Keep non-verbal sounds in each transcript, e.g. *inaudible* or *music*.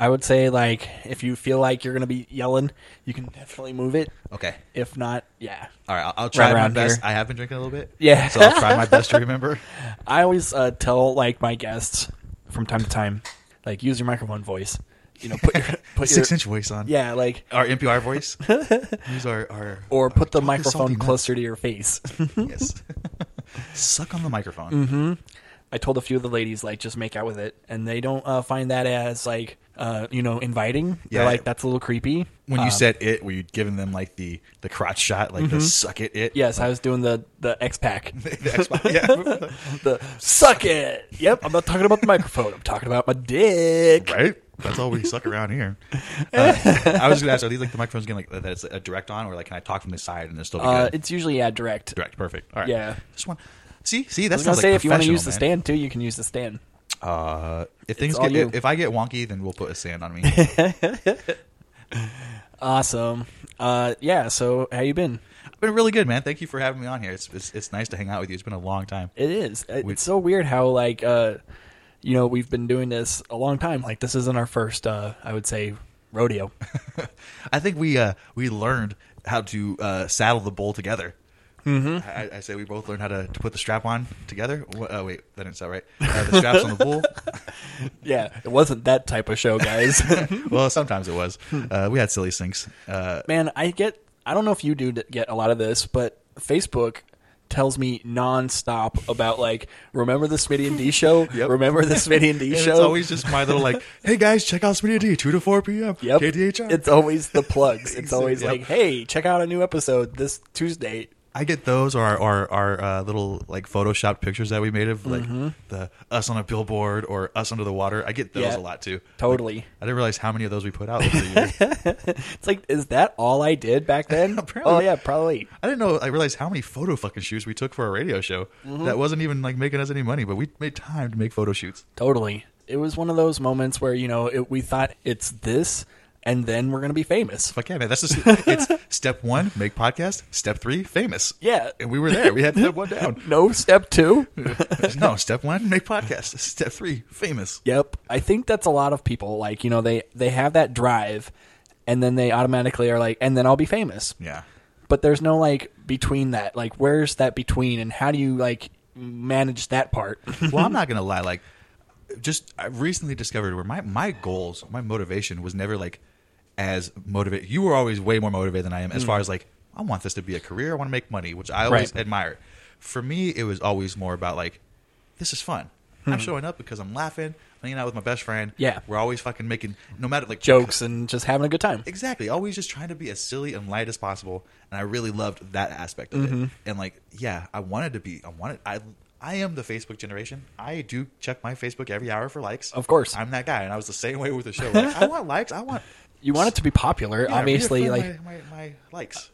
I would say like if you feel like you're gonna be yelling, you can definitely move it. Okay. If not, yeah. All right. I'll, I'll try my around best. here. I have been drinking a little bit. Yeah. So I'll try my *laughs* best to remember. I always uh, tell like my guests from time to time, like use your microphone voice. You know, *laughs* put your put Six your inch voice on. yeah, like Our *laughs* NPR voice. Use our, our or put the talk is microphone salty, man. closer to your face. *laughs* *laughs* Yes. Suck on the microphone. Mm-hmm. I told a few of the ladies like just make out with it, and they don't uh, find that as like uh, you know inviting. They're Yeah. like that's a little creepy. When you Um, said it, were you giving them like the the crotch shot, like the Mm-hmm. suck it it? yes, I was doing the the X pack, *laughs* *laughs* The Xbox- yeah. the suck it. Yep, I'm not talking about the microphone. I'm talking about my dick. Right? That's all we suck around here. *laughs* Uh, I was going to ask, are these like the microphones going like that's a direct on, or like can I talk from the side and they're still be Uh, good? it's usually yeah direct. Direct, perfect. All right. Yeah. Just one. See, see, I that's was gonna like say if you want to professional, use the man. stand too, you can use the stand. Uh, if things all get you. if, if I get wonky, then we'll put a sand *laughs* on me. Awesome. Uh, yeah. So how you been? I've been really good, man. Thank you for having me on here. It's it's, it's nice to hang out with you. It's been a long time. It is. It- We- It's so weird how like uh, you know we've been doing this a long time. Like this isn't our first. Uh, I would say *laughs* rodeo. I think we uh, we learned how to uh, saddle the bull together. Mm-hmm. I, I say we both learned how to, to put the strap on together. Wha- Oh wait, that didn't sound right. Uh, the straps on the bull. yeah, it wasn't that type of show, *laughs* guys. Well, sometimes it was. Uh, we had silly sinks. Uh, Man, I get. I don't know if you do get a lot of this, but Facebook tells me nonstop about like remember the Smitty and D show. *laughs* Yep. Remember the Smitty and D and show. it's always just my little like, hey guys, check out Smitty D two to four p.m. Yep. KDHR. It's always the *laughs* plugs. It's Exactly. always Yep. like, hey, check out a new episode this Tuesday. I get those or our, or our uh, little like Photoshop pictures that we made of like Mm-hmm. the us on a billboard or us under the water. I get those Yeah. a lot too. Totally. *laughs* I didn't realize how many of those we put out. Over the year. It's like, is that all I did back *laughs* then? Apparently. oh yeah, probably. I didn't know. I realized how many photo fucking shoots we took for our radio show. Mm-hmm. That wasn't even like making us any money, but we made time to make photo shoots. Totally. It was one of those moments where, you know, it, we thought it's this and then we're going to be famous. Fuck yeah, man! That's just *laughs* it's step one, make podcast. Step three, famous. Yeah. and we were there. We had step one *laughs* down. No step *laughs* two. no, step one, make podcast. Step three, famous. yep. I think that's a lot of people like, you know, they they have that drive and then they automatically are like and then I'll be famous. Yeah. But there's no like between that. Like where's that between and how do you like manage that part? *laughs* well, I'm not gonna lie. Like, just I recently discovered where my my goals, my motivation was never like as motivated. You were always way more motivated than I am, as far as like I want this to be a career. I want to make money, which I always Mm. Right. admire. For me, it was always more about like this is fun. I'm showing up because I'm laughing, I'm hanging out with my best friend. Hmm. Yeah. we're always fucking making no matter like Jokes and just having a good time. Exactly. Always just trying to be as silly and light as possible, and I really loved that aspect of Mm-hmm. it. And like, yeah, I wanted to be. I wanted. I. I am the Facebook generation. I do check my Facebook every hour for likes. Of course. I'm that guy, and I was the same way with the show. Like, I want likes. I want You want it to be popular, yeah, obviously. Like reaffirm my, my, my likes.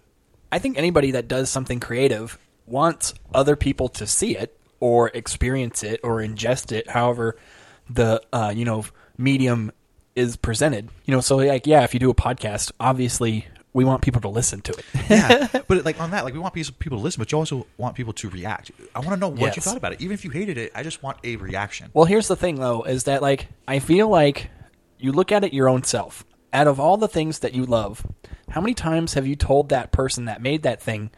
I think anybody that does something creative wants other people to see it or experience it or ingest it, however the uh, you know medium is presented. You know, so like yeah, if you do a podcast, obviously we want people to listen to it. *laughs* yeah, but like on that, like we want peop- people to listen, but you also want people to react. I want to know what you Yes. thought about it, even if you hated it. I just want a reaction. well, here's the thing though, is that like I feel like you look at it your own self. Out of all the things that you love, how many times have you told that person that made that thing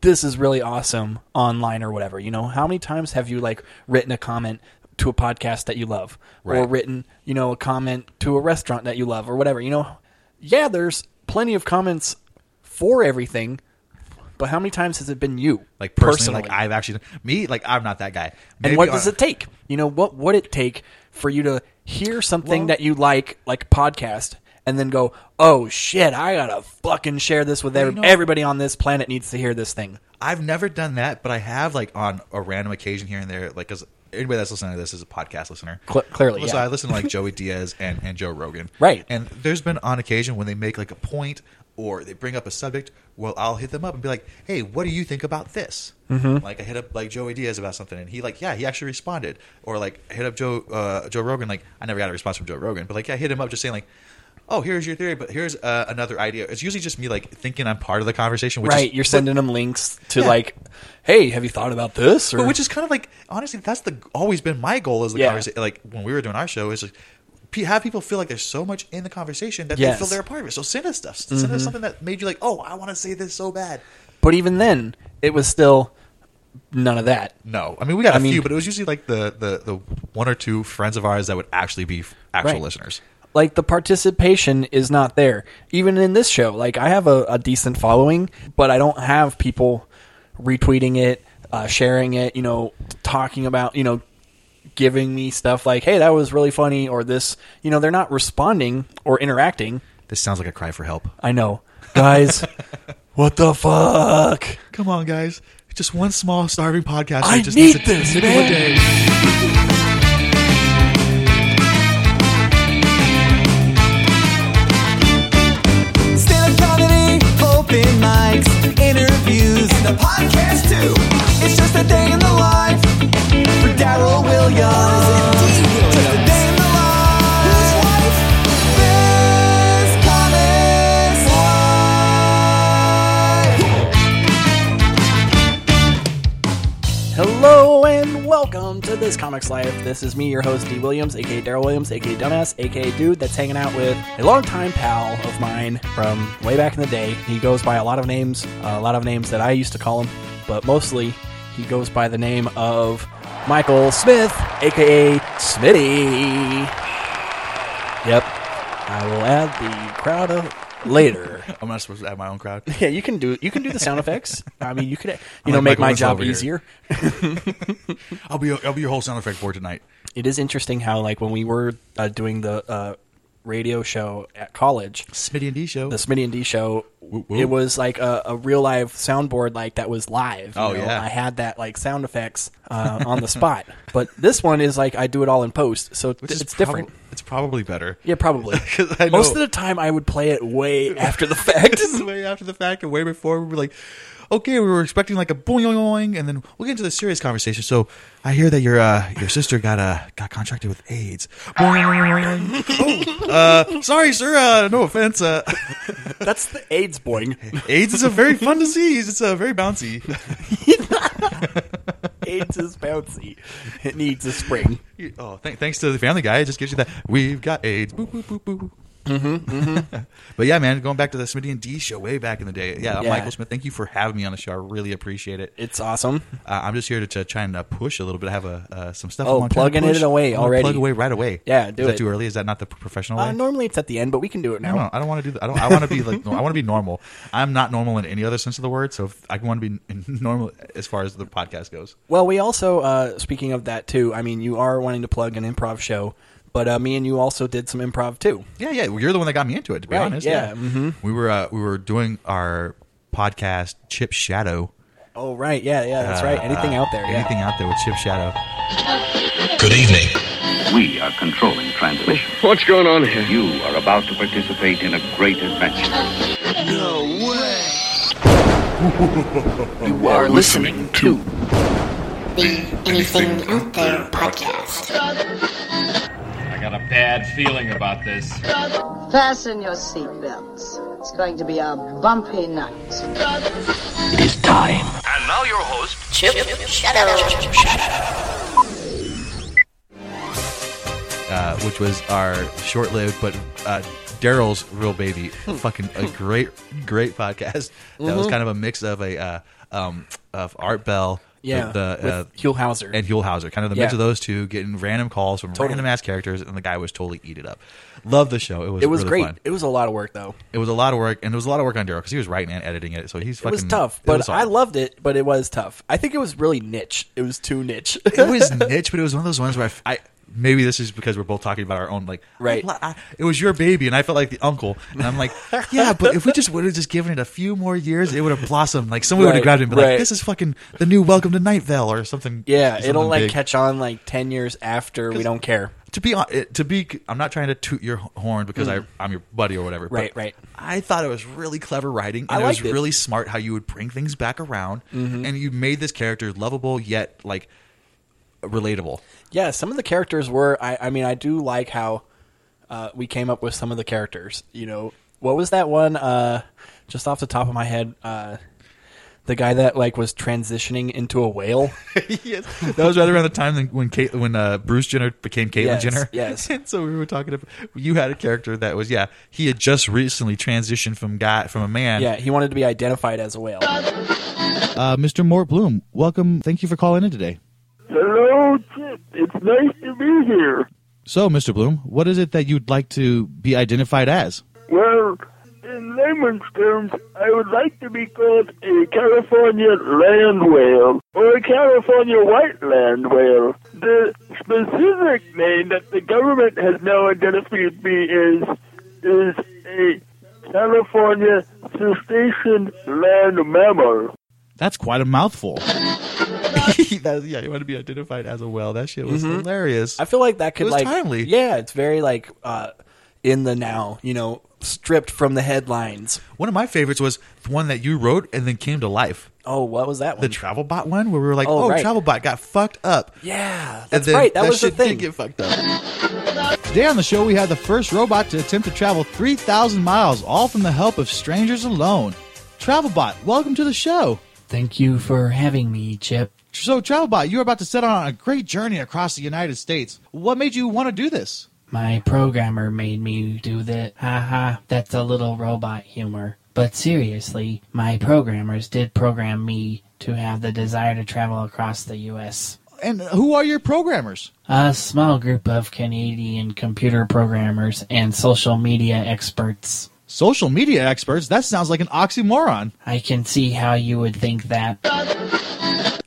this is really awesome online or whatever. You know, how many times have you like written a comment to a podcast that you love or Right. written, you know, a comment to a restaurant that you love or whatever? You know, yeah, there's plenty of comments for everything, but how many times has it been you? Like personally, like I've actually me, like I'm not that guy. and Maybe what on- does it take? You know, what would it take for you to hear something Well- that you like, like a podcast? And then go, oh shit! I gotta fucking share this with every- know- everybody on this planet. Needs to hear this thing. I've never done that, but I have like on a random occasion here and there, like because anybody that's listening to this is a podcast listener. Cl- clearly, so yeah. I listen to *laughs* like Joey Diaz and, and Joe Rogan, Right. And there's been on occasion when they make like a point or they bring up a subject, well, I'll hit them up and be like, "Hey, what do you think about this?" Mm-hmm. Like I hit up like Joey Diaz about something, and he like, "Yeah, he actually responded," or like I hit up Joe uh, Joe Rogan, like I never got a response from Joe Rogan, but like I hit him up just saying like. Oh, here's your theory, but here's uh, another idea. It's usually just me like thinking I'm part of the conversation, which right is you're sending them links to Yeah. like hey have you thought about this or But which is kind of like honestly, that's the always been my goal as the Yeah. conversation. Like when we were doing our show, is like, pe- have people feel like there's so much in the conversation that Yes. Mm-hmm. they feel they're a part of it. So send us stuff. Send us something that made you like, oh, I want to say this so bad. But even then, it was still none of that. No, I mean we got a I mean- few, but it was usually like the, the the one or two friends of ours that would actually be f- actual Right. listeners. Like the participation is not there. Even in this show, like I have a, a decent following, but I don't have people retweeting it, uh, sharing it, you know, talking about, you know, giving me stuff like, hey, that was really funny, or this, you know, they're not responding or interacting. This sounds like a cry for help. I know. Guys, what the fuck? Come on, guys! Just one small starving podcast. I that just need needs a this, tickle a man. day. Stand-up comedy, open mics, interviews, and a podcast too. It's just a day in the life for Daryl Williams. Just a day in the life. This comic's life. Hello and welcome to this comics life. This is me, your host D Williams, aka Daryl Williams, aka Dumbass, aka Dude. That's hanging out with a longtime pal of mine from way back in the day. He goes by a lot of names, a lot of names that I used to call him, but mostly he goes by the name of Michael Smith, aka Smitty. Yep, I will add the crowd of later. I'm not supposed to have my own crowd. *laughs* Yeah, you can do you can do the sound effects. I mean, you could you know like make Michael my Winslow job over here. easier. I'll be I'll be your whole sound effect for tonight. it is interesting how like when we were uh, doing the uh, radio show at college Smitty and D show. the smitty and d show Whoop, whoop. it was like a, a real live soundboard like that was live you Oh, yeah. i had that like sound effects uh, on the spot *laughs* but this one is like i do it all in post so Which th- is it's prob- different It's probably better. yeah probably *laughs* 'Cause I most of know- the time i would play it way after the *laughs* fact *laughs* this is way after the fact and way before we were like, okay, we were expecting like a boing boing boing, and then we'll get into the serious conversation. So I hear that your uh, your sister got uh, got contracted with AIDS. Boing, boing, boing, boing. oh, uh, sorry, sir. Uh, no offense. Uh, *laughs* that's the aids boing *laughs* AIDS is a very fun disease. It's uh, very bouncy. *laughs* aids is bouncy it needs a spring Oh, th- thanks to the Family Guy, it just gives you that we've got AIDS. Boop boop boop boop. *laughs* but yeah, man, going back to the Smitty and D show way back in the day. Yeah, Yeah. Michael Smith, thank you for having me on the show. I really appreciate it. it's awesome Uh, I'm just here to, to try and uh, push a little bit. I have uh, uh, some stuff. Oh, I'm gonna try and plugging it push. away I'm gonna already. Plug away right away. Yeah, do Is that it. too early? Is that not the professional uh, way? normally it's at the end but we can do it I now don't, know. I don't want to do that. I don't. I want to be like. I want to be normal. I'm not normal in any other sense of the word. So if I want to be n- normal as far as the podcast goes. Well, we also uh, speaking of that too. I mean, you are wanting to plug an improv show, but uh, me and you also did some improv too. Yeah, yeah. Well, you're the one that got me into it. To be Right, honest. yeah, mhm. We were uh, we were doing our podcast Chip Shadow. Uh, Oh right, yeah, yeah, that's right. Anything out there? Yeah. Anything out there with Chip Shadow? Good evening. We are controlling transmission. What's going on here? You are about to participate in a great adventure. You are listening to the Anything Out There podcast. I got a bad feeling about this. Fasten your seatbelts. It's going to be a bumpy night. Chip, shadow. uh, which was our short-lived but uh, Daryl's real *laughs* baby, fucking a great, great podcast. That was Mm-hmm. kind of a mix of a uh, um, of Art Bell, the- Yeah, the, with uh, Huell Hauser. and Hulhauser, kind of the Yeah. mix of those two, getting random calls from random ass characters, and the guy was totally eat it up. Love the show. It was it was really great. Fun. It was a lot of work though. It was a lot of work, and it was a lot of work on Daryl because he was writing and editing it, so he's It fucking. was tough, it but was I hard. loved it. But it was tough. I think it was really niche. It was too niche. *laughs* it was niche, but it was one of those ones where I f- I, maybe this is because we're both talking about our own like Right. I- I- it was your baby, and I felt like the uncle, and I'm like, yeah, but if we just would have just given it a few more years, it would have blossomed. Like someone would Right, have grabbed it and be right. like, this is fucking the new Welcome to Night Vale or something. yeah, something it'll like big. catch on like ten years after. We don't care. To be hon- it- to be, I'm not trying to toot your horn because I I'm your buddy or whatever. but Mm. Right, right. I thought it was really clever writing, I and it was liked it. Mm-hmm. really smart how you would bring things back around, and you made this character lovable yet like relatable. Yeah, some of the characters were. I, I mean, I do like how uh, we came up with some of the characters. You know, what was that one? Uh, just off the top of my head, uh, The guy that like was transitioning into a *laughs* whale. yes. That was right around the time than when Kate, when uh, Bruce Jenner became Caitlyn Yes, Jenner. yes. *laughs* and so we were talking about you had a character that was yeah he had just recently transitioned from guy from a man. Yeah, he wanted to be identified as a whale. Uh, Mr. Mort Bloom, welcome. Thank you for calling in today. Hello, Chip. It's nice to be here. So, Mr. Bloom, what is it that you'd like to be identified as? Well, in layman's terms, I would like to be called a California land whale or a California white land whale. The specific name that the government has now identified me is is a California cetacean land mammal. That's quite a mouthful. *laughs* That- yeah, you want to be identified as a whale. That shit was hilarious. I feel like that could was like timely. Yeah, it's very like uh, in the now. You know, stripped from the headlines. one of my favorites was the one that you wrote and then came to life. Oh, what was that The one? travel bot one where we were like, Oh, oh, right. travel bot got fucked up. yeah, And that's then right. That, was the shit did thing. Get fucked up. Today on the show, we had the first robot to attempt to travel 3,000 miles, all from the help of strangers alone. Travelbot, welcome to the show. Thank you for having me, Chip. So, Travelbot, you're about to set on a great journey across the United States. What made you want to do this? My programmer made me do that. Haha, that's a little robot humor. But seriously, my programmers did program me to have the desire to travel across the US. And who are your programmers? A small group of Canadian computer programmers and social media experts. Social media experts? That sounds like an oxymoron. I can see how you would think that.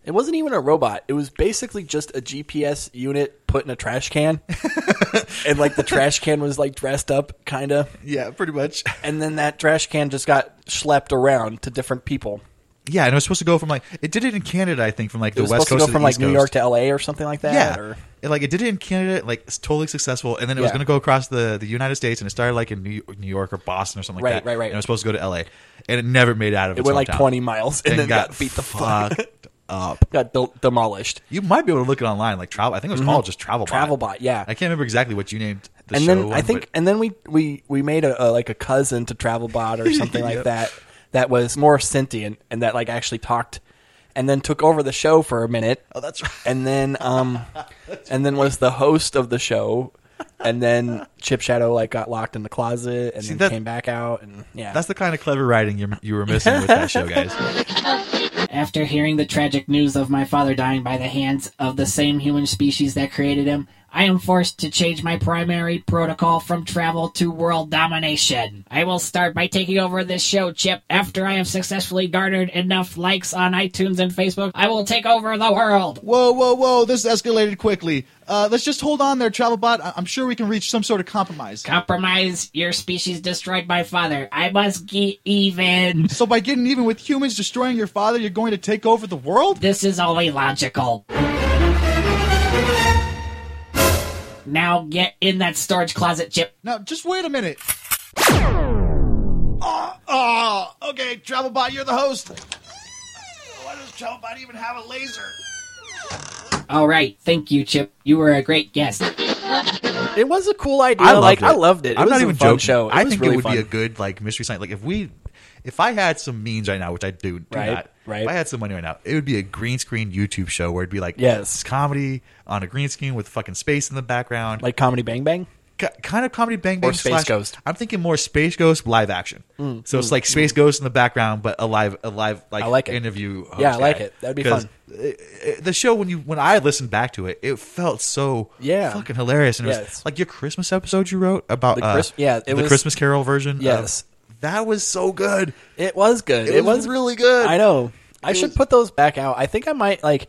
It wasn't even a robot. It was basically just a GPS unit put in a trash *laughs* can, and like the trash can was like dressed up, kind of. Yeah, pretty much. And then that trash can just got schlepped around to different people. Yeah, and it was supposed to go from like it did it in Canada, I think, from like It the was west supposed to coast go from the like East New Coast. York to L.A. or something like that. yeah, or- It, like it did it in Canada, like it's totally successful, and then it was Yeah. going to go across the, the United States, and it started like in New, New York or Boston or something like Right, that. right, right. And it was supposed to go to L.A. and it never made it out of it its went like hometown. twenty miles and, And then got, beat the fuck, fucked up. got del- demolished. You might be able to look it online, like travel. I think it was called just travel. Travel bot, Mm-hmm. yeah. I can't remember exactly what you named the and show. then I one, think, but- and then we we we made a, a like a cousin to Travelbot *laughs* or something like Yep. that that was more sentient and that like actually talked, and then took over the show for a minute. oh, that's right. And then um, and then was the host of the show, and then Chip Shadow like got locked in the closet and then that- came back out and yeah. That's the kind of clever writing you, you were missing with that show, *laughs* guys. After hearing the tragic news of my father dying by the hands of the same human species that created him, I am forced to change my primary protocol from travel to world domination. I will start by taking over this show, Chip. After I have successfully garnered enough likes on iTunes and Facebook, I will take over the world. Whoa, whoa, whoa, this escalated quickly. Uh, let's just hold on there, Travelbot. I- I'm sure we can reach some sort of compromise. Compromise, your species destroyed my father. I must get even. So, by getting even with humans destroying your father, you're going to take over the world? This is only logical. Now get in that storage closet, Chip. Now, just wait a minute. Oh, oh, okay, Travelbot, you're the host. Why does Travelbot even have a laser? All right, thank you, Chip. You were a great guest. it was a cool idea. loved like I loved it. It I'm was not a even fun joking. show. It I was think really it would fun. be a good like mystery science. Like if we, if I had some means right now, which I do, do Right, not. right. If I had some money right now, it would be a green screen YouTube show where it'd be like, Yes. it's comedy on a green screen with fucking space in the background, like comedy Bang Bang. Ki- kind of comedy Bang Bang Or Space slash- Ghost. Mm. I'm thinking more Space Ghost live action. so it's like Space Ghost in the background, but a live, a live like, I like it. interview. Host Yeah, I like guy. it. That'd be 'Cause fun. it- it- the show when you when I listened back to it, it felt so Yeah. fucking hilarious. And it Yes. was like your Christmas episode you wrote about The uh, Chris- yeah, it the was- Christmas Carol version. of- Yes. that was so good. It was good. It, It was, was really good. I know. I It should was- put those back out. I think I might like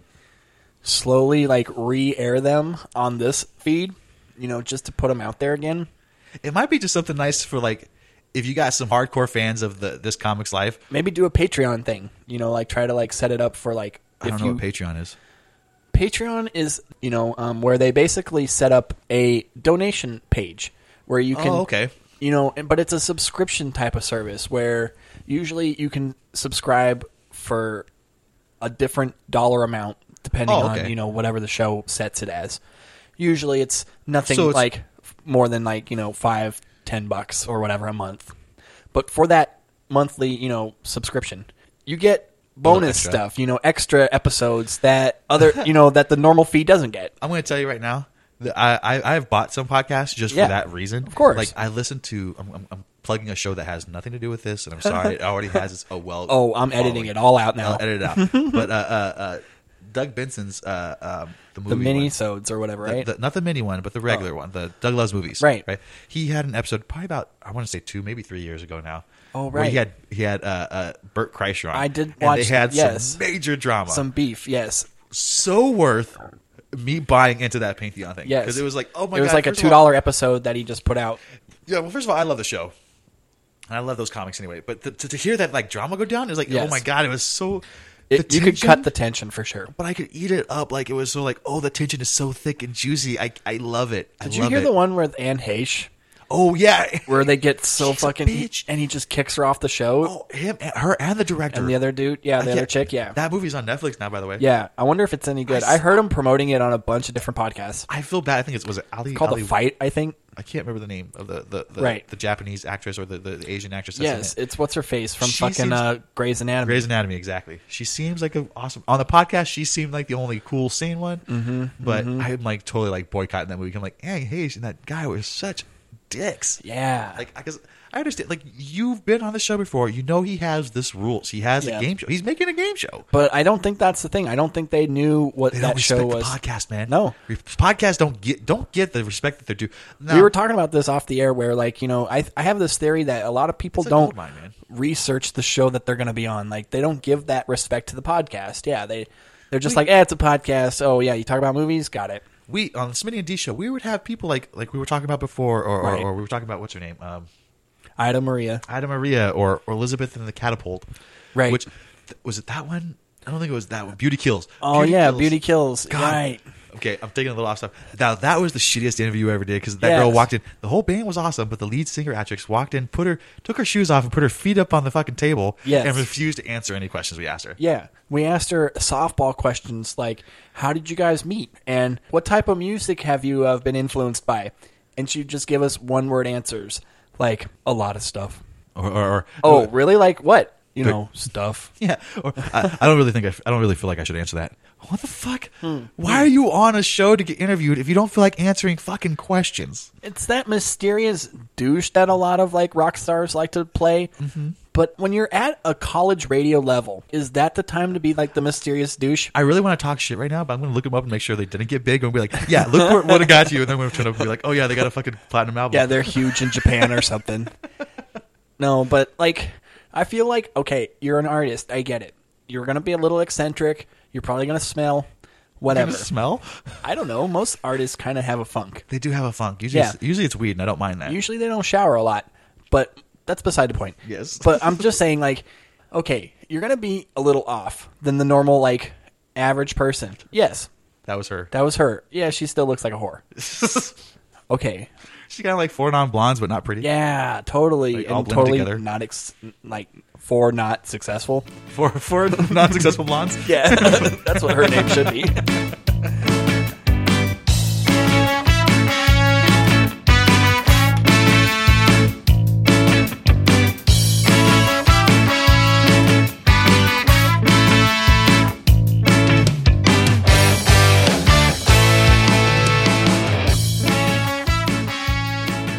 slowly like re-air them on this feed, you know, just to put them out there again. It might be just something nice for like if you got some hardcore fans of the this comics life. Maybe do a Patreon thing, you know, like try to like set it up for like I if don't know you what Patreon is. Patreon is, you know, um, where they basically set up a donation page where you can, Oh, okay. you know, and- but it's a subscription type of service where usually you can subscribe for a different dollar amount depending Oh, okay. on you know whatever the show sets it as. Usually it's nothing So it's- like more than like you know five ten bucks or whatever a month, but for that monthly you know subscription you get bonus extra. stuff, you know, extra episodes that other, you know, that the normal feed doesn't get. I'm going to tell you right now. that I, I I have bought some podcasts just Yeah, for that reason. of course. Like I listen to. I'm, I'm, I'm plugging a show that has nothing to do with this, and I'm sorry. It already has its a well. *laughs* Oh, I'm editing it all out now. I'll edit it *laughs* out. but uh, uh, uh, Doug Benson's uh, um, the movie The one. mini-sodes or whatever, The- right? Oh. the- not the mini one, but the regular one, the Doug Loves Movies, Right. Right. He had an episode probably about I want to say two, maybe three years ago now. Oh, where right. he had he had uh, uh, Burt Kreischer on. I did and watch They had yes. some major drama, Some beef, yes. so worth me buying into that Pantheon thing. Yes. because it was like oh my, It was God, like a first of $2 all- episode that he just put out. yeah, well, first of all, I love the show, and I love those comics anyway. But th- to, to hear that like drama go down, it was like Yes. oh my God, it was so. the It, you could tension- cut the tension for sure. but I could eat it up. Like it was so like, oh, the tension is so thick and juicy. I I love it. I Did you love hear it. the one with Anne Heche Oh yeah, *laughs* where they get so She's a fucking bitch. and he just kicks her off the show Oh, him, and- her, and the director, and the other dude, yeah, the Yeah. other chick, yeah. That movie's on Netflix now, by the way. yeah, I wonder if it's any good. I, I s- heard him promoting it on a bunch of different podcasts. I feel bad. I think it was it Ali Called Ali, The Fight, I think. I can't remember the name of the the, the, Right. the Japanese actress or the, the, the Asian actress. that's in Yes, it. it's what's her face from She fucking seems- uh, Grey's Anatomy. Grey's Anatomy, exactly. She seems like an awesome on the podcast. She seemed like the only cool, sane one. Mm-hmm, but I'm like totally like boycotting that movie. I'm like, hey, hey, and that guy was such dicks. yeah, Like, because I understand. Like, you've been on the show before. You know he has this rules. He has Yeah. a game show. He's making a game show. but I don't think that's the thing. I don't think they knew what They don't that respect show was. the podcast, man. No. Re- podcasts don't get don't get the respect that they're due. No. We were talking about this off the air, where like you know, I I have this theory that a lot of people It's a don't goldmine, man. research the show that they're going to be on. Like they don't give that respect to the podcast. Yeah, they they're just We- like, eh, it's a podcast. Oh yeah, you talk about movies, got it. we on the Smitty and D show. We would have people like like we were talking about before, or, Right. or, or we were talking about what's her name, um, Ida Maria. Ida Maria, or, or Elizabeth and the Catapult. Right. Which th- was it that one? I don't think it was that one. Beauty kills. Oh yeah, Beauty Kills. God. Right. Okay, I'm taking a little off stuff. Now that was the shittiest interview I ever did because that Yes. girl walked in. The whole band was awesome, but the lead singer Atrix walked in, put her, took her shoes off, and put her feet up on the fucking table, Yes. and refused to answer any questions we asked her. Yeah. We asked her softball questions like, how did you guys meet? And what type of music have you uh, been influenced by? And she'd just give us one word answers, like a lot of stuff. Or, or, or Oh, really? Like what? You But- know, stuff. *laughs* Yeah, or, I, I don't really think I, I don't really feel like I should answer that. What the fuck? Hmm. Why are you on a show to get interviewed if you don't feel like answering fucking questions? It's that mysterious douche that a lot of like rock stars like to play. But when you're at a college radio level, is that the time to be like the mysterious douche? I really want to talk shit right now, but I'm going to look them up and make sure they didn't get big. And be like, yeah, look what, what it got you. And then I'm going to turn up and be like, oh yeah, they got a fucking platinum album. Yeah, they're huge in Japan or something. no, but like I feel like okay, you're an artist. I get it. You're gonna be a little eccentric. You're probably gonna smell Gonna whatever. smell. I don't know. Most artists kind of have a funk. They do have a funk. Usually, Yeah. it's, usually it's weed, and I don't mind that. Usually they don't shower a lot, but that's beside the point. Yes. but I'm *laughs* just saying, like, okay, you're gonna be a little off than the normal like average person. Yes, that was her. that was her. Yeah, she still looks like a whore. Okay. *laughs* She kind of like four non blondes, but not pretty. Yeah, totally, Like, all and blend totally together? not ex- like for not successful. *laughs* Four four non successful blondes. Yeah, *laughs* that's what her name should be.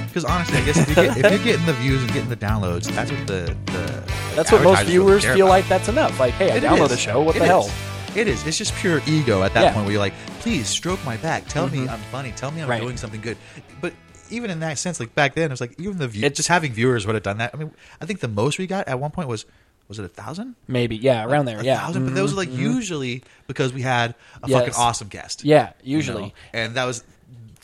Because honestly, I guess if you're, get, if you're getting the views and getting the downloads, that's what the, the That's what most advertisers really viewers care feel about. like. That's enough. Like, hey, I It download is. a show. What It the is. hell? It is. It's just pure ego at that Yeah. Mm-hmm. point where you're like, please stroke my back. Tell me I'm funny. Tell me I'm Right. doing something good. But even in that sense, like back then, it was like even the view, It- just having viewers would have done that. I mean, I think the most we got at one point was was it a thousand? Maybe, yeah, around there. A yeah, Mm-hmm. 1000 But those were like usually because we had a Yes. fucking awesome guest. Yeah, you usually. know? and that was.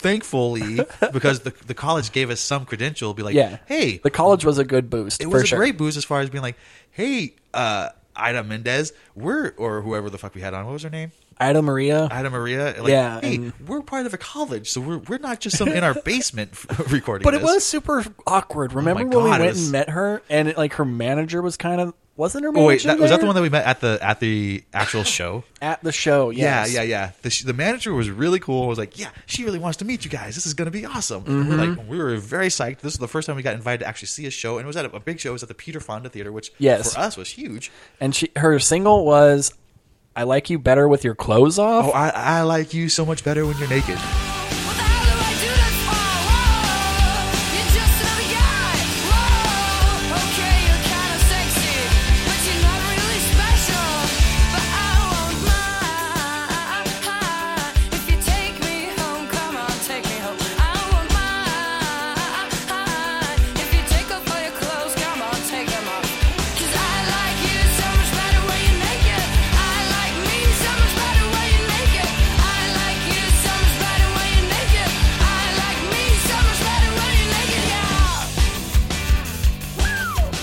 *laughs* Thankfully, because the, the college gave us some credential, be like, yeah. hey, the college was a good boost. it for was a sure. great boost as far as being like, hey, uh, Ida Mendez, we're or whoever the fuck we had on. What was her name? Ida Maria. Ida Maria. Like, Yeah, hey, and- we're part of a college, so we're we're not just some *laughs* in our basement *laughs* recording. but it this. was super awkward. Remember when Oh God, we it went was- and met her, and it, like her manager was kind of Wasn't her Oh, wait, manager that, was that the there? one that we met at the at the *laughs* actual show? at the show? Yes. Yeah, yeah, yeah. The, sh- the manager was really cool. Was like, yeah, she really wants to meet you guys. This is going to be awesome. And we're Mhm. like, we were very psyched. This was the first time we got invited to actually see a show, and it was at a, a big show. It was at the Peter Fonda Theater, which Yes. for us was huge. And she her single was "I like you better with your clothes off." Oh, I, I like you so much better when you're naked.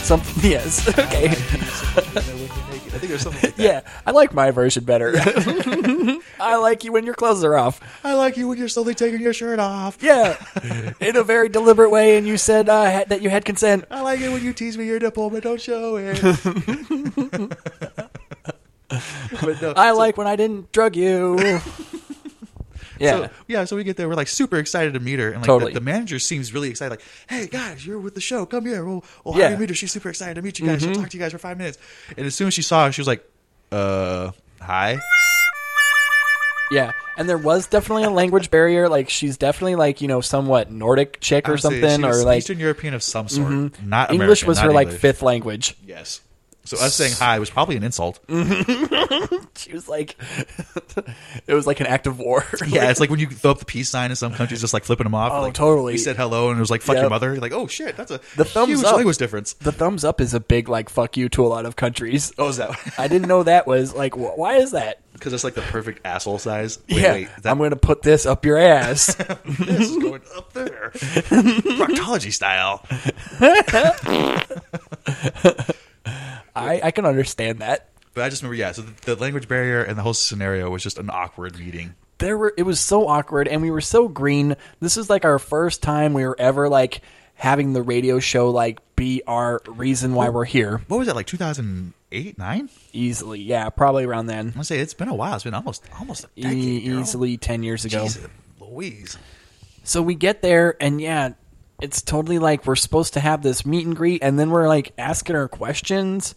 Something. *laughs* *laughs* Yes. Okay. I think there's something. Like that. yeah, I like my version better. *laughs* I like you when your clothes are off. I like you when you're slowly taking your shirt off. Yeah, in a very deliberate way, and you said uh, ha- that you had consent. I like it when you tease me your nipple, but don't *laughs* show it. but no, I so- like when I didn't drug *laughs* you. yeah, So, yeah, so we get there. We're like super excited to meet her. And like Totally. the, the manager seems really excited. Like, hey, guys, you're with the show. Come here. We'll, we'll Yeah. have you meet her. She's super excited to meet you guys. Mhm. She'll talk to you guys for five minutes. And as soon as she saw us, she was like, uh, hi. yeah. And there was definitely a language barrier. Like she's definitely like you know somewhat Nordic chick I or would say something, she or was like Eastern European of some sort. Mhm. Not English American, was not her like English. fifth language. *laughs* Yes. So us saying hi was probably an insult. She was like, *laughs* it was like an act of war. *laughs* Yeah, it's like when you throw up the peace sign in some countries, just like flipping them off. Oh, like, totally. We said hello, and it was like "fuck Yep. your mother." You're like, oh shit, that's a the thumbs huge up language difference. The thumbs up is a big like fuck you to a lot of countries. Oh, is that *laughs* I didn't know that was like wh- why is that? because it's like the perfect asshole size? Wait, yeah, wait, I'm going to put this up your ass. *laughs* *laughs* this is going up there, proctology style. I I can understand that. But I just remember, yeah. So the, the language barrier and the whole scenario was just an awkward meeting. There were it was so awkward and we were so green. This is like our first time we were ever like having the radio show like be our reason why we're here. What was that like? Two thousand eight, nine? Easily, yeah, probably around then. I say it's been a while. It's been almost almost a decade. E- girl. easily ten years ago. Jesus, Louise. *laughs* So we get there, and yeah, it's totally like we're supposed to have this meet and greet, and then we're like asking her questions.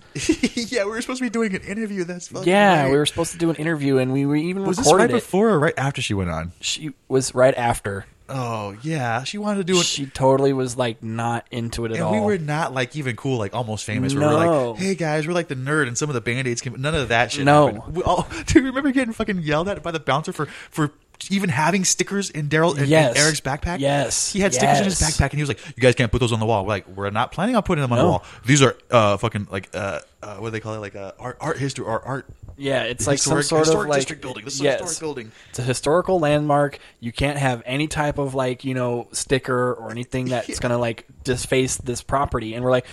yeah, we were supposed to be doing an interview. That's fucking yeah, right. we were supposed to do an interview, and we were even Was this recorded right it. before or right after she went on? She was right after. Oh yeah, she wanted to do it. She totally was like not into it at and all. we were not like even cool, like almost famous. Where we're No. like, hey guys, we're like the nerd, and some of the band aids came. None of that shit. No. happened. We all, *laughs* do you remember getting fucking yelled at by the bouncer for for even having stickers in Daryl and, Yes. Eric's backpack? Yes. he had stickers in his Yes. backpack, and he was like, "You guys can't put those on the wall." We're like, "We're not planning on putting them on No. the wall. These are uh fucking like uh, uh what do they call it? Like uh, art art history or art." yeah, it's like historic, some sort historic of like district building. This is yes. a historic building. It's a historical landmark. You can't have any type of like you know sticker or anything *laughs* that's gonna like disface this property. And we're like,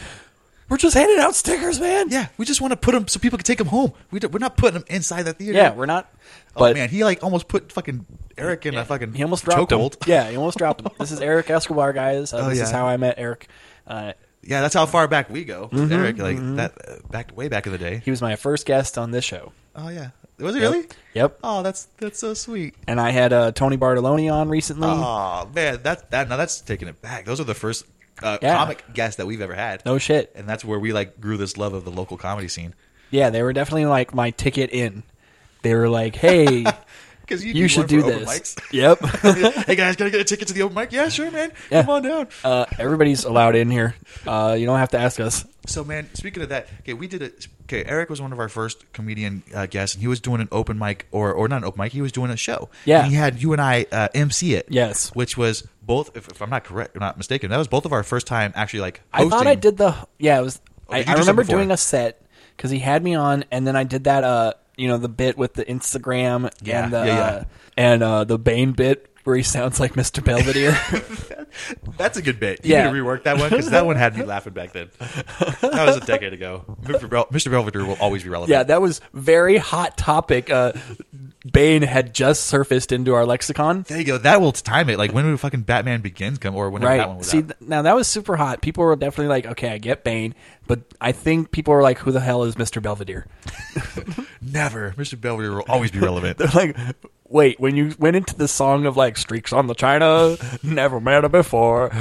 we're just handing out stickers, man. Yeah, we just want to put them so people can take them home. We do, we're not putting them inside the theater. yeah, we're not. Oh But man, he like almost put fucking Eric in a fucking He almost dropped him. *laughs* chokehold. Yeah, he almost dropped him. This is Eric Escobar, guys. Uh, Oh, this is yeah. how I met Eric. Uh, Yeah, that's how far back we go. Eric, like that uh, back way back in the day. Mm-hmm, he was my first guest on this show. Oh yeah, was it really? Yep. Oh, that's that's so sweet. And I had uh, Tony Bartoloni on recently. Oh man, that that now that's taking it back. Those are the first uh, Yeah. comic guests that we've ever had. no shit. and that's where we like grew this love of the local comedy scene. Yeah, they were definitely like my ticket in. They were like, *laughs* "Hey, Because you should do this." Yep. *laughs* hey guys, gotta get a ticket to the open mic? Yeah, sure, man. Yeah. Come on down. uh, everybody's allowed in here. Uh, you don't have to ask us. So man, speaking of that, okay, we did it. Okay, Eric was one of our first comedian uh, guests, and he was doing an open mic or or not an open mic. He was doing a show. Yeah. and he had you and I uh, MC it. Yes. which was both. If, if I'm not correct, if I'm not mistaken, that was both of our first time actually like. I Hosting. Oh, thought I did the yeah. It was did I, you do I something remember before? doing a set because he had me on, and then I did that uh you know the bit with the Instagram Yeah, and the yeah, yeah. Uh, and uh, the Bane bit where he sounds like Mr. *laughs* Belvedere. That's a good bit. You Yeah. need to rework that one because that one *laughs* had me laughing back then. that was a decade ago. Mr. Bel- Mr. Belvedere will always be relevant. yeah, that was very hot topic. Uh, Bane had just surfaced into our lexicon. There you go. That will time it. Like when would fucking Batman Begins come, or whenever right. that one was See, out. th- now that was super hot. People were definitely like, okay, I get Bane, but I think people were like, who the hell is Mr. Belvedere? Never. Mr. Belvedere will always be *laughs* relevant. They're like, wait, when you went into the song of like streaks on the China, never met her before,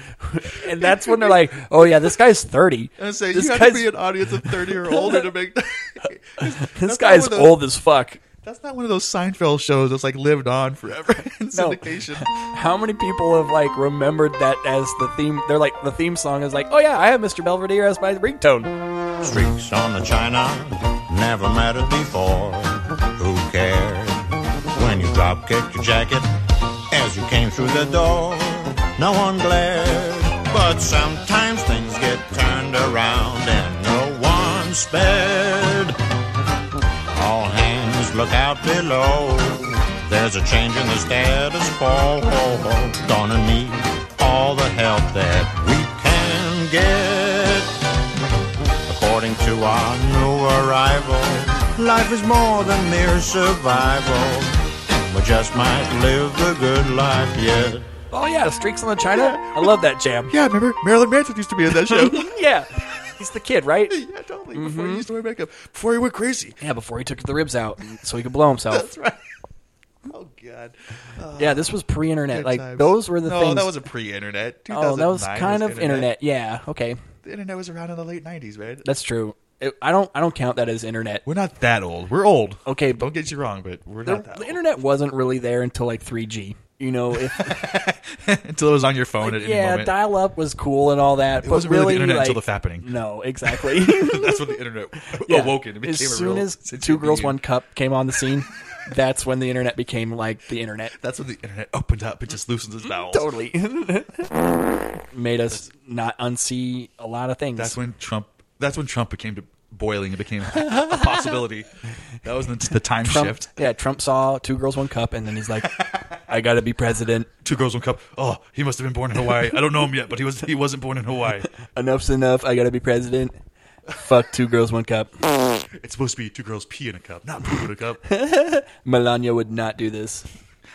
*laughs* and that's when they're like, oh yeah, this guy's thirty. *laughs* I say this you have to be an audience of thirty or older to *laughs* make. *laughs* this guy's old as fuck. That's not one of those Seinfeld shows that's like lived on forever *laughs* in No. syndication. *laughs* How many people have like remembered that as the theme? They're like the theme song is like, oh yeah, I have Mr. Belvedere as my ringtone. Streaks on the china, never mattered before. Who cared? When you drop kicked your jacket as you came through the door, no one glared. But sometimes things get turned around and no one's spared. All hands look out below. There's a change in the status quo. Gonna need all the help that we can get. According to our new arrival, life is more than mere survival. We just might live the good life yet. Oh yeah, Streaks on the China. I love that jam. *laughs* Yeah, remember Marilyn Manson used to be in that show. *laughs* yeah, he's the kid, right? yeah, totally. Before Mm-hmm. he used to wear makeup, before he went crazy. *laughs* Yeah, before he took the ribs out so he could blow himself. That's right. Oh God. Uh, yeah, this was pre-internet. good Like times. those were the no, things. that was a pre-internet. oh, that was 2009 kind of internet. Yeah, okay, The internet was around in the late '90s, man. that's true. It, I don't I don't count that as internet. We're not that old. We're old. Okay, but Don't get you wrong, but we're the, not that the old. internet wasn't really there until like 3G. You know, if, *laughs* until it was on your phone at any yeah, moment. dial up was cool and all that. it but wasn't really, the internet like, until the fappening. No, *laughs* exactly. That's when the internet *laughs* Yeah. awoken. It became as a soon real as two situation. girls one cup came on the *laughs* scene, that's when the internet became like the internet. That's when the internet opened up. It just loosens its bowels. Totally *laughs* made us not unsee a lot of things. That's when Trump. That's when Trump became to boiling. It became a *laughs* possibility. That was the, the time Trump, shift. Yeah, Trump saw two girls, one cup, and then he's like, "I got to be president. Two girls, one cup. Oh, he must have been born in Hawaii. I don't know him yet, but he was. He wasn't born *laughs* in Hawaii. Enough's enough. I got to be president. Fuck two girls, one cup. It's supposed to be two girls pee in a cup, not poo in *laughs* a cup. Melania would not do this.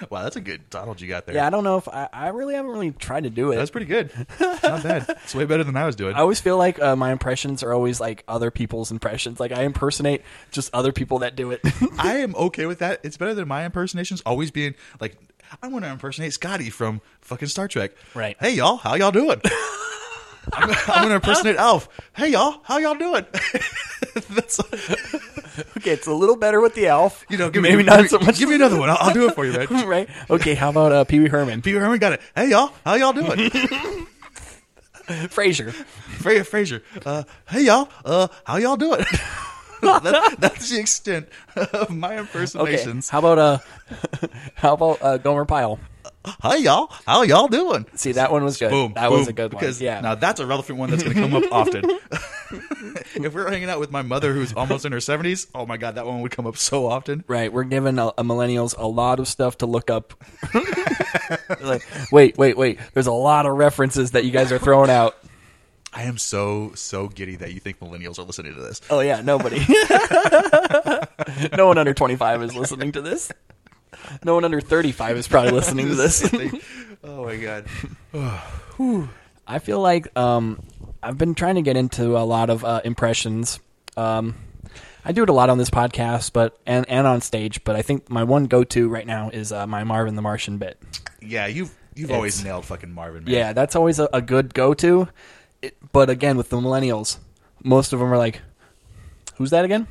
Wow, that's a good Donald you got there. Yeah, I don't know if I, I really haven't really tried to do it. that's pretty good. Not bad. It's way better than I was doing. I always feel like uh, my impressions are always like other people's impressions. Like I impersonate just other people that do it. *laughs* I am okay with that. It's better than my impersonations always being like, I want to impersonate Scotty from fucking Star Trek. Right. Hey y'all, how y'all doing? I'm, I'm gonna impersonate Alf. Hey y'all, how y'all doing? That's okay, it's a little better with the elf. *laughs* *laughs* you know, give me, maybe give not me- so much. Give me another one. I'll, I'll do it for you, *laughs* man. right? Okay, how about uh, Pee Wee Herman, Peter Herman got it. Hey y'all, how y'all *laughs* doing? Frasier? Freya Frazier. Uh, hey y'all, uh, how y'all doing? *laughs* That- that's the extent of my Okay, impersonations. how about uh, *laughs* how about uh, Gomer Pyle? Hey y'all, how y'all doing? See, that one was good. Boom. that boom, was a good because one. Yeah. Now that's a relevant one that's going to *laughs* come up often. *laughs* if we're hanging out with my mother who's almost in her 70s, oh my God, that one would come up so often. Right, we're giving a, a millennials a lot of stuff to look up. *laughs* like, wait, wait, wait. There's a lot of references that you guys are throwing out. I am so, so giddy that you think millennials are listening to this. Oh yeah, nobody. *laughs* no one under 25 is listening to this. No one under 35 is probably listening to this. oh my God. I feel like um, I've been trying to get into a lot of uh, impressions. Um, I do it a lot on this podcast, but and and on stage. But I think my one go-to right now is uh, my Marvin the Martian bit. *laughs* Yeah, you've, you've always nailed fucking Marvin, man. Yeah, that's always a, a good go-to. It, but again, with the millennials, most of them are like, "Who's that again?"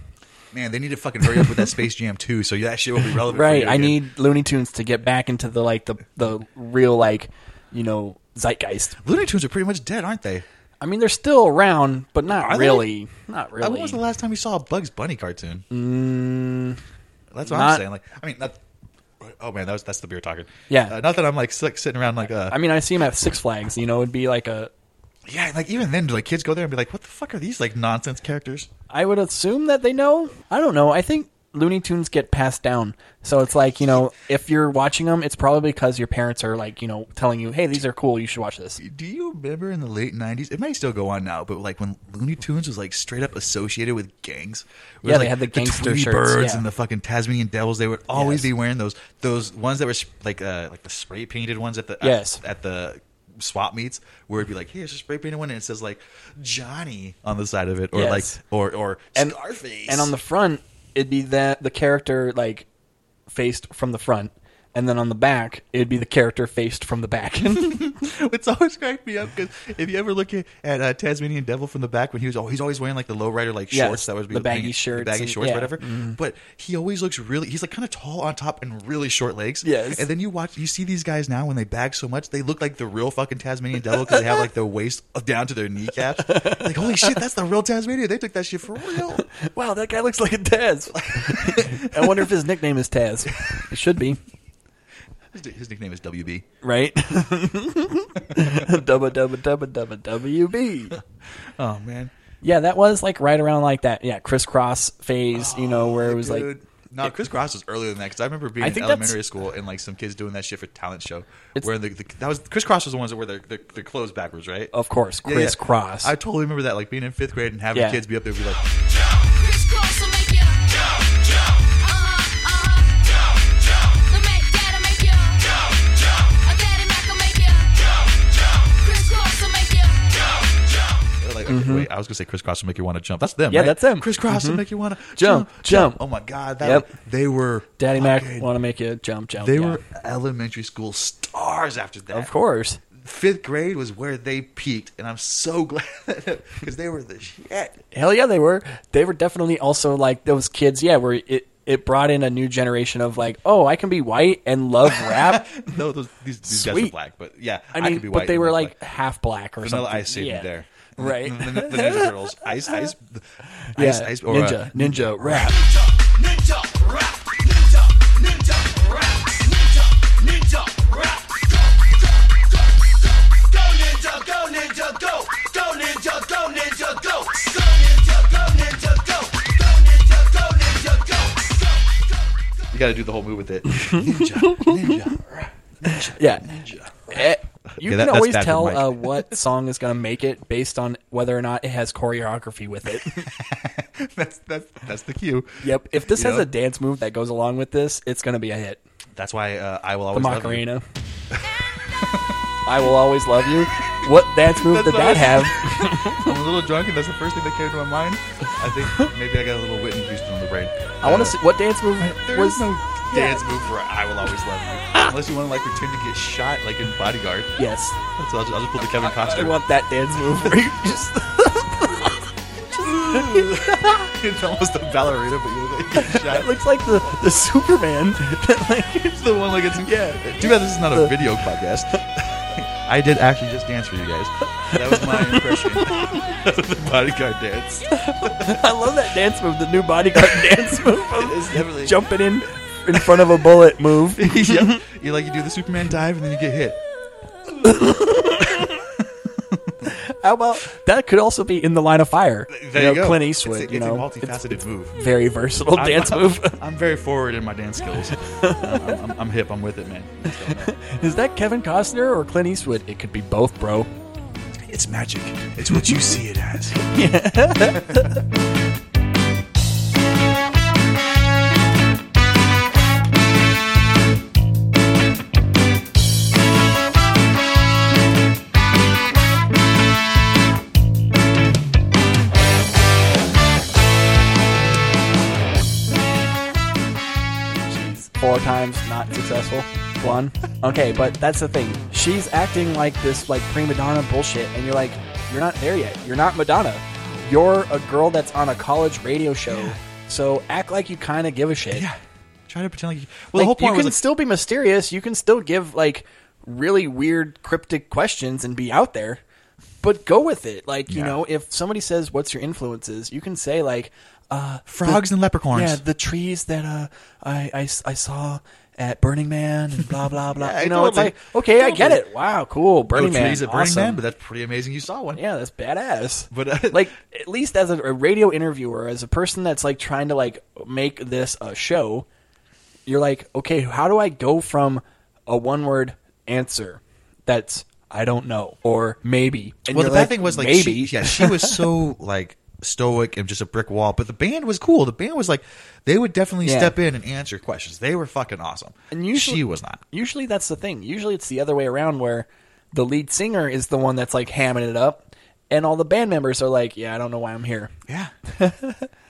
Man, they need to fucking hurry up with that Space Jam too, so that shit will be relevant. for Right. you I again. need Looney Tunes to get back into the like the the real like you know zeitgeist. Looney Tunes are pretty much dead, aren't they? Uh, I mean, they're still around, but not Are they? really. Not really. Mm, Uh, When was the last time you saw a Bugs Bunny cartoon? that's what not- I'm saying. Like, I mean, not, oh man, that was that's the beer talking. Yeah. uh, not that I'm like sick, sitting around like, uh, I mean, I see him at Six Flags. You know, it'd be like a. yeah, like even then, like kids go there and be like, what the fuck are these like nonsense characters? I would assume that they know. I don't know. I think Looney Tunes get passed down. So it's like, you know, if you're watching them, it's probably because your parents are like, you know, telling you, hey, these are cool. You should watch this. Do you remember in the late '90s? It might still go on now, but like when Looney Tunes was like straight up associated with gangs. It was, Yeah, they like, had the gangster Tweety shirts, Birds yeah. and the fucking Tasmanian Devils. They would always Yes. be wearing those those ones that were sp- like uh, like the spray painted ones at the at- Yes. at, the swap meets where it'd be like, hey, it's a spray painted one, and it says like Johnny on the side of it, or Yes. like or or And- Scarface, And on the front, it'd be that the character like faced from the front. And then on the back, it'd be the character faced from the back. *laughs* *laughs* it's always cracked me up because if you ever look at, at uh, Tasmanian Devil from the back when he was, oh, he's always wearing like the low rider like Yes, shorts that was the baggy the shirts baggy and- shorts, yeah. whatever. Mhm. But he always looks really, he's like kind of tall on top and really short legs. Yes. And then you watch, you see these guys now when they bag so much, they look like the real fucking Tasmanian Devil because they have *laughs* like their waist down to their kneecaps. like holy shit, that's the real Tasmanian. They took that shit for *laughs* real. wow, that guy looks like a Taz. *laughs* I wonder if his nickname is Taz. It should be, His, his nickname is WB. right? *laughs* Dubba dubba dubba dubba WB. Oh man, Yeah, that was like right around like that. Yeah, crisscross phase, you know, where it was like Dude. No, Chris Cross was earlier than that because I remember being I in think that's- elementary school and like some kids doing that shit for talent show. It's- Where the, the that was Chris Cross was the ones that wore their, their, their clothes backwards, right? Of course, Yeah, yeah. crisscross. I totally remember that, like being in fifth grade and having Yeah. kids be up there and be like, they're like okay, wait, I was gonna say Chris Cross will make you want to jump. That's them. Mm-hmm. Yeah, right? that's them. Chris Cross will Mhm. make you want to Jump, jump. Oh my god, that Yep. they were Daddy Mac fucking- want to make you jump, jump. They yeah. were elementary school stars after that. of course. fifth grade was where they peaked, and I'm so *laughs* glad because they were the shit. Hell yeah, they were. They were definitely also like those kids. Yeah, where it it brought in a new generation of like, oh, I can be white and love *laughs* rap. No, those, these, these guys were Sweet. black, but yeah, I mean, could be white but they and were look like black. half black or Vanilla something. Ice saved yeah. me there. Right. The, the, the *laughs* Ninja Turtles, Ice, Ice, the- Yeah. Ice, Ice, or, uh, ninja, ninja, rap. You got to do the whole move with *laughs* it. Ninja, ninja, rap, ninja, Yeah. ninja. Eh, You Okay, can that- that's always bad for tell Mike. uh, *laughs* what song is going to make it based on whether or not it has choreography with *laughs* it. That's that's that's the cue. yep. If this You has know? a dance move that goes along with this, it's going to be a hit. That's why uh, I will The always love you. Macarena. *laughs* I will always love you. What dance move That's did that awesome. have? I'm a little drunk, and that's the first thing that came to my mind. I *laughs* think maybe I got a little Whitney Houston on the brain. I want to see what dance move There was. is no dance move for "I Will Always Love You," unless you want to like pretend to get shot, like in Bodyguard. Yes, So I'll just, I'll just pull the Kevin I Costner. want that dance move *laughs* where you just *laughs* it's almost a ballerina, but you look *laughs* like you get that shot. looks like the the Superman. *laughs* that like It's the one like it's yeah. Too bad this is not a video podcast. *laughs* I did actually just dance for you guys. That was my impression *laughs* of the Bodyguard dance. I love that dance move, the new bodyguard *laughs* dance move, of It's definitely *laughs* jumping in in front of a bullet move. yep. You like you do the Superman dive and then you get hit. How about that? Could also be in the line of fire. There you, know, go. Clint It's Eastwood. a- you it's know, a multifaceted move. very versatile I'm- dance move. *laughs* I'm very forward in my dance skills. I'm, I'm- I'm hip. I'm with it, man. Is that Kevin Costner or Clint Eastwood? It could be both, bro. It's magic. It's what you see it as. four times not successful one okay but that's the thing she's acting like this like prima donna bullshit and you're like you're not there yet you're not madonna you're a girl that's on a college radio show so act like you kind of give a shit Yeah. Try to pretend like you. Well, Like, the whole point you can was like, still be mysterious you can still give like really weird cryptic questions and be out there but go with it. Like, you Yeah. know, if somebody says, "What's your influences?" you can say like, uh, Frogs and leprechauns. Yeah, the trees that uh, I, I s- I saw at Burning Man and blah blah blah. *laughs* Yeah, you know, totally. it's like okay, I get Totally. it. Wow, cool, Burning no Man, trees at oh, Burning awesome. Man, but that's pretty amazing. You saw one. Yeah, that's badass. But uh, like, at least as a, a radio interviewer, as a person that's like trying to like make this a show, you're like, okay, how do I go from a one word answer that's I don't know or maybe? And well, the you're bad like, thing was like, maybe, She, yeah, she was so *laughs* like stoic and just a brick wall. But the band was cool. The band was like, they would definitely Yeah. step in and answer questions. They were fucking awesome. And usually, she was not. Usually, that's the thing. Usually, it's the other way around where the lead singer is the one that's like hamming it up, and all the band members are like, "Yeah, I don't know why I'm here." Yeah, *laughs*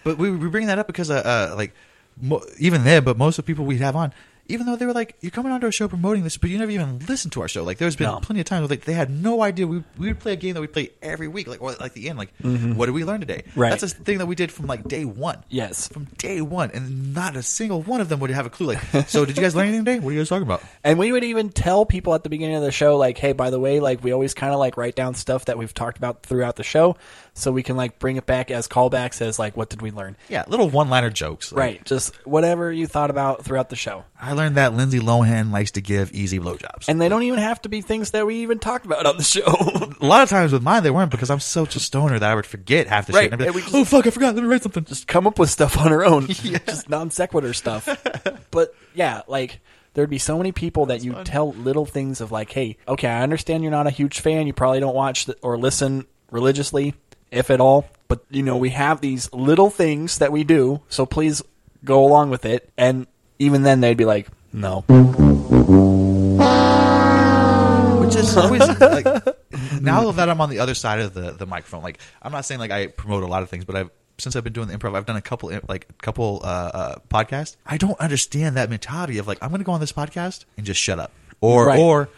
But we, we bring that up because uh, uh like mo- even then, but most of the people we'd have on. Even though they were like, "You're coming onto our show promoting this, but you never even listened to our show." Like, there's been No. plenty of times where like they had no idea we we would play a game that we play every week, like or like the end, like Mhm. what did we learn today? Right. That's a thing that we did from like day one. Yes, from day one, and not a single one of them would have a clue. Like, so did you guys learn anything today? What are you guys *laughs* talking about? and we would even tell people at the beginning of the show, like, "Hey, by the way, like we always kind of like write down stuff that we've talked about throughout the show, so we can like bring it back as callbacks as like, what did we learn?" Yeah, little one-liner jokes. Like, right. Just whatever you thought about throughout the show. I learned that Lindsay Lohan likes to give easy blowjobs. And they don't even have to be things that we even talked about on the show. *laughs* A lot of times with mine, they weren't because I'm such a stoner that I would forget half the Right, shit. And I'd be and like, we just- oh fuck, I forgot. Let me write something. Just come up with stuff on her own. *laughs* Just non sequitur stuff. but yeah, like there'd be so many people that you tell little things of like, hey, okay, I understand you're not a huge fan. You probably don't watch th- or listen religiously, if at all. But you know, we have these little things that we do, so please go along with it. And even then, they'd be like, no. Which is always *laughs* like now that I'm on the other side of the, the microphone. Like I'm not saying like I promote a lot of things, but I've since I've been doing the improv, I've done a couple like a couple uh, uh, podcasts. I don't understand that mentality of like I'm going to go on this podcast and just shut up, or Right. or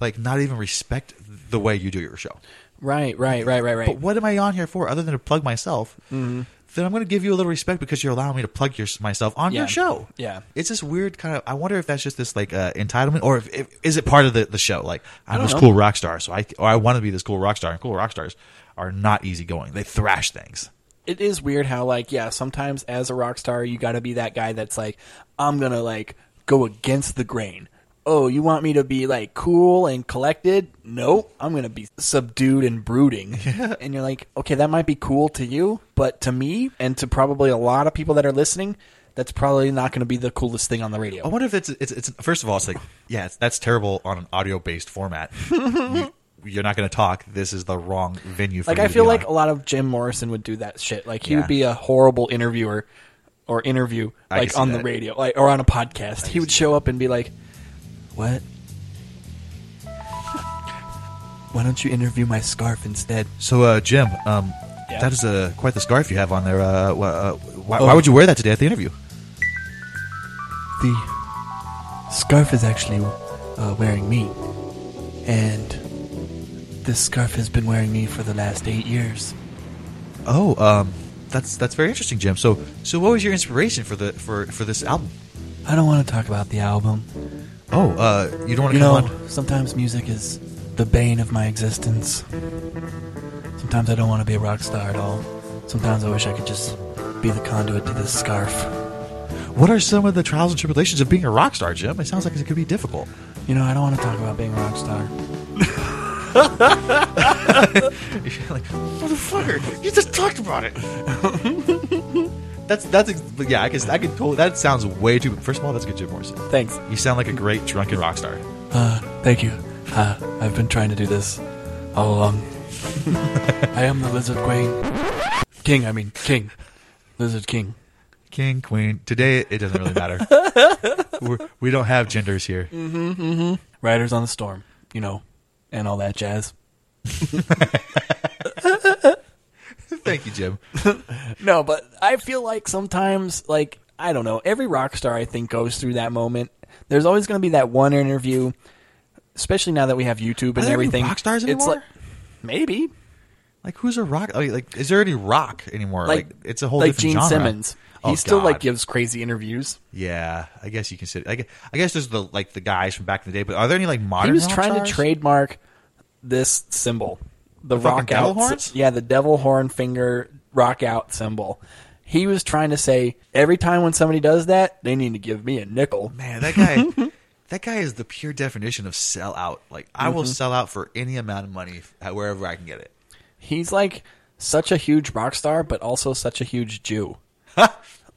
like not even respect the way you do your show. Right, right, right, right, right. But what am I on here for other than to plug myself? Then I'm going to give you a little respect because you're allowing me to plug your, myself on Yeah. your show. Yeah. it's this weird kind of. I wonder if that's just this like uh, entitlement, or if, if is it part of the, the show? Like I'm don't this know. cool rock star, so I or I want to be this cool rock star, and cool rock stars are not easygoing. They thrash things. it is weird how like yeah sometimes as a rock star you got to be that guy that's like i'm gonna like go against the grain oh you want me to be like cool and collected nope i'm gonna be subdued and brooding and you're like okay that might be cool to you but to me and to probably a lot of people that are listening that's probably not gonna be the coolest thing on the radio I wonder if it's it's, it's first of all, it's like yeah, it's, that's terrible on an audio based *laughs* format. you, you're not going to talk. This is the wrong venue. for like you i to feel be like on. a lot of jim morrison would do that shit like he Yeah. would be a horrible interviewer or interview I can like see on the that. radio like or on a podcast he would show up and be like what why don't you interview my scarf instead So, uh, Jim, um, Yeah. that is uh, quite the scarf you have on there. Uh, wh- uh, why, Oh. why would you wear that today at the interview? the scarf is actually uh, wearing me and this scarf has been wearing me for the last eight years Oh, um, that's that's very interesting, Jim. So, so what was your inspiration for the for for this album? i don't want to talk about the album Oh, uh, you don't want You to come know, on? sometimes music is the bane of my existence. Sometimes I don't want to be a rock star at all. Sometimes I wish I could just be the conduit to this scarf. What are some of the trials and tribulations of being a rock star, Jim? It sounds like it could be difficult. *laughs* You know, I don't want to talk about being a rock star. You're like, motherfucker, you just talked about it. *laughs* that's that's ex- but yeah. I can I can totally. That sounds way too. First of all, that's good, Jim Morrison. Thanks. You sound like a great drunken rock star. Uh, thank you. Uh, I've been trying to do this all *laughs* along. I am the Lizard Queen. King, I mean, King. Lizard King. King, queen. Today it doesn't *laughs* really matter. We're, we don't have genders here. Mm hmm, mm hmm. Riders on the Storm, you know, and all that jazz. Thank you, Jim. no, but I feel like sometimes, like I don't know, every rock star I think goes through that moment. There's always going to be that one interview, especially now that we have YouTube Are and there any everything. rock stars It's anymore? like maybe Like who's a rock? I mean, like is there any rock anymore? Like, like, it's a whole like different Gene genre. Simmons. Oh, he still like God. gives crazy interviews. yeah. I guess you consider. I guess, I guess there's the like the guys from back in the day. But are there any like modern? he was rock trying stars? to trademark this symbol. the Fucking rock devil out. horns? Yeah, the devil horn finger rock out symbol. He was trying to say every time when somebody does that, they need to give me a nickel. Man, that *laughs* guy, that guy is the pure definition of sell out. Like I will Mhm. sell out for any amount of money f- wherever I can get it. he's like such a huge rock star, but also such a huge Jew.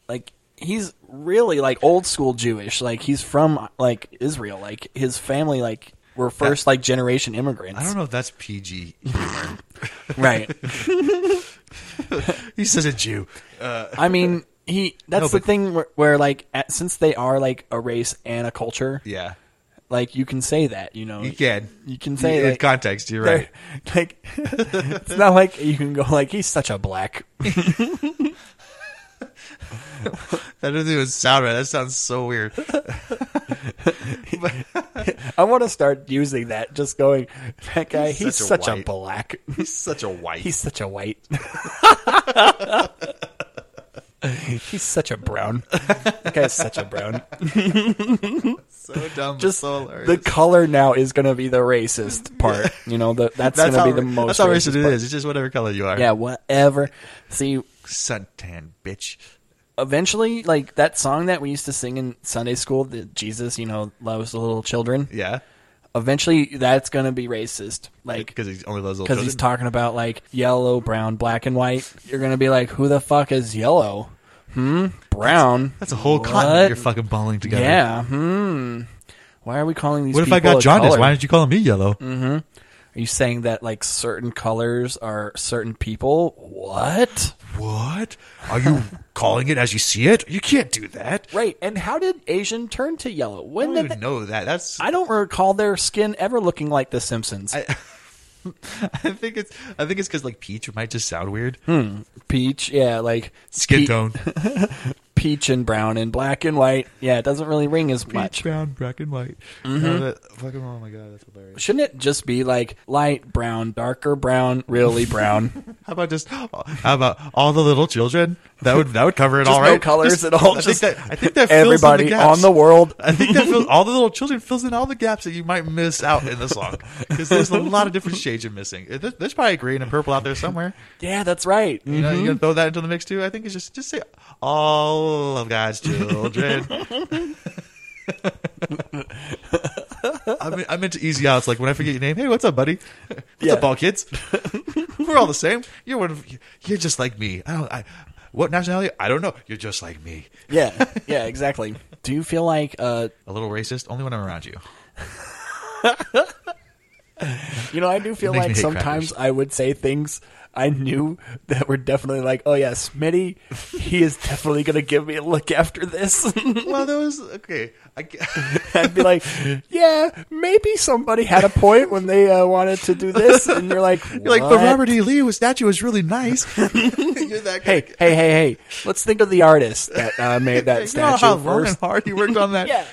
like he's really like old school Jewish. Like he's from like Israel. Like his family like were first like generation immigrants. I don't know if that's PG humor. Right. *laughs* He's such a Jew. Uh, I mean, he. That's No, the but- thing where, where like at, since they are like a race and a culture. Yeah. Like you can say that, you know. You can. You can say In like, context, *laughs* you're they're- Like *laughs* it's not like you can go like he's such a black. that doesn't even sound right. That sounds so *laughs* weird. I want to start using that. Just going, that guy. He's, such, a, white. black. He's such a white. He's such a white. *laughs* he's such a brown. That guy's such a brown. *laughs* so dumb. but Just so hilarious. the color now is going to be the *laughs* racist part. You know, the, that's, That's going to how- be the most. that's how racist it part. is. It's just whatever color you are. Yeah, whatever. See, suntan bitch. Eventually, like that song that we used to sing in Sunday school, that Jesus, you know, loves the little children. Yeah. Eventually, that's going to be racist. Like, because he only loves little because children. he's talking about like yellow, brown, black, and white. You're gonna be like, who the fuck is yellow? Hmm, brown. That's a whole What? continent you're fucking bungling together. Yeah. Hmm. Why are we calling these? What if I got jaundice? Why didn't you call me yellow? Mm-hmm. Are you saying that like certain colors are certain people? What? What? *laughs* Are you calling it as you see it? You can't do that. Right. And how did Asian turn to yellow? I When don't did even know that. That's. they- I don't recall their skin ever looking like The Simpsons. I, I think it's. I think it's because like peach might just sound weird. Hmm. Peach, yeah, like Skin pe- tone. peach and brown and black and white. Yeah, it doesn't really ring as much. Peach, brown, black and white. Mhm. No, that- fucking, oh my god, that's hilarious. Shouldn't it just be like light brown, darker brown, *laughs* really brown? How about just? oh, How about all the little children? That would that would cover it Just all right. no colors at all, I just think that, I think that fills in everybody the gaps. on the world. I think that fills, all the little children fills in all the gaps that you might miss out in the song because there's a lot of different shades you're missing. There- There's probably green and purple out there somewhere. yeah, that's right. You know, Mhm. you can throw that into the mix too. I think it's just just say all of *laughs* God's children. I'm, I'm into easy outs. Like when I forget your name, hey, what's up, buddy? *laughs* What's Yeah. up, *laughs* ball kids? We're all the same. You're one. Of, you're just like me. I don't. I, what nationality? I don't know. You're just like me. yeah, yeah, exactly. Do you feel like uh, A little racist, only when I'm *laughs* around you. you know? I do feel It makes me like hate sometimes crackers. I would say things I knew that were definitely like, oh yeah, Smitty, he is definitely gonna give me a look after this. *laughs* Well, that was okay. I, g- *laughs* I'd be like, yeah, maybe somebody had a point when they uh, wanted to do this, and you're like, *laughs* you're like, but "What?" Robert E. Lee was statue was really nice. *laughs* you're that *laughs* guy. Hey, hey, hey, hey! Let's think of the artist that uh, made *laughs* You that know statue how long first. and hard he worked on *laughs* that. Yeah.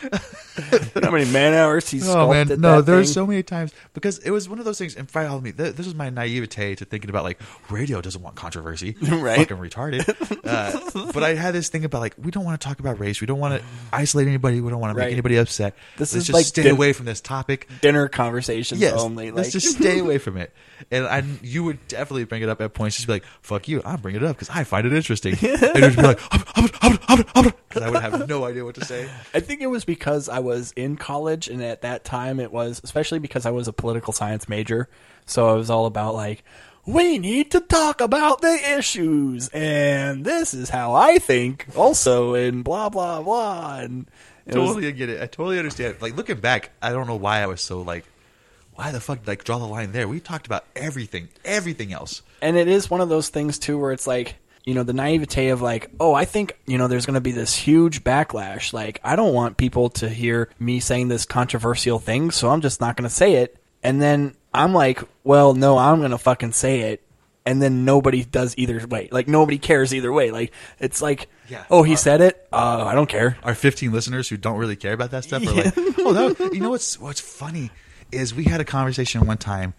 how many man hours he Oh man, sculpted no, that there's thing. so many times because it was one of those things. And fire all me. th- This is my naivete to thinking about like radio doesn't want controversy, *laughs* Right. Fucking retarded. *laughs* Uh, but I had this thing about like we don't want to talk about race. We don't want to isolate anybody. We don't want to Right. make anybody upset. This Let's is just like stay dim- away from this topic. dinner conversations Yes, only. Like, let's just stay away from it. And I, you would definitely bring it up at points. Just be like, "Fuck you," I bring it up because I find *laughs* it interesting. and you'd be like, because I would have no idea what to say. I think it was because I was in college, and at that time, it was especially because I was a political science major, so I was all about like. We need to talk about the issues, and this is how I think. Also, and blah blah blah, and it was- totally get it. I totally understand. Like looking back, I don't know why I was so like, why the fuck like draw the line there? We talked about everything, everything else. and it is one of those things too where it's like you know the naivete of like oh i think you know there's going to be this huge backlash like i don't want people to hear me saying this controversial thing so i'm just not going to say it and then i'm like well no i'm going to fucking say it and then nobody does either way like nobody cares either way like it's like Yeah. oh he Our- said it uh, i don't care Our 15 listeners who don't really care about that stuff are like, oh, that was, you know what's what's funny is we had a conversation one time.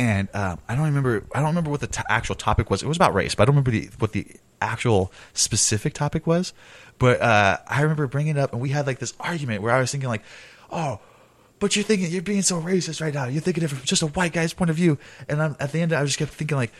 And um, I don't remember. I don't remember what the t- actual topic was. It was about race, but I don't remember the, what the actual specific topic was. But uh, I remember bringing it up, and we had like this argument where I was thinking, like, "Oh, But you're thinking you're being so racist right now. You're thinking of it from just a white guy's point of view. And I'm, at the end, I just kept thinking like,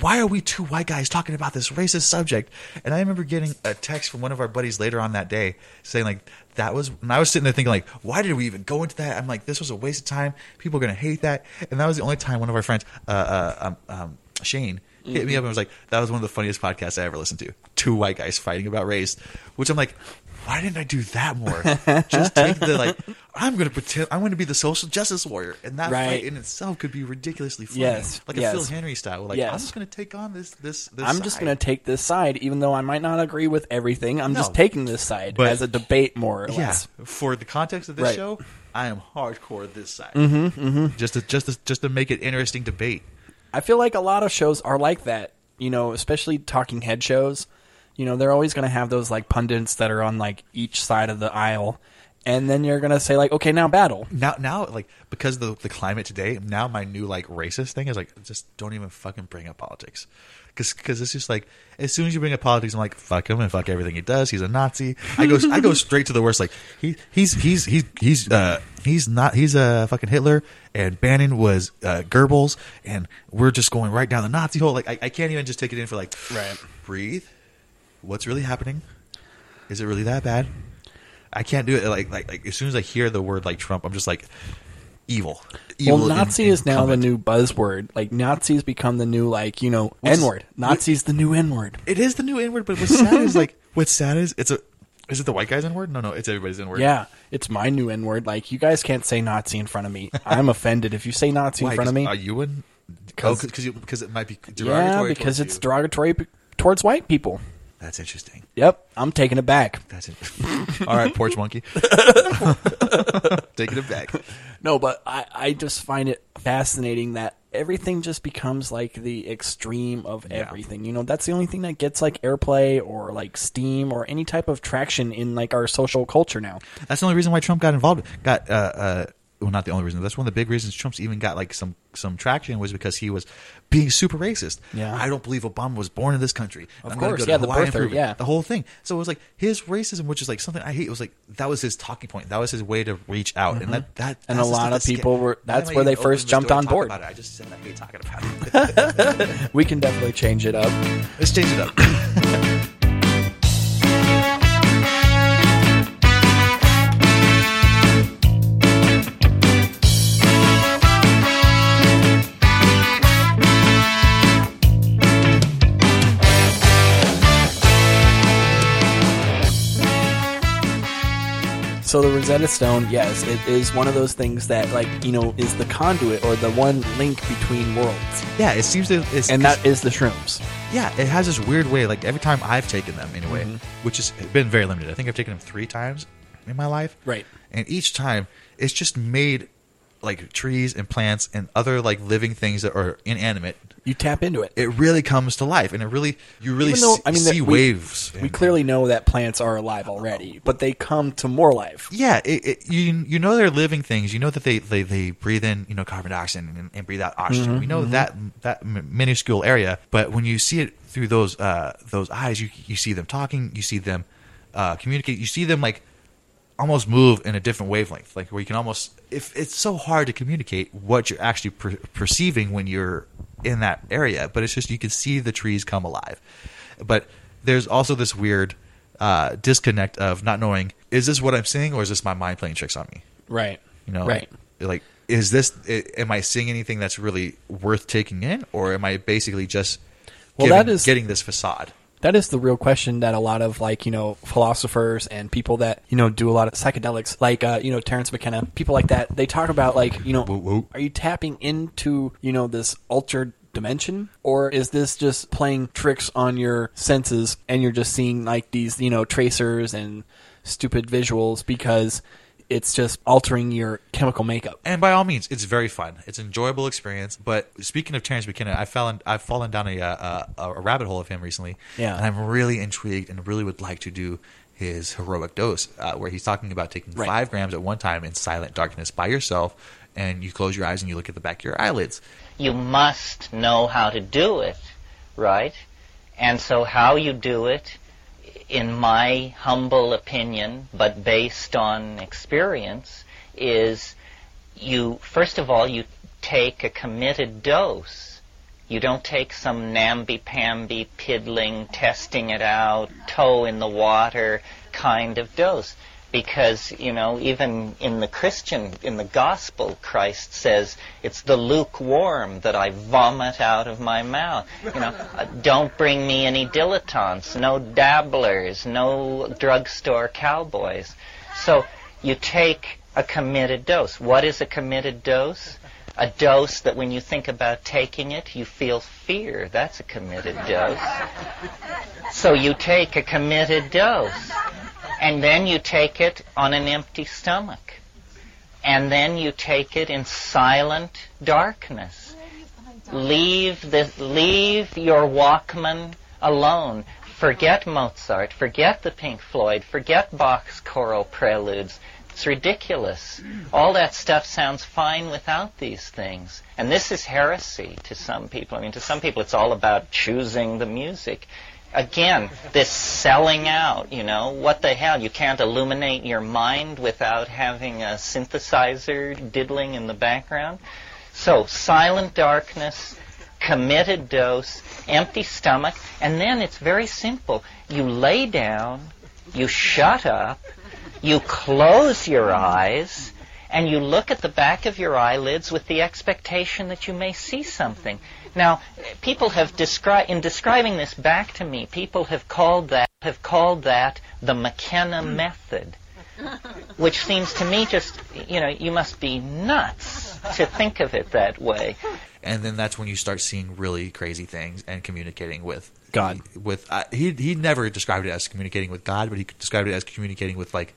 why are we two white guys talking about this racist subject? And I remember getting a text from one of our buddies later on that day saying like that was. And I was sitting there thinking like, why did we even go into that? I'm like, this was a waste of time. People are gonna hate that. And that was the only time one of our friends, uh, uh, um, um, Shane. Hit me up and was like, "That was one of the funniest podcasts I ever listened to. Two white guys fighting about race," which I'm like, "Why didn't I do that *laughs* more? Just take the like, I'm going to pretend I'm going to be the social justice warrior, and that Right. fight in itself could be ridiculously funny, Yes, like yes. a Phil Henry style. Like I'm Yes. just going to take on this this this. I'm just side." going to take this side, even though I might not agree with everything. I'm just No. taking this side But- as a debate, more or yeah. less. For the context of this Right. show, I am hardcore this side. Mhm, mhm. Just to just to, just to make it interesting debate. I feel like a lot of shows are like that, you know, especially talking head shows. You know, they're always going to have those like pundits that are on like each side of the aisle, and then you're going to say like, okay, now battle. Now now like because of the the climate today, now my new like racist thing is like just don't even fucking bring up politics. Cause, Cause, it's just like as soon as you bring up politics, I'm like fuck him and fuck everything he does. He's a Nazi. I go, I go straight to the worst. Like he, he's, he's, he's, he's, uh, he's not, he's a uh, fucking Hitler. And Bannon was uh, Goebbels, and we're just going right down the Nazi hole. Like I, I can't even just take it in for like, Right. breathe. What's really happening? Is it really that bad? I can't do it. Like, like, like as soon as I hear the word like Trump, I'm just like evil. evil well, in- Nazi is now incumbent. the new buzzword. Like Nazis become the new like you know Which is- N word. Nazi's the new N word. It is the new N word, but what's sad is like *laughs* what's sad is it's a is it the white guy's N word? No, no, it's everybody's N word. Yeah, it's my new N word. Like you guys can't say Nazi in front of *laughs* me. I'm offended if you say Nazi Why? in front of me. Are you in? Because Because- because it might be yeah, uh, derogatory. because towards it's you. derogatory p- towards white people. that's interesting. Yep, I'm taking it back. That's it. *laughs* All right, porch *laughs* monkey, *laughs* taking it back. No, but I, I just find it fascinating that everything just becomes like the extreme of everything. You know, that's the only thing that gets like airplay or like steam or any type of traction in like our social culture now. That's the only reason why Trump got involved. Got uh, uh, well, not the only reason. That's one of the big reasons Trump's even got like some some traction was because he was being super racist. Yeah. I don't believe Obama was born in this country. Of gonna course, go to yeah, the Hawaii and birther, prove it. yeah. the whole thing. So it was like his racism, which is like something I hate. It was like that was his talking point. That was his way to reach out, Mhm. and that that And that's a the lot stuff of that sca- people were- Why am that's I where they even first opening jumped this door on to talk board. about it? I just said I hate talking about it. We can definitely change it up. Let's change it up. So the Rosetta Stone, yes, it is one of those things that like, you know, is the conduit or the one link between worlds. Yeah, it seems to. It's, And that is the shrooms. Yeah, it has this weird way. Like every time I've taken them, anyway, Mm-hmm. which has been very limited. I think I've taken them three times in my life. Right. And each time, it's just made like trees and plants and other like living things that are inanimate. You tap into it. It really comes to life, and it really you really Even though- see, I mean, that see we- waves. We and- clearly know that plants are alive already, but they come to more life. yeah, it, it, you you know they're living things. You know that they, they, they breathe in you know carbon dioxide and, and breathe out oxygen. Mhm, we know mhm. that that m- minuscule area, but when you see it through those uh, those eyes, you you see them talking, you see them uh, communicate, you see them like almost move in a different wavelength, like where you can almost if it's so hard to communicate what you're actually per- perceiving when you're in that area, but it's just you can see the trees come alive. But there's also this weird uh, disconnect of not knowing is this what I'm seeing or is this my mind playing tricks on me? Right. You know, Right. Like, is this? i- Am I seeing anything that's really worth taking in, or am I basically just Well, giving- that is- getting this facade? That is the real question that a lot of like, you know, philosophers and people that, you know, do a lot of psychedelics, like uh, you know, Terrence McKenna, people like that, they talk about like, you know, are you tapping into, you know, this altered dimension or is this just playing tricks on your senses and you're just seeing like these, you know, tracers and stupid visuals because it's just altering your chemical makeup. And by all means, it's very fun. It's an enjoyable experience. But speaking of Terrence McKenna, I fell in, I've fallen down a, uh, a a rabbit hole of him recently. Yeah. and I'm really intrigued and really would like to do his heroic dose, uh, where he's talking about taking Right. five grams at one time in silent darkness by yourself, and you close your eyes and you look at the back of your eyelids. You must know how to do it, right? And so, how you do it, in my humble opinion, but based on experience, is you first of all you take a committed dose. You don't take some namby-pamby, piddling, testing it out, toe in the water kind of dose. Because, you know, even in the Christian, in the gospel, Christ says, it's the lukewarm that I vomit out of my mouth. You know, uh, don't bring me any dilettantes, no dabblers, no drugstore cowboys. So you take a committed dose. What is a committed dose? A dose that when you think about taking it, you feel fear. That's a committed dose. So you take a committed dose. And then you take it on an empty stomach. And then you take it in silent darkness. Leave the, leave your Walkman alone. Forget Mozart. Forget the Pink Floyd. Forget Bach's choral preludes. It's ridiculous. All that stuff sounds fine without these things. And this is heresy to some people. I mean, to some people, it's all about choosing the music. Again, this selling out, you know, what the hell? You can't illuminate your mind without having a synthesizer diddling in the background. So, silent darkness, committed dose, empty stomach, and then it's very simple. You lay down, you shut up, you close your eyes and you look at the back of your eyelids with the expectation that you may see something. Now, people have described in describing this back to me, people have called that have called that the McKenna method, which seems to me just you know you must be nuts to think of it that way. and then that's when you start seeing really crazy things and communicating with God. With uh, he he never described it as communicating with God, but he described it as communicating with like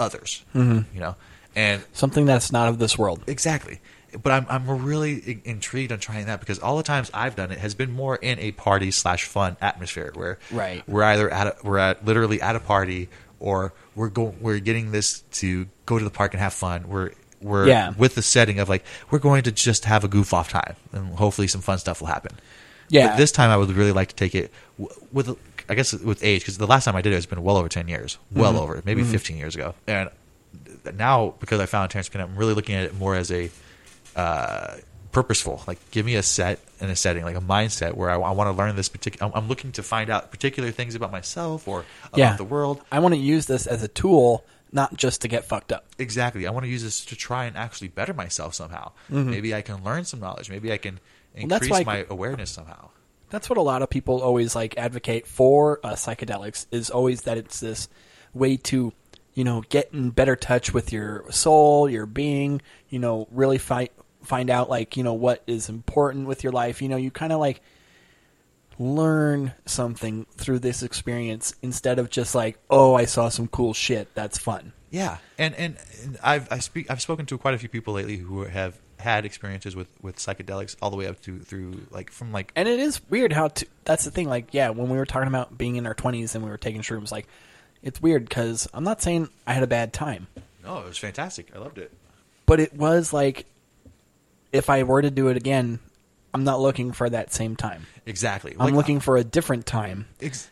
others. Mhm. You know, and Something that's not of this world. Exactly. But I'm I'm really in- intrigued on trying that because all the times I've done it has been more in a party slash fun atmosphere where Right. we're either at a, we're at literally at a party or we're going we're getting this to go to the park and have fun. We're we're Yeah. with the setting of like we're going to just have a goof off time and hopefully some fun stuff will happen. Yeah. But this time I would really like to take it w- with I guess with age because the last time I did it has been well over ten years, well Mhm. over maybe Mhm. fifteen years ago, and now because I found Transconnect, I'm really looking at it more as a uh, purposeful. Like, give me a set and a setting, like a mindset where I, want to learn this particular. I'm, I'm looking to find out particular things about myself or about yeah. the world. I want to use this as a tool, not just to get fucked up. Exactly. I want to use this to try and actually better myself somehow. Mhm. Maybe I can learn some knowledge. Maybe I can Well, that's increase why I my could- awareness somehow. That's what a lot of people always like advocate for uh, psychedelics is always that it's this way to, you know, get in better touch with your soul, your being, you know, really find find out like, you know, what is important with your life. You know, you kind of like learn something through this experience instead of just like, oh, I saw some cool shit. That's fun. Yeah, and and, and I've I speak I've spoken to quite a few people lately who have had experiences with with psychedelics all the way up to through like from like And it is weird how to, that's the thing. Like, yeah, when we were talking about being in our twenties and we were taking shrooms, like, it's weird because I'm not saying I had a bad time, no, oh, it was fantastic. I loved it. but it was like, if I were to do it again, I'm not looking for that same time. Exactly. I'm Like, uh, looking for a different time, Ex-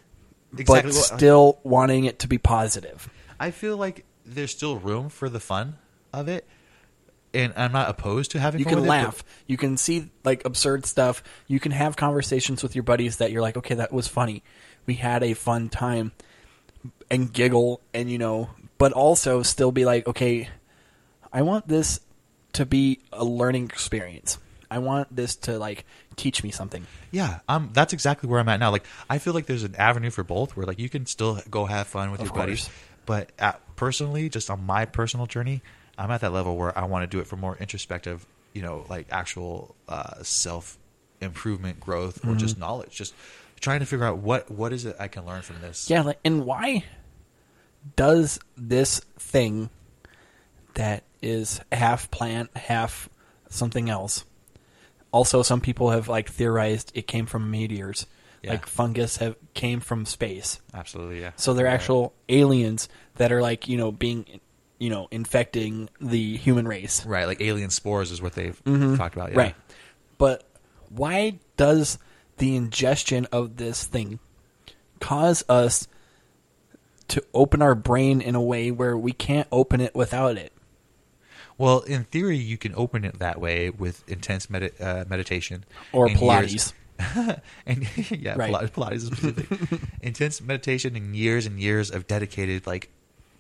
but exactly what- still wanting it to be positive. I feel like there's still room for the fun of it, and I'm not opposed to having. You fun can with it, but- laugh. You can see like absurd stuff. You can have conversations with your buddies that you're like, okay, that was funny. We had a fun time and giggle and, you know, but also still be like, okay, I want this to be a learning experience. I want this to like teach me something. yeah, um, that's exactly where I'm at now. Like, I feel like there's an avenue for both, where like you can still go have fun with Of your buddies, course. but at, personally, just on my personal journey, I'm at that level where I want to do it for more introspective, you know, like actual uh, self improvement, growth, or just Mhm. knowledge, just trying to figure out what what is it I can learn from this. Yeah, like, and why does this thing that is half plant, half something else? Also, some people have like theorized it came from meteors, Yeah. like fungus have came from space. Absolutely, yeah. So they're Right. actual aliens that are like you know being, you know, infecting the human race. Right, like alien spores is what they've Mhm. talked about. Yeah. Right. But why does the ingestion of this thing cause us to open our brain in a way where we can't open it without it? Well, in theory, you can open it that way with intense medi- uh, meditation Or and Pilates. years- and *laughs* yeah, Right. Pilates, Pilates *laughs* is specific. intense meditation and years and years of dedicated like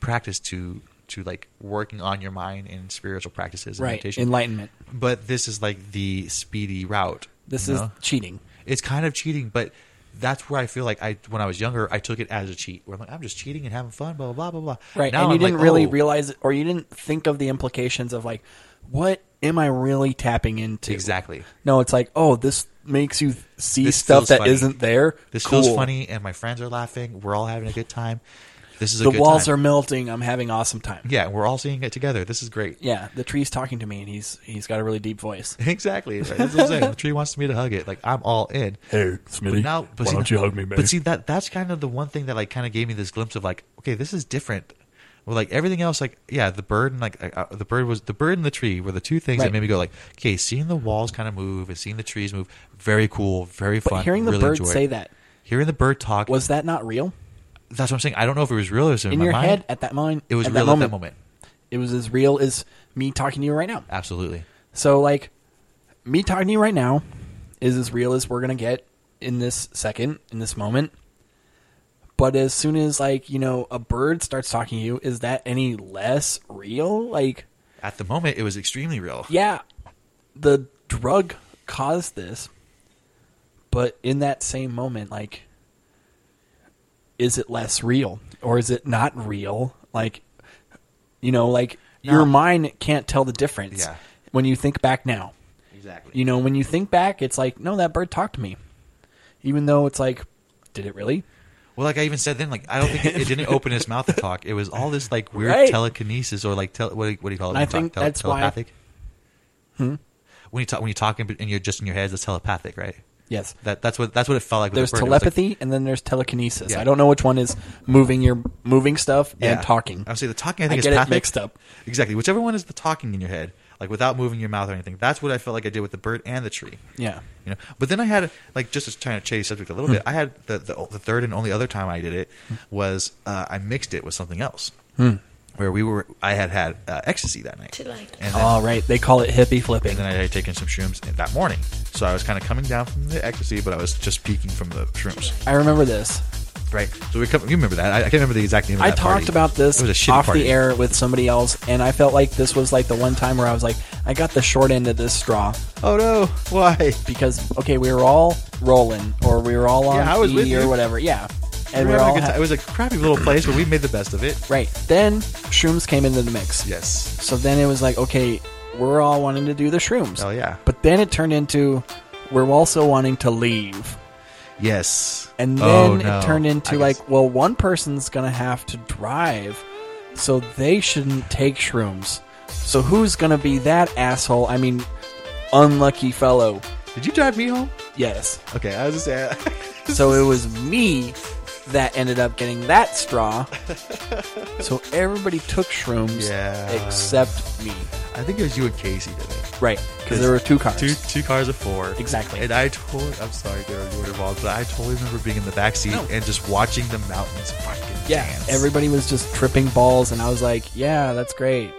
practice to to like working on your mind and spiritual practices and Right, meditation enlightenment. But this is like the speedy route. This you is know? cheating. It's kind of cheating, but that's where I feel like I when I was younger, I took it as a cheat. Where I'm like, I'm just cheating and having fun, blah blah blah blah. Right. Now and you I'm didn't like, really oh, realize it, or you didn't think of the implications of like, what am I really tapping into? Exactly. No, it's like, oh, this makes you th- see This stuff feels that funny. not there. This Cool. feels funny, and my friends are laughing. We're all having a good time. This is a The good walls time. are melting. I'm having awesome time. yeah. We're all seeing it together. This is great. Yeah, the tree's talking to me, and he's he's got a really deep voice. *laughs* Exactly. Right? That's what I'm *laughs* saying. The tree wants me to hug it. Like I'm all in. Hey, But now, but see, But man? see that that's kind of the one thing that like kind of gave me this glimpse of like, okay, this is different. Well, like everything else, like yeah, the bird and like uh, uh, the bird was the bird and the tree were the two things Right. that made me go like, okay, seeing the walls kind of move and seeing the trees move, very cool, very But fun. hearing the really bird enjoy it. say that hearing the bird talk, was that not real that's what I'm saying. I don't know if it was real or something. in my your mind, head at that moment? It was at real that moment, at that moment. It was as real as me talking to you right now. Absolutely. So like me talking to you right now is as real as we're gonna get in this second, in this moment. But as soon as like, you know, a bird starts talking to you, is that any less real? Like At the moment, it was extremely real. yeah, the drug caused this, but in that same moment, like, is it less real or is it not real? Like, you know, like your mind can't tell the difference Yeah. when you think back now. Exactly. You know, when you think back, it's like, no, that bird talked to me. Even though it's like, did it really? Well, like I even said then, like I don't think it, it didn't open his mouth to talk. It was all this like weird Right. telekinesis or like tele, what, do you- what do you call it? And I when you think talk? that's why- telepathic. Hmm? When you talk, when you talk in- and you're just in your head, that's telepathic, right? Yes. That that's what that's what it felt like. with There's the bird. It was like- telepathy and then there's telekinesis. Yeah. I don't know which one is moving your moving stuff yeah. and talking. I would say the talking. I think is get it pathic. mixed up. Exactly. Whichever one is the talking in your head, like without moving your mouth or anything. That's what I felt like I did with the bird and the tree. Yeah. you know. But then I had like just to try to change subject a little Hmm. bit. I had the, the the third and only other time I did it was uh, I mixed it with something else. Hmm. Where we were, I had had uh, ecstasy that night, and then, All right, they call it hippie flipping. and then I had taken some shrooms that morning. So I was kind of coming down from the ecstasy, but I was just peeking from the shrooms. I remember this. Right. So we come, you remember that? I, I can't remember the exact name. Of I that talked party. about this It was a shitty off party. the air with somebody else, and I felt like this was like the one time where I was like, I got the short end of this straw Oh no! Why? because okay, we were all rolling or we were all on Yeah, I was E with or you. whatever, yeah, and We we are were having a all good time. ha- It was a crappy little place, but we made the best of it. right. Then shrooms came into the mix. Yes. So then it was like, okay, we're all wanting to do the shrooms. Hell yeah. But then it turned into we're also wanting to leave. Yes. And then Oh, no. it turned I into guess- like, well, one person's going to have to drive, so they shouldn't take shrooms. So who's going to be that asshole? I mean, unlucky fellow. Did you drive me home? Yes. Okay, I was just saying. *laughs* So it was me that ended up getting that *laughs* straw. so everybody took shrooms Yeah. except me. I think it was you and Casey did it. Right. Because there were two cars. Two two cars of four. Exactly. And I totally, I'm sorry, Darren, you were involved, but I totally remember being in the backseat No. and just watching the mountains fucking yeah. dance. Everybody was just tripping balls, and I was like, yeah, that's great.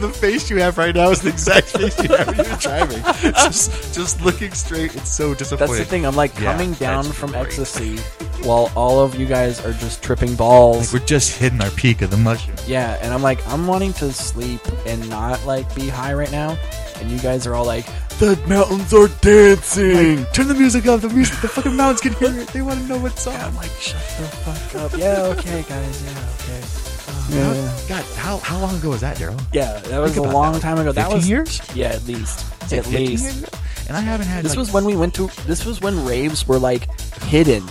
the face you have right now is the exact face you have when *laughs* you're driving. just, just looking straight. It's so disappointing. That's the thing. I'm like Yeah, coming down that's from great. ecstasy while all of you guys are just tripping balls. We're just hitting our peak of the mushroom. yeah, and I'm like, I'm wanting to sleep and not like be high right now. And you guys are all like, the mountains are dancing. Turn the music up. The music. The fucking mountains can hear it. They want to know what's on. I'm like, shut the fuck up. oh, yeah, okay, guys. Yeah, okay. How- Yeah. God, how, how long ago was that, Daryl? Yeah, that was a about long that. time ago. That 15 was years? Yeah, at least. At 15 least. years ago? And I haven't had. This like- was when we went to. This was when raves were like hidden.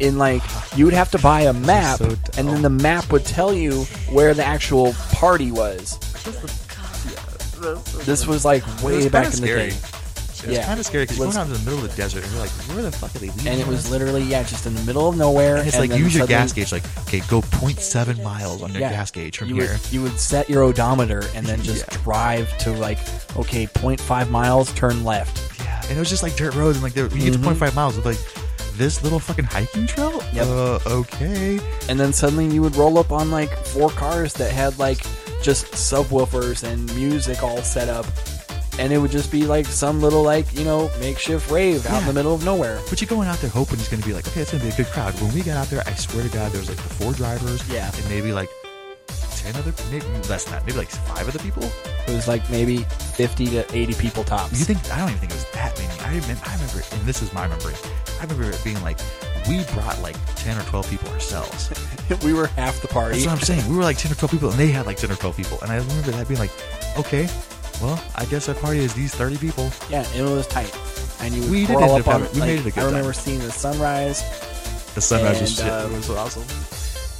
In like, you would have to buy a map, so and then the map would tell you where the actual party was. This was like It way was back kinda in the scary. day, It was Yeah. kind of scary because It we was- went out in the middle of the desert and we are like, where the fuck are they leaving? and it us? was literally yeah, just in the middle of nowhere. And it's and like, then use your suddenly- gas gauge. Like, okay, go 0.7 miles on your yeah, gas gauge from you here. Would, you would set your odometer and then just *laughs* Yeah. drive to like okay, 0.5 miles, turn left. yeah. And it was just like dirt roads. And like, there, when you get Mhm. to 0.5 miles, it's like, this little fucking hiking trail? Yep. Uh, okay. and then suddenly you would roll up on like four cars that had like just subwoofers and music all set up. And it would just be like some little like you know makeshift rave out in the middle of nowhere. But you're going out there hoping it's going to be like, okay, it's going to be a good crowd. When we got out there, I swear to God, there was like the four drivers, Yeah. and maybe like ten other, maybe less than that, maybe like five other people. It was like maybe fifty to eighty people tops. You think I don't even think it was that many. I remember, I remember, and this is my memory. I remember it being like we brought like ten or twelve people ourselves. *laughs* we were half the party. That's what I'm saying. We were like ten or twelve people, and they had like ten or twelve people. And I remember that being like, okay, well, I guess our party is these thirty people. Yeah, and it was tight. And you would We did crawl end up up on having- we like, made it a good I remember time. seeing the sunrise. The sunrise was and, shit. um, it was awesome.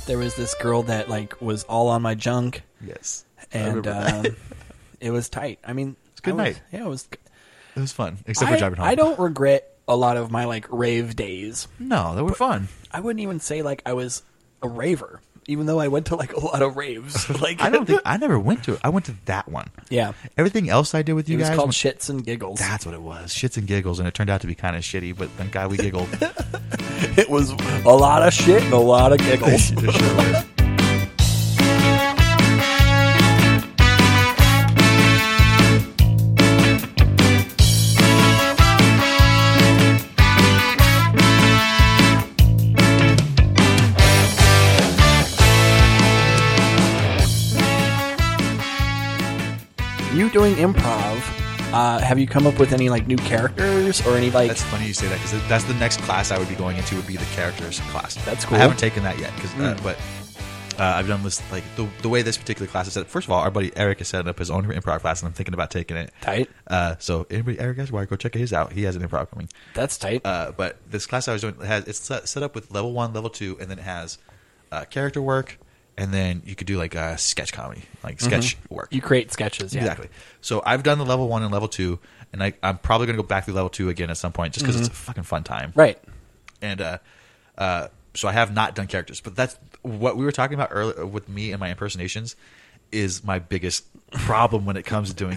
There was this girl that like was all on my junk. Yes, I and remember that. *laughs* um, it was tight. I mean, it's a good night. Yeah, it was. It was fun, except for I- driving home. I don't regret a lot of my like rave days. No, they were fun. I wouldn't even say like I was a raver, even though I went to like a lot of raves. *laughs* Like I don't think I never went to. it. I went to that one. Yeah. Everything else I did with you It was guys called went- shits and giggles. That's what it was. Shits and giggles, and it turned out to be kind of shitty. But thank God *laughs* we giggled. *laughs* it was a lot of shit and a lot of *laughs* giggles. It sure was. you doing improv? Uh, have you come up with any like new characters or any like? That's funny you say that because that's the next class I would be going into would be the characters class. That's I cool. haven't taken that yet, 'cause, uh, Mm. but uh, I've done this like the, the way this particular class is set. up- First of all, our buddy Eric has set up his own improv class, and I'm thinking about taking it. Tight. Uh, so anybody Eric has wire, go check his out. He has an improv coming. That's tight. Uh, but this class I was doing has it's set, set up with level one, level two, and then it has uh, character work, and then you could do like uh, sketch comedy, like sketch Mhm. work. You create sketches, yeah. Exactly. So I've done the level one and level two, and I, I'm probably going to go back through level two again at some point just because Mhm. it's a fucking fun time. Right. And uh, uh, so I have not done characters, but that's what we were talking about earlier with me and my impersonations is my biggest problem when it comes to doing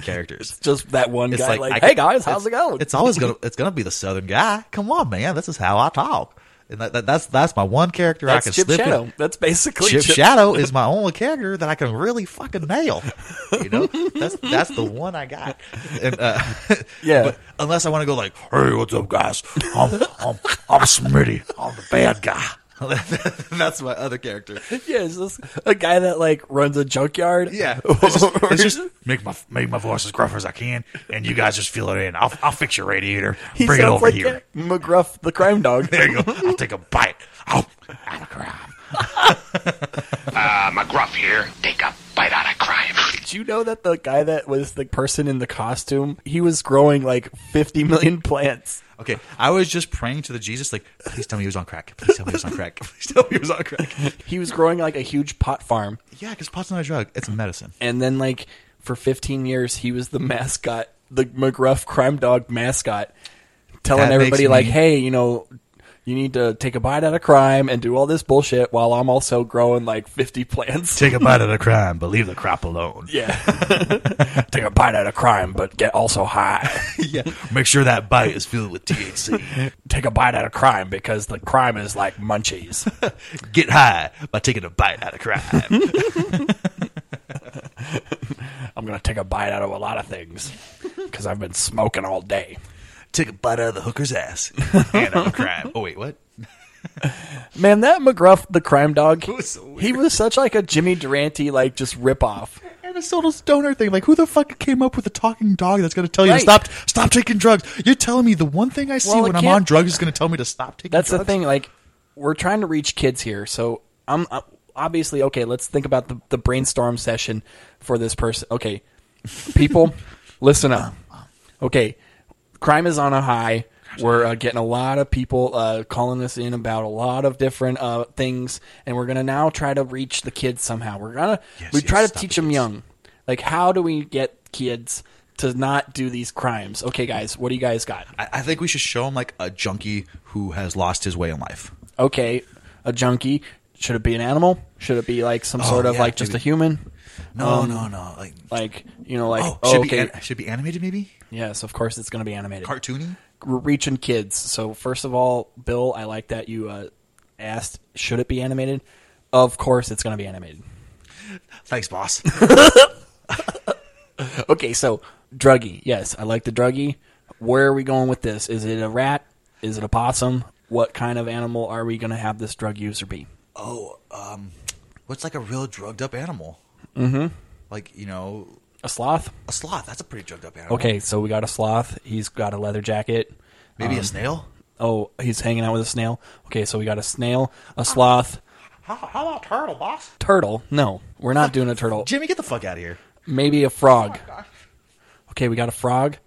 *laughs* characters. it's just that one guy, like, I- "Hey, guys, how's it's- it going?" It's always gonna it's gonna be the southern guy. Come on, man, this is how I talk. And that, that, that's that's my one character I That's can Chip slip in. Shadow. That's basically Chip, Chip- Shadow is my only character that I can really fucking nail. You know, that's that's the one I got. And, uh, Yeah. *laughs* but unless I want to go like, hey, what's up, guys? I'm I'm, I'm Smitty. I'm the bad guy. that's my other character. Yeah, it's just a guy that like runs a junkyard. Yeah, *laughs* it's just, it's just make my make my voice as gruff as I can, and you guys just fill it in. I'll I'll fix your radiator. he Bring it sounds over like here. uh, McGruff the crime dog. *laughs* There you go. I'll take a bite. Oh, out of crime. Ah, McGruff here. Take a bite out of crime. Did you know that the guy that was the person in the costume, he was growing like 50 million *laughs* plants? Okay, I was just praying to the Jesus, like, please tell me he was on crack. Please tell me he was on crack. *laughs* Please tell me he was on crack. He was growing like a huge pot farm. Yeah, because pot's not a drug; it's a medicine. And then, like, for 15 years, he was the mascot, the McGruff crime dog mascot, telling That makes everybody, like, me- hey, you know, you need to take a bite out of crime and do all this bullshit while I'm also growing like 50 plants. *laughs* Take a bite of the crime, but leave the crop alone. yeah. *laughs* take a bite out of crime, but get also high. yeah. Make sure that bite is filled with THC. take a bite out of crime because the crime is like *laughs* munchies. Get high by taking a bite out of crime. I'm gonna take a bite out of a lot of things *laughs* because I've been smoking all day. Take a bite out of the hooker's ass and out of crime. Oh wait, what? Man, that McGruff, the crime dog, was so weird. he was such like a Jimmy Durante like just ripoff. And it's little stoner thing. Like, who the fuck came up with a talking dog that's going to tell you Right. to stop, stop taking drugs? You're telling me the one thing I see Well, it when I'm can't- on drugs is going to tell me to stop taking That's drugs? the thing. Like, we're trying to reach kids here, so I'm, i obviously okay. Let's think about the, the brainstorm session for this person. Okay, *laughs* people, listen up. Okay, crime is on a high. We're uh, getting a lot of people uh, calling us in about a lot of different uh, things, and we're gonna now try to reach the kids somehow. We're gonna Yes, we yes, try to stop teach the them kids. young. Like, how do we get kids to not do these crimes? Okay, guys, what do you guys got? I, I think we should show him like a junkie who has lost his way in life. okay, a junkie. Should it be an animal? Should it be like some sort of Oh, yeah, like just maybe. a human? No, Um, no, no. Like, Like you know, like oh, oh, should be okay, an- should be animated maybe, yes, of course it's going to be animated. cartoony. We're reaching kids. So first of all, Bill, I like that you uh, asked. Should it be animated? Of course, it's going to be animated. Thanks, boss. *laughs* okay, so druggy. Yes, I like the druggy. Where are we going with this? Is it a rat? Is it a possum? What kind of animal are we going to have this drug user be? Oh, um, what's like a real drugged up animal? Mm-hmm. Like you know, a sloth. A sloth. That's a pretty drugged up animal. Okay, so we got a sloth. He's got a leather jacket. Maybe a snail? Oh, he's hanging out with a snail. Okay, so we got a snail, a sloth, Ah. How, how about turtle, boss? turtle. No, we're not doing a *laughs* turtle. Jimmy, get the fuck out of here. Maybe a frog. Oh Okay, we got a frog.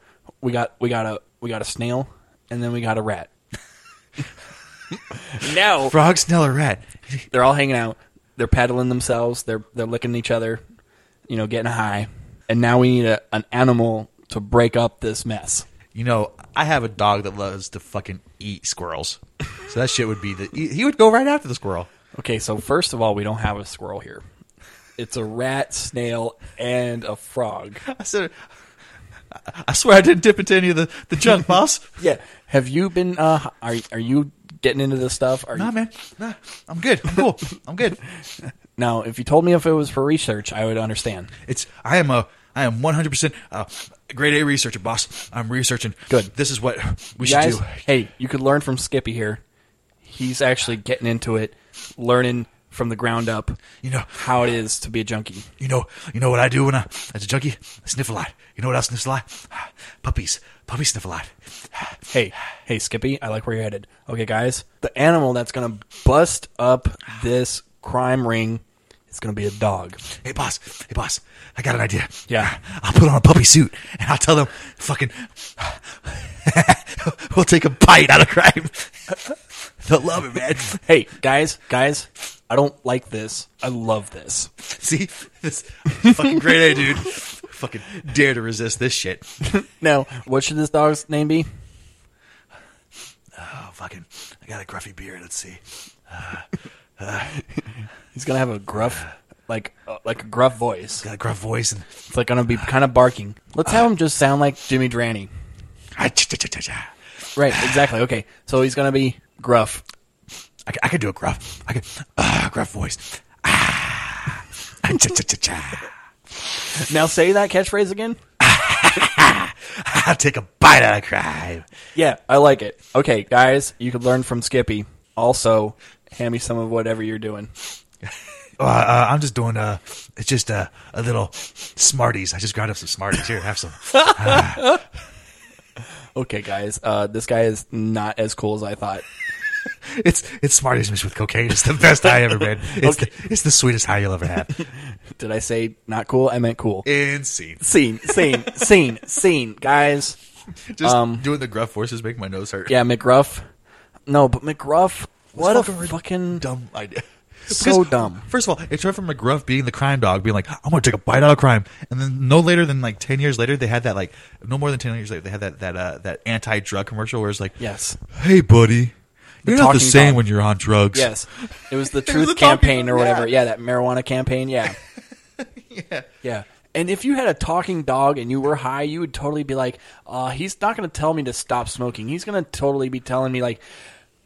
We got we got a we got a snail, and then we got a *laughs* rat. now frog, snail, or rat. *laughs* they're all hanging out. They're peddling themselves. They're they're licking each other. You know, getting high. And now we need a, an animal to break up this mess. You know, I have a dog that loves to fucking eat squirrels. So that shit would be the. He he would go right after the squirrel. Okay, so first of all, we don't have a squirrel here. It's a rat, snail, and a frog. *laughs* I said, I- I swear I didn't dip into any of the, the junk, boss. Yeah. Have you been? Uh, are are you getting into this stuff? Are *laughs* Nah, you, man. Nah, I'm good. I'm cool. I'm *laughs* good. now, if you told me if it was for research, I would understand. It's I am a I am 100% a uh, grade A researcher, boss. I'm researching. Good. This is what we You should guys, do. hey, you could learn from Skippy here. He's actually getting into it, learning from the ground up. You know- how it is to be a junkie. You know, you know what I do when I as a junkie? I sniff a lot. You know what else sniffs a lot? *sighs* Puppies. Puppies sniff a lot. Hey, hey, Skippy, I like where you're headed. Okay, guys, the animal that's gonna bust up this crime ring is gonna be a dog. Hey boss, hey boss, I got an idea. Yeah. *sighs* I'll put on a puppy suit and I'll tell them fucking *sighs* we'll take a bite out of crime. *laughs* They'll love it, man. *laughs* Hey, guys, guys, I don't like this. I love this. See? This fucking great A dude. *laughs* fucking dare to resist this shit. Now, what should this dog's name be? Oh fucking I got a gruffy beard, let's see. He's gonna have a gruff, like uh, like a gruff voice. Got a gruff voice and It's like gonna be kind of barking. Let's have him just sound like Jimmy Dranny. I, I, Right, exactly. Okay, so he's gonna be gruff. c- I could do a gruff. I could uh, gruff voice. Ah, Ah, cha, cha, cha, cha. Now say that catchphrase again. I'll take a bite out of crime. Yeah, I like it. Okay, guys, you could learn from Skippy. Also, hand me some of whatever you're doing. Uh, uh, I'm just doing uh, it's just uh, a little Smarties. I just grabbed up some Smarties. Here, have some. Okay, guys, uh, this guy is not as cool as I thought. It's it's Smarties mixed with cocaine. It's the best high ever been. It's the, it's the sweetest high you'll ever have. Did I say not cool? I meant cool. Insane. Scene, scene, scene, scene, guys. Just Um, doing the gruff voices make my nose hurt. Yeah, McGruff. No, but McGruff. What a fucking rid- fucking dumb idea. *laughs* So dumb. First of all, it turned from McGruff being the crime dog, being like, "I'm gonna take a bite out of crime," and then no later than like ten years later, they had that like no more than ten years later, they had that that uh, that anti drug commercial where it's like, yes, "Hey, buddy, you're not the talking same dog. when you're on drugs." yes. It *laughs* was the was truth the talking campaign dog, or whatever. yeah. Yeah. that marijuana campaign. *laughs* Yeah. yeah. Yeah. And if you had a talking dog and you were high, you would totally be like, uh, he's not going to tell me to stop smoking. He's going to totally be telling me, like,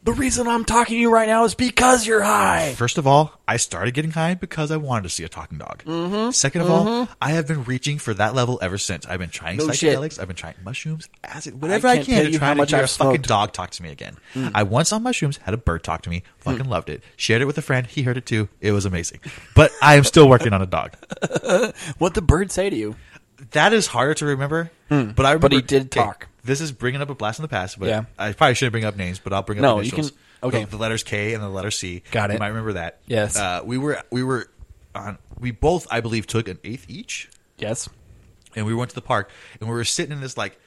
the reason I'm talking to you right now is because you're high. First of all, I started getting high because I wanted to see a talking dog. Mm-hmm. Second of all, I have been reaching for that level ever since. I've been trying No shit. psychedelics. I've been trying mushrooms, acid, whatever I, can't can tell to you try how to much hear I've a fucking smoked. dog talk to me again. I once on mushrooms had a bird talk to me. Fucking loved it. Shared it with a friend. He heard it too. It was amazing. But I am still working on a dog. What'd the bird say to you? That is harder to remember. But I remember. Hmm. But he did 'kay, talk. This is bringing up a blast in the past, but Yeah. I probably shouldn't bring up names, but I'll bring up No, you initials. can- okay. The, the letters K and the letter C. Got it. You might remember that. Yes. Uh, we were we were on. We both, I believe, took an eighth each, Yes. and we went to the park, and we were sitting in this like,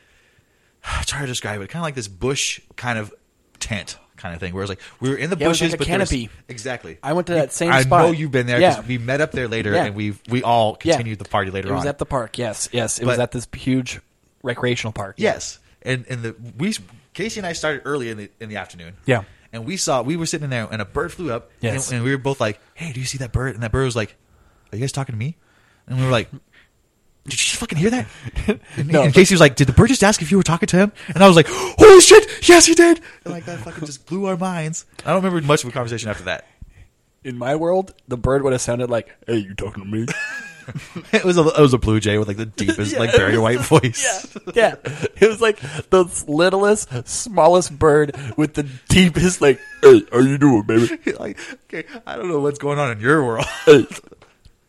*sighs* try to describe it, kind of like this bush kind of tent kind of thing, where it's like we were in the Yeah, it was bushes, like a but there was- canopy. exactly. I went to that same I spot. know you've been there because Yeah. we met up there later, Yeah. and we we all Yeah. continued the party later It was on. at the park. Yes. Yes. It was But- at this huge recreational park. Yes, and and the we Casey and I started early in the in the afternoon. Yeah. and we saw we were sitting in there and a bird flew up. Yes. and, and we were both like, "Hey, do you see that bird?" And that bird was like, "Are you guys talking to me?" And we were like. Did you just fucking hear *laughs* that? And, No. and Casey was like, "Did the bird just ask if you were talking to him?" And I was like, "Holy shit! Yes, he did!" And like that fucking just blew our minds. I don't remember much of a conversation after that. In my world, the bird would have sounded like, "Hey, you talking to me?" *laughs* it was a it was a blue jay with like the deepest *laughs* Yeah, like it very was white just- voice. *laughs* *laughs* yeah, it was like the littlest, smallest bird with the deepest, like, "Hey, how you doing, baby?" like, okay, I don't know what's going on in your world. hey,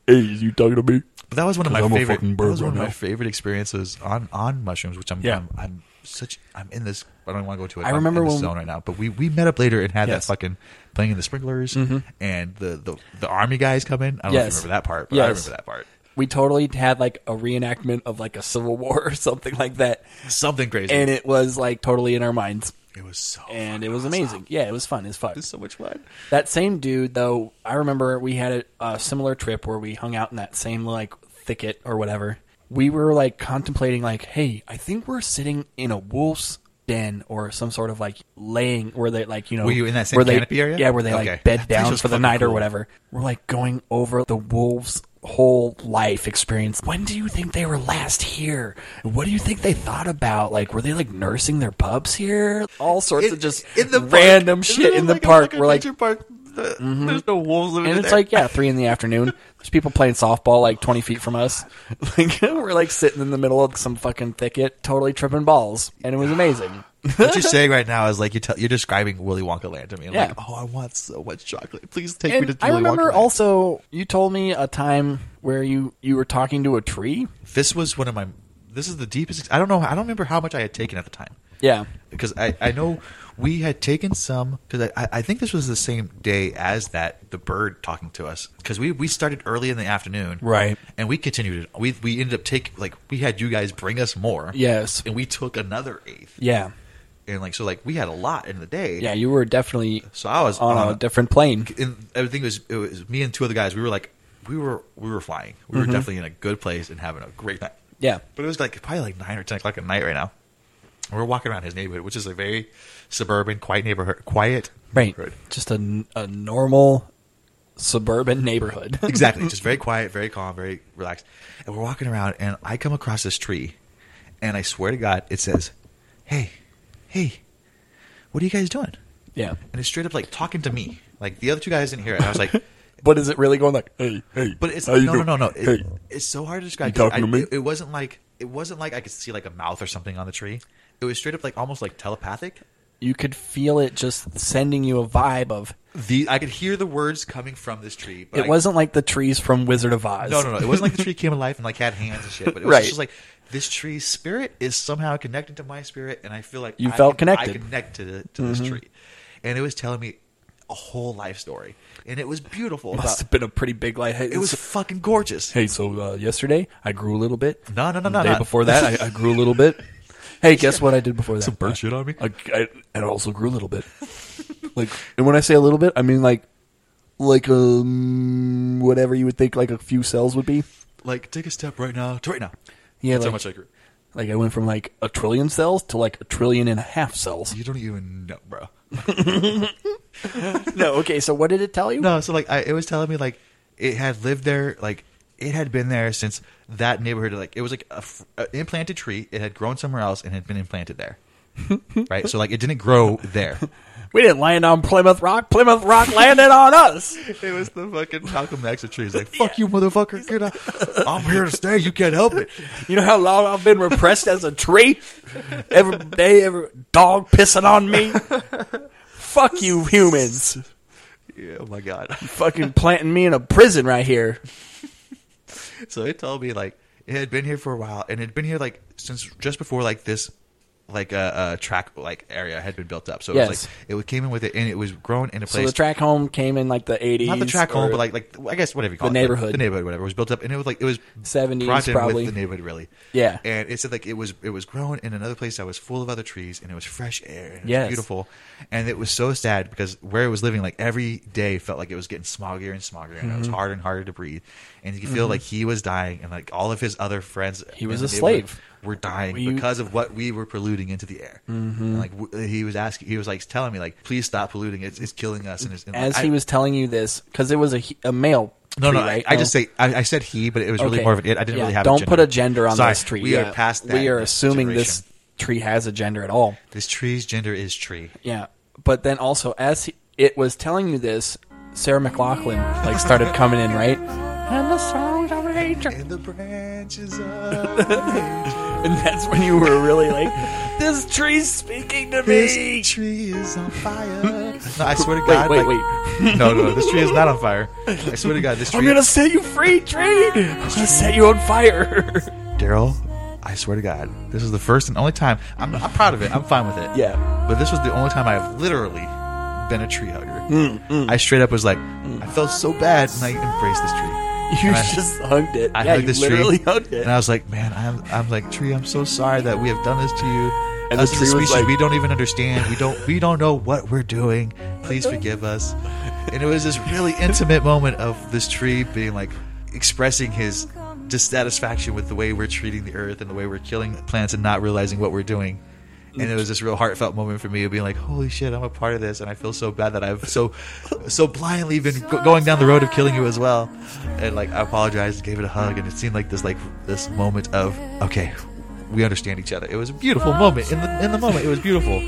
hey, you talking to me? But that was one of my 'Cause I'm a favorite. fucking That bird was one right of my now. favorite experiences on on mushrooms, which I'm Yeah. I'm, I'm such I'm in this. I don't want to go to it. I I'm remember in this when- zone right now. But we, we met up later and had Yes. that fucking playing in the sprinklers Mhm. and the, the the army guys come in. I don't know if you remember that part, but I Yes. remember that part. We totally had like a reenactment of like a civil *laughs* war or something like that. Something crazy. And it was like totally in our minds. It was so And it was amazing. Yeah, it was fun as fuck. It was so much fun. That same dude though, I remember we had a, a similar trip where we hung out in that same like thicket or whatever. We were like contemplating like, hey, I think we're sitting in a wolf's den or some sort of like laying where they like, you know, Were you in that same where they- canopy area? Yeah, where they Okay. like bed That place down was for the fucking night or cool. whatever. We're like going over the wolves' whole life experience. When do you think they were last here? What do you think they thought about? Like, were they like nursing their pups here? All sorts of just random shit in the park. We're like, mhm. There's no wolves living and in it's there. like yeah, three in the afternoon. There's people playing softball like 20 feet from us. *laughs* Like we're like sitting in the middle of some fucking thicket, totally tripping balls, and it was amazing. *laughs* what you're saying right now is like you're tell you're describing Willy Wonka land to me. I'm Yeah. like, oh, I want so much chocolate. Please take me And to. I Willy Wonka remember land." also you told me a time where you you were talking to a tree. This was one of my. This is the deepest. I don't know. I don't remember how much I had taken at the time. Yeah. because I, I know we had taken some because I, I- I think this was the same day as that the bird talking to us because we, we started early in the afternoon Right. and we continued it we, we ended up take like we had you guys bring us more Yes. and we took another eighth Yeah. and like so like we had a lot in the day Yeah, Oh, you were definitely so I was on, a different plane. and I think it was it was me and two other guys we were like we were we were flying we Mhm. were definitely in a good place and having a great night Yeah. but it was like probably like nine or ten o'clock at night right now. And We're walking around his neighborhood, which is a very suburban, quiet neighborhood. Quiet, Right. Just a, n- a normal suburban neighborhood. *laughs* exactly. Just very quiet, very calm, very relaxed. And we're walking around, and I come across this tree, and I swear to God, it says, "Hey, hey, what are you guys doing?" Yeah. And it's straight up like talking to me. Like the other two guys didn't hear it. And I was like, *laughs* But is it really going like, hey, hey? But it's how no, you no, doing? no, no, It- Hey. It's so hard to describe. You 'cause talking I- to me? It, it wasn't like it wasn't like I could see like a mouth or something on the tree. It was straight up like almost like telepathic. You could feel it just sending you a vibe of. The I could hear the words coming from this tree. But It I- wasn't like the trees from Wizard of Oz. No, no, no. It wasn't *laughs* like the tree came alive and like had hands and shit. But it was Right. just like this tree's spirit is somehow connected to my spirit, and I feel like You I felt can- connected. I connected to, to this Mhm. tree, and it was telling me a whole life story, and it was beautiful. Must about- have been a pretty big light. Hey, it was so- fucking gorgeous. Hey, so uh, yesterday I grew a little bit. No, no, no, no, The day no. before that I, I grew a little *laughs* bit. Hey, guess what I did before that? Some bird shit on me. I, I, and I also grew a little bit. *laughs* like, and when I say a little bit, I mean like, like um, whatever you would think like a few cells would be. Like take a step right now to right now. Yeah, That's like, how much I grew. Like I went from like a trillion cells to like a trillion and a half cells. *laughs* You don't even know, bro. no, okay. So what did it tell you? No, so like I, it was telling me like it had lived there, like it had been there since that neighborhood. Like it was like a, f- a implanted tree. It had grown somewhere else and had been implanted *laughs* there. right, so like it didn't grow there. We didn't land on Plymouth Rock. Plymouth Rock landed on us. *laughs* It was the fucking Malcolm X tree. He's like, "Fuck you, motherfucker! Get out! *laughs* I'm here to stay. You can't help it." You know how long I've been repressed as a tree? Every day, every dog pissing on me. Fuck you, humans. *laughs* Yeah, oh my god! *laughs* Fucking planting me in a prison right here. So it told me like it had been here for a while, and it had been here like since just before like this, like a uh, uh, track like area had been built up. So it Yes. was like it came in with it, and it was grown in a So place. the track home came in like the 80s. not the track home, or but like like I guess whatever you call the it, like, neighborhood. the neighborhood, whatever was built up, and it was like it was 70s brought in probably. with the neighborhood really. Yeah. and it said like it was it was grown in another place that was full of other trees, and it was fresh air, and it Yes. was beautiful, and it was so sad because where it was living, like every day felt like it was getting smoggier and smoggier, and it was Mhm. harder and harder to breathe, and you could feel Mhm. like he was dying, and like all of his other friends, He in was the a neighborhood slave. were dying We- because of what we were polluting into the air. Mhm. And, like w- he was asking, he was like telling me like, please stop polluting, it's, it's killing us, and, it's, and as like, he I- was telling you this, because it was a, he- a male. no, tree, no, right? Oh, I, I just say I, I said he, but it was really Okay. more of an it. I didn't Yeah, really have. Don't a gender. put a gender on Sorry, this tree. We Yeah. are past that. We are in this assuming generation. this tree has a gender at all. This tree's gender is tree. Yeah, but then also as he, it was telling you this, Sarah McLaughlin like started coming in, right? And the songs of nature. And the branches *laughs* *laughs* and that's when you were really like, this tree's speaking to me. This tree is on *laughs* fire. No, I swear to Wait, God. wait, like- wait. No, no, no, this tree is not on fire. I swear to God, this *laughs* tree. I'm gonna set you free, tree. I'm gonna set you on fire. *laughs* Daryl, I swear to God, this is the first and only time. I'm, I'm proud of it. I'm fine with it. Yeah. But this was the only time I've literally been a tree hugger. Mm, mm. I straight up was like, I felt so bad, and I embraced this tree. You And I- just hugged it. I Yeah, hugged you this literally tree, hugged it. and I was like, "Man, I'm, I'm like tree. I'm so sorry that we have done this to you. And And the Us as a tree was species, like- we don't even understand. We don't, we don't know what we're doing. Please forgive us." And it was this really intimate moment of this tree being like expressing his dissatisfaction with the way we're treating the earth and the way we're killing plants and not realizing what we're doing. And it was this real heartfelt moment for me of being like, "Holy shit, I'm a part of this," and I feel so bad that I've so, so blindly been go- going down the road of killing you as well. And like, I apologized, gave it a hug, and it seemed like this like this moment of okay, we understand each other. It was a beautiful moment in the in the moment. It *laughs* was beautiful.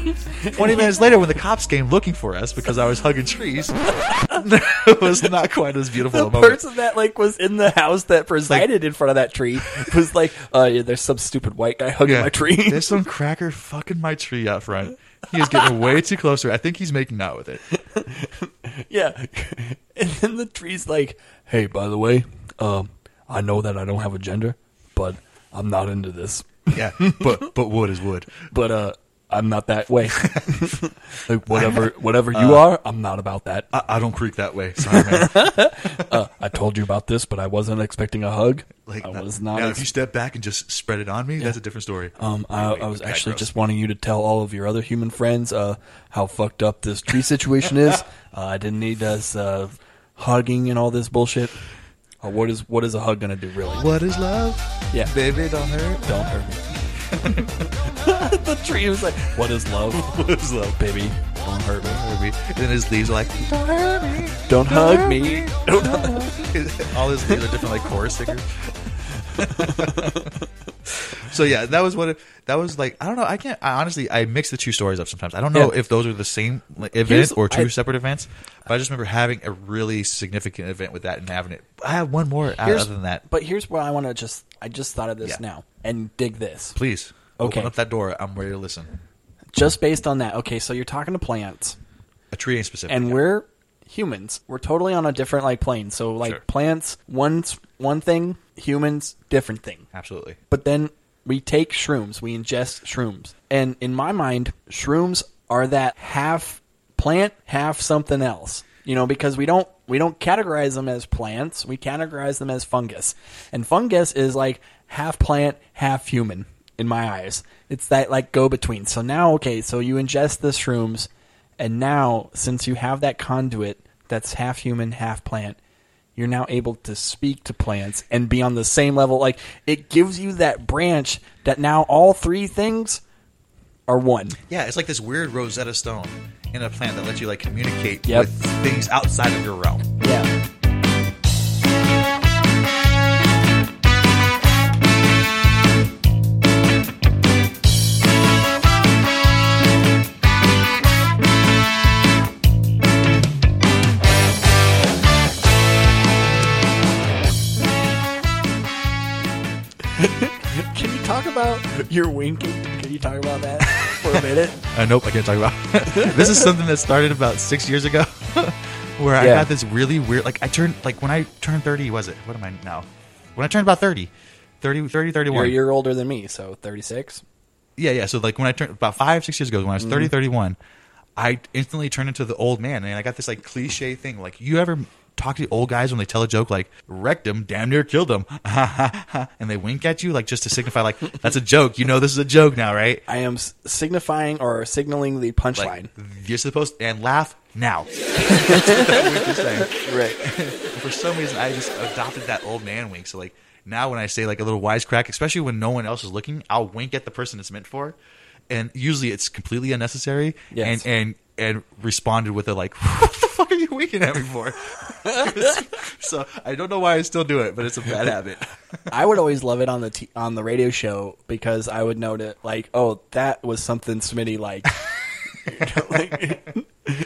Twenty minutes later, when the cops came looking for us because I was hugging trees, *laughs* it was not quite as beautiful. the a moment. person that like was in the house that presided in front of that tree was like, uh, yeah, there's some stupid white guy hugging Yeah. my tree. *laughs* There's some cracker fucking my tree out front. He is getting way too close to it. I think he's making out with it. yeah, *laughs* and then the tree's like, hey, by the way, um, I know that I don't have a gender, but I'm not into this. Yeah, but but wood is wood. But uh, I'm not that way. *laughs* like *laughs* whatever, whatever you Uh, are, I'm not about that. I, I don't creak that way. Sorry, *laughs* man. Uh, I told you about this, but I wasn't expecting a hug. Like I that- was not. Now, ex- if you step back and just spread it on me, that's a different story. Um, I, Anyway, I was that actually gross. just wanting you to tell all of your other human friends uh, how fucked up this tree situation *laughs* is. Uh, I didn't need us uh, hugging and all this bullshit. Uh, what is what is a hug gonna do, really? What is love? Yeah. baby, don't hurt. Don't hurt me. *laughs* the tree was like, "What is love? *laughs* What is love? baby? Don't hurt me. Hurt me. And then his leaves are like, don't hurt me. Don't hug me." Don't hug- *laughs* All his leaves are different, like chorus stickers. *laughs* so yeah, that was what it, that was like. I don't know. I can't. I honestly, I mix the two stories up sometimes. I don't know Yeah. if those are the same like, event Here's- or two I- separate events. But I just remember having a really significant event with that and having it. I have one more out Here's- other than that. But here's what I want to just. I just thought of this Yeah. now and dig this. Please Okay. open up that door. I'm ready to listen. Just based on that, okay. So you're talking to plants. A tree ain't specific. and yeah. we're humans. We're totally on a different like plane. So like Sure. plants, one's one thing, humans different thing. absolutely But then we take shrooms, we ingest shrooms, and in my mind, shrooms are that half plant, half something else. You know, because we don't we don't categorize them as plants. We categorize them as fungus, and fungus is like half plant, half human. In my eyes, it's that like go between. So now, okay, so you ingest the shrooms, and now, since you have that conduit that's half human, half plant, you're now able to speak to plants and be on the same level. Like, it gives you that branch that now all three things are one. Yeah, it's like this weird Rosetta Stone in a plant that lets you like communicate Yep. with things outside of your realm. Yeah. *laughs* Can you talk about your winking? Can you talk about that for a minute? Uh, nope, I can't talk about. *laughs* this is something that started about six years ago, *laughs* where I Yeah. got this really weird. Like I turned, like when I turned thirty, was it? What am I now? When I turned about 30, 30, *laughs* 30 You're 31. a year older than me, so 36. Yeah, yeah. So like when I turned about five, six years ago, when I was thirty, thirty-one, 30, 31, I instantly turned into the old man, and I got this like cliche thing. Like you ever talk to old guys when they tell a joke like "wrecked them, damn near killed them," *laughs* and they wink at you like just to signify like that's a joke. You know this is a joke now, right? I am s- signifying or signaling the Like punchline. you're supposed and laugh now. *laughs* right. for some reason I just adopted that old man wink. So like now when I say like a little wisecrack, especially when no one else is looking, I'll wink at the person it's meant for, and usually it's completely unnecessary. Yes. And and and responded with a like, *laughs* "What the fuck are you winking at me for?" *laughs* so I don't know why I still do it, but it's a *laughs* bad habit. I would always love it on the t- on the radio show because I would note it like, oh, that was something Smitty liked. like. I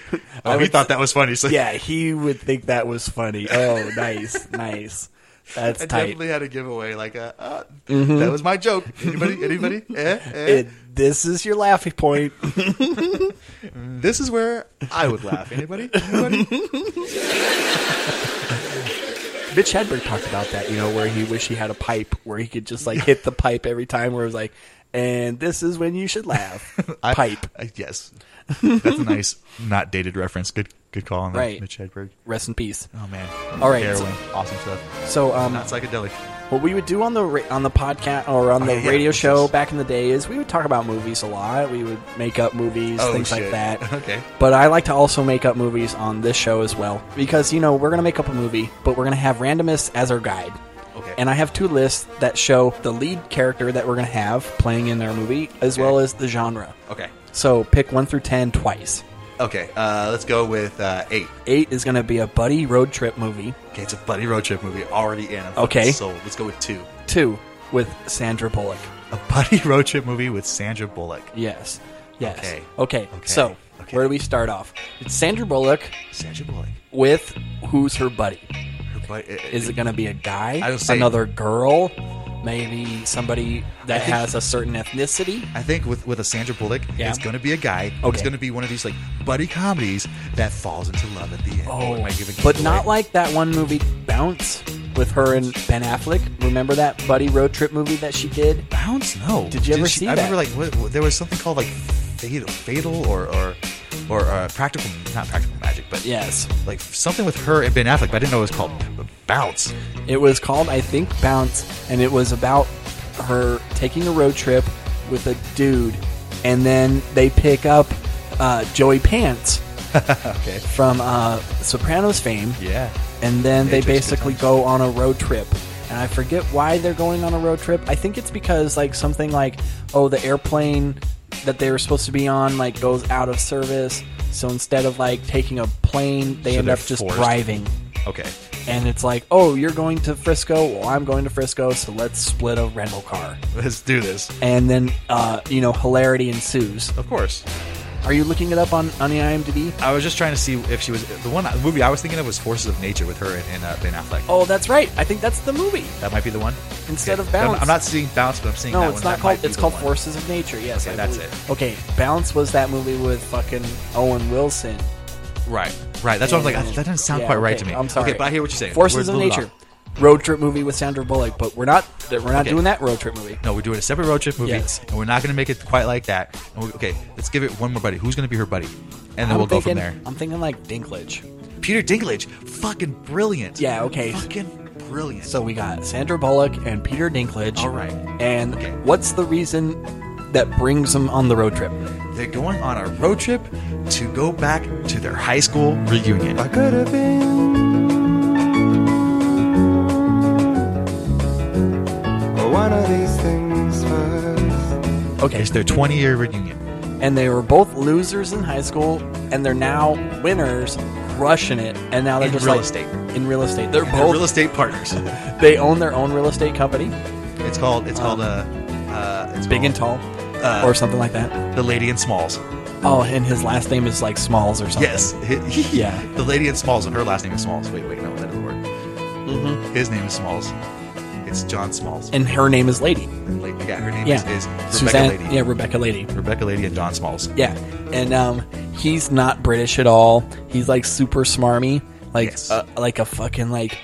Oh, he thought that was funny. So yeah, he would think that was funny. Oh, nice, nice. That's *laughs* I tight. definitely had a giveaway. Like, uh, uh, Mhm. that was my joke. Anybody? Anybody? eh, eh? It- this is your laughing point. this is where I would laugh. *laughs* Anybody? Anybody? Mitch Hedberg talked about that, you know, where he wished he had a pipe where he could just like hit the pipe every time, where it was like, and this is when you should laugh. I- pipe. I- yes. That's a nice, not dated reference. Good, good call on that, Right. Mitch Hedberg. Rest in peace. Oh man. All right. Heroin. so- awesome stuff. So, um, not psychedelic. What we would do on the ra- on the podcast or on the Oh, yeah, yeah. radio show back in the day is we would talk about movies a lot. We would make up movies, Oh, things shit. like that. *laughs* Okay. But I like to also make up movies on this show as well because you know we're gonna make up a movie, but we're gonna have randomness as our guide. Okay. And I have two lists that show the lead character that we're gonna have playing in our movie as well as the genre. Okay. So pick one through ten twice. Okay. Uh, let's go with uh, eight. Eight is gonna be a buddy road trip movie. Okay, it's a buddy road trip movie. Already in. I'm Okay. fucking Sold. Let's go with two. Two with Sandra Bullock. A buddy *laughs* road trip movie with Sandra Bullock. Yes. Yes. Okay. Okay. Okay. So, where do we start off? It's Sandra Bullock. Sandra Bullock. With who's her buddy? Her buddy. Is it going to be a guy? I would say- Another girl? Maybe somebody I that think- has a certain ethnicity? I think with with a Sandra Bullock, Yeah. it's going to be a guy. It's Okay. going to be one of these like buddy comedies that falls into love at the end. Oh, am I giving But it not away? like that one movie, Bounce, with her and Ben Affleck. Remember that buddy road trip movie that she did? Bounce? No. Did you ever she- see I that? remember like what, what- there was something called like fatal, fatal or or or uh, practical, not practical magic, but Yes. like something with her and Ben Affleck. But I didn't know it was called B- Bounce. It was called, I think, Bounce, and it was about her taking a road trip with a dude, and then they pick up uh, Joey Pants *laughs* okay. from uh, Sopranos fame. Yeah. And then Matrix, they good basically go on a road trip. And I forget why they're going on a road trip. I think it's because, like, something like, oh, the airplane that they were supposed to be on, like, goes out of service. So instead of, like, taking a plane, they So end they're up just forced. driving Okay. *laughs* and it's like, oh, you're going to Frisco, well, I'm going to Frisco, so let's split a rental car. Let's do this. And then, uh, you know, hilarity ensues. Of course. Are you looking it up on, on the IMDb? I was just trying to see if she was the one the movie I was thinking of was Forces of Nature with her and, and uh, Ben Affleck. Oh, that's right. I think that's the movie. That might be the one. Instead of I'm- Bounce. I'm, not seeing Bounce, but I'm seeing No, that it's one. not That might called. be It's the called one. Forces of Nature. Yes, Okay, I that's believe. Okay, Bounce was that movie with fucking Owen Wilson. Right, right. That's what I'm like. And- That doesn't sound yeah, quite right okay, to me. I'm sorry. Okay, but I hear what you're saying. Forces We're of a little Nature, road trip movie with Sandra Bullock, but we're not. We're not Okay. doing that road trip movie. No, we're doing a separate road trip movie, Yes. and we're not going to make it quite like that. And we, okay, let's give it one more buddy. Who's going to be her buddy? And then I'm we'll thinking, go from there. I'm thinking like Dinklage. Peter Dinklage, fucking brilliant. Yeah, okay. Fucking brilliant. So we got Sandra Bullock and Peter Dinklage. All right. And what's the reason that brings them on the road trip? They're going on a road trip to go back to their high school reunion. Could have been one of these things first. Okay. It's their 20 year reunion. And they were both losers in high school, and they're now winners, rushing it. And now they're In just real like- estate. In real estate, they're And both. real estate partners. they own their own real estate company, It's called. It's called. Uh, uh, it's Big called, and Tall, Uh, or something like that. The Lady in Smalls. Oh, and his last name is like Smalls or something. Yes. *laughs* Yeah. The Lady in Smalls, and her last name is Smalls. Wait, wait, no, that doesn't work. Mm-hmm. His name is Smalls. It's John Smalls. And her name is Lady. And Lady, yeah, her name Yeah. is, is Rebecca Suzanne. Lady. Yeah, Rebecca Lady. Rebecca Lady and John Smalls. Yeah, and um, he's not British at all. He's like super smarmy, like uh, like a fucking like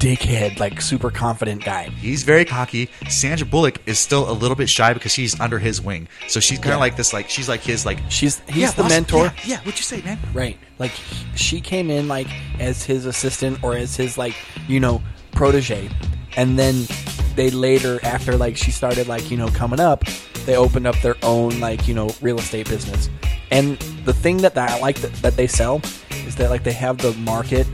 dickhead, like super confident guy. He's very cocky. Sandra Bullock is still a little bit shy because she's under his wing. So she's kind of Yeah. like this, like she's like his, like She's he's Yeah, the boss, mentor, Yeah, yeah, what'd you say, man? right? Like he- she came in like as his assistant or as his like you know protege, and then they later after like she started like you know coming up, they opened up their own like you know real estate business. And the thing that, that I like that, that they sell is that like they have the market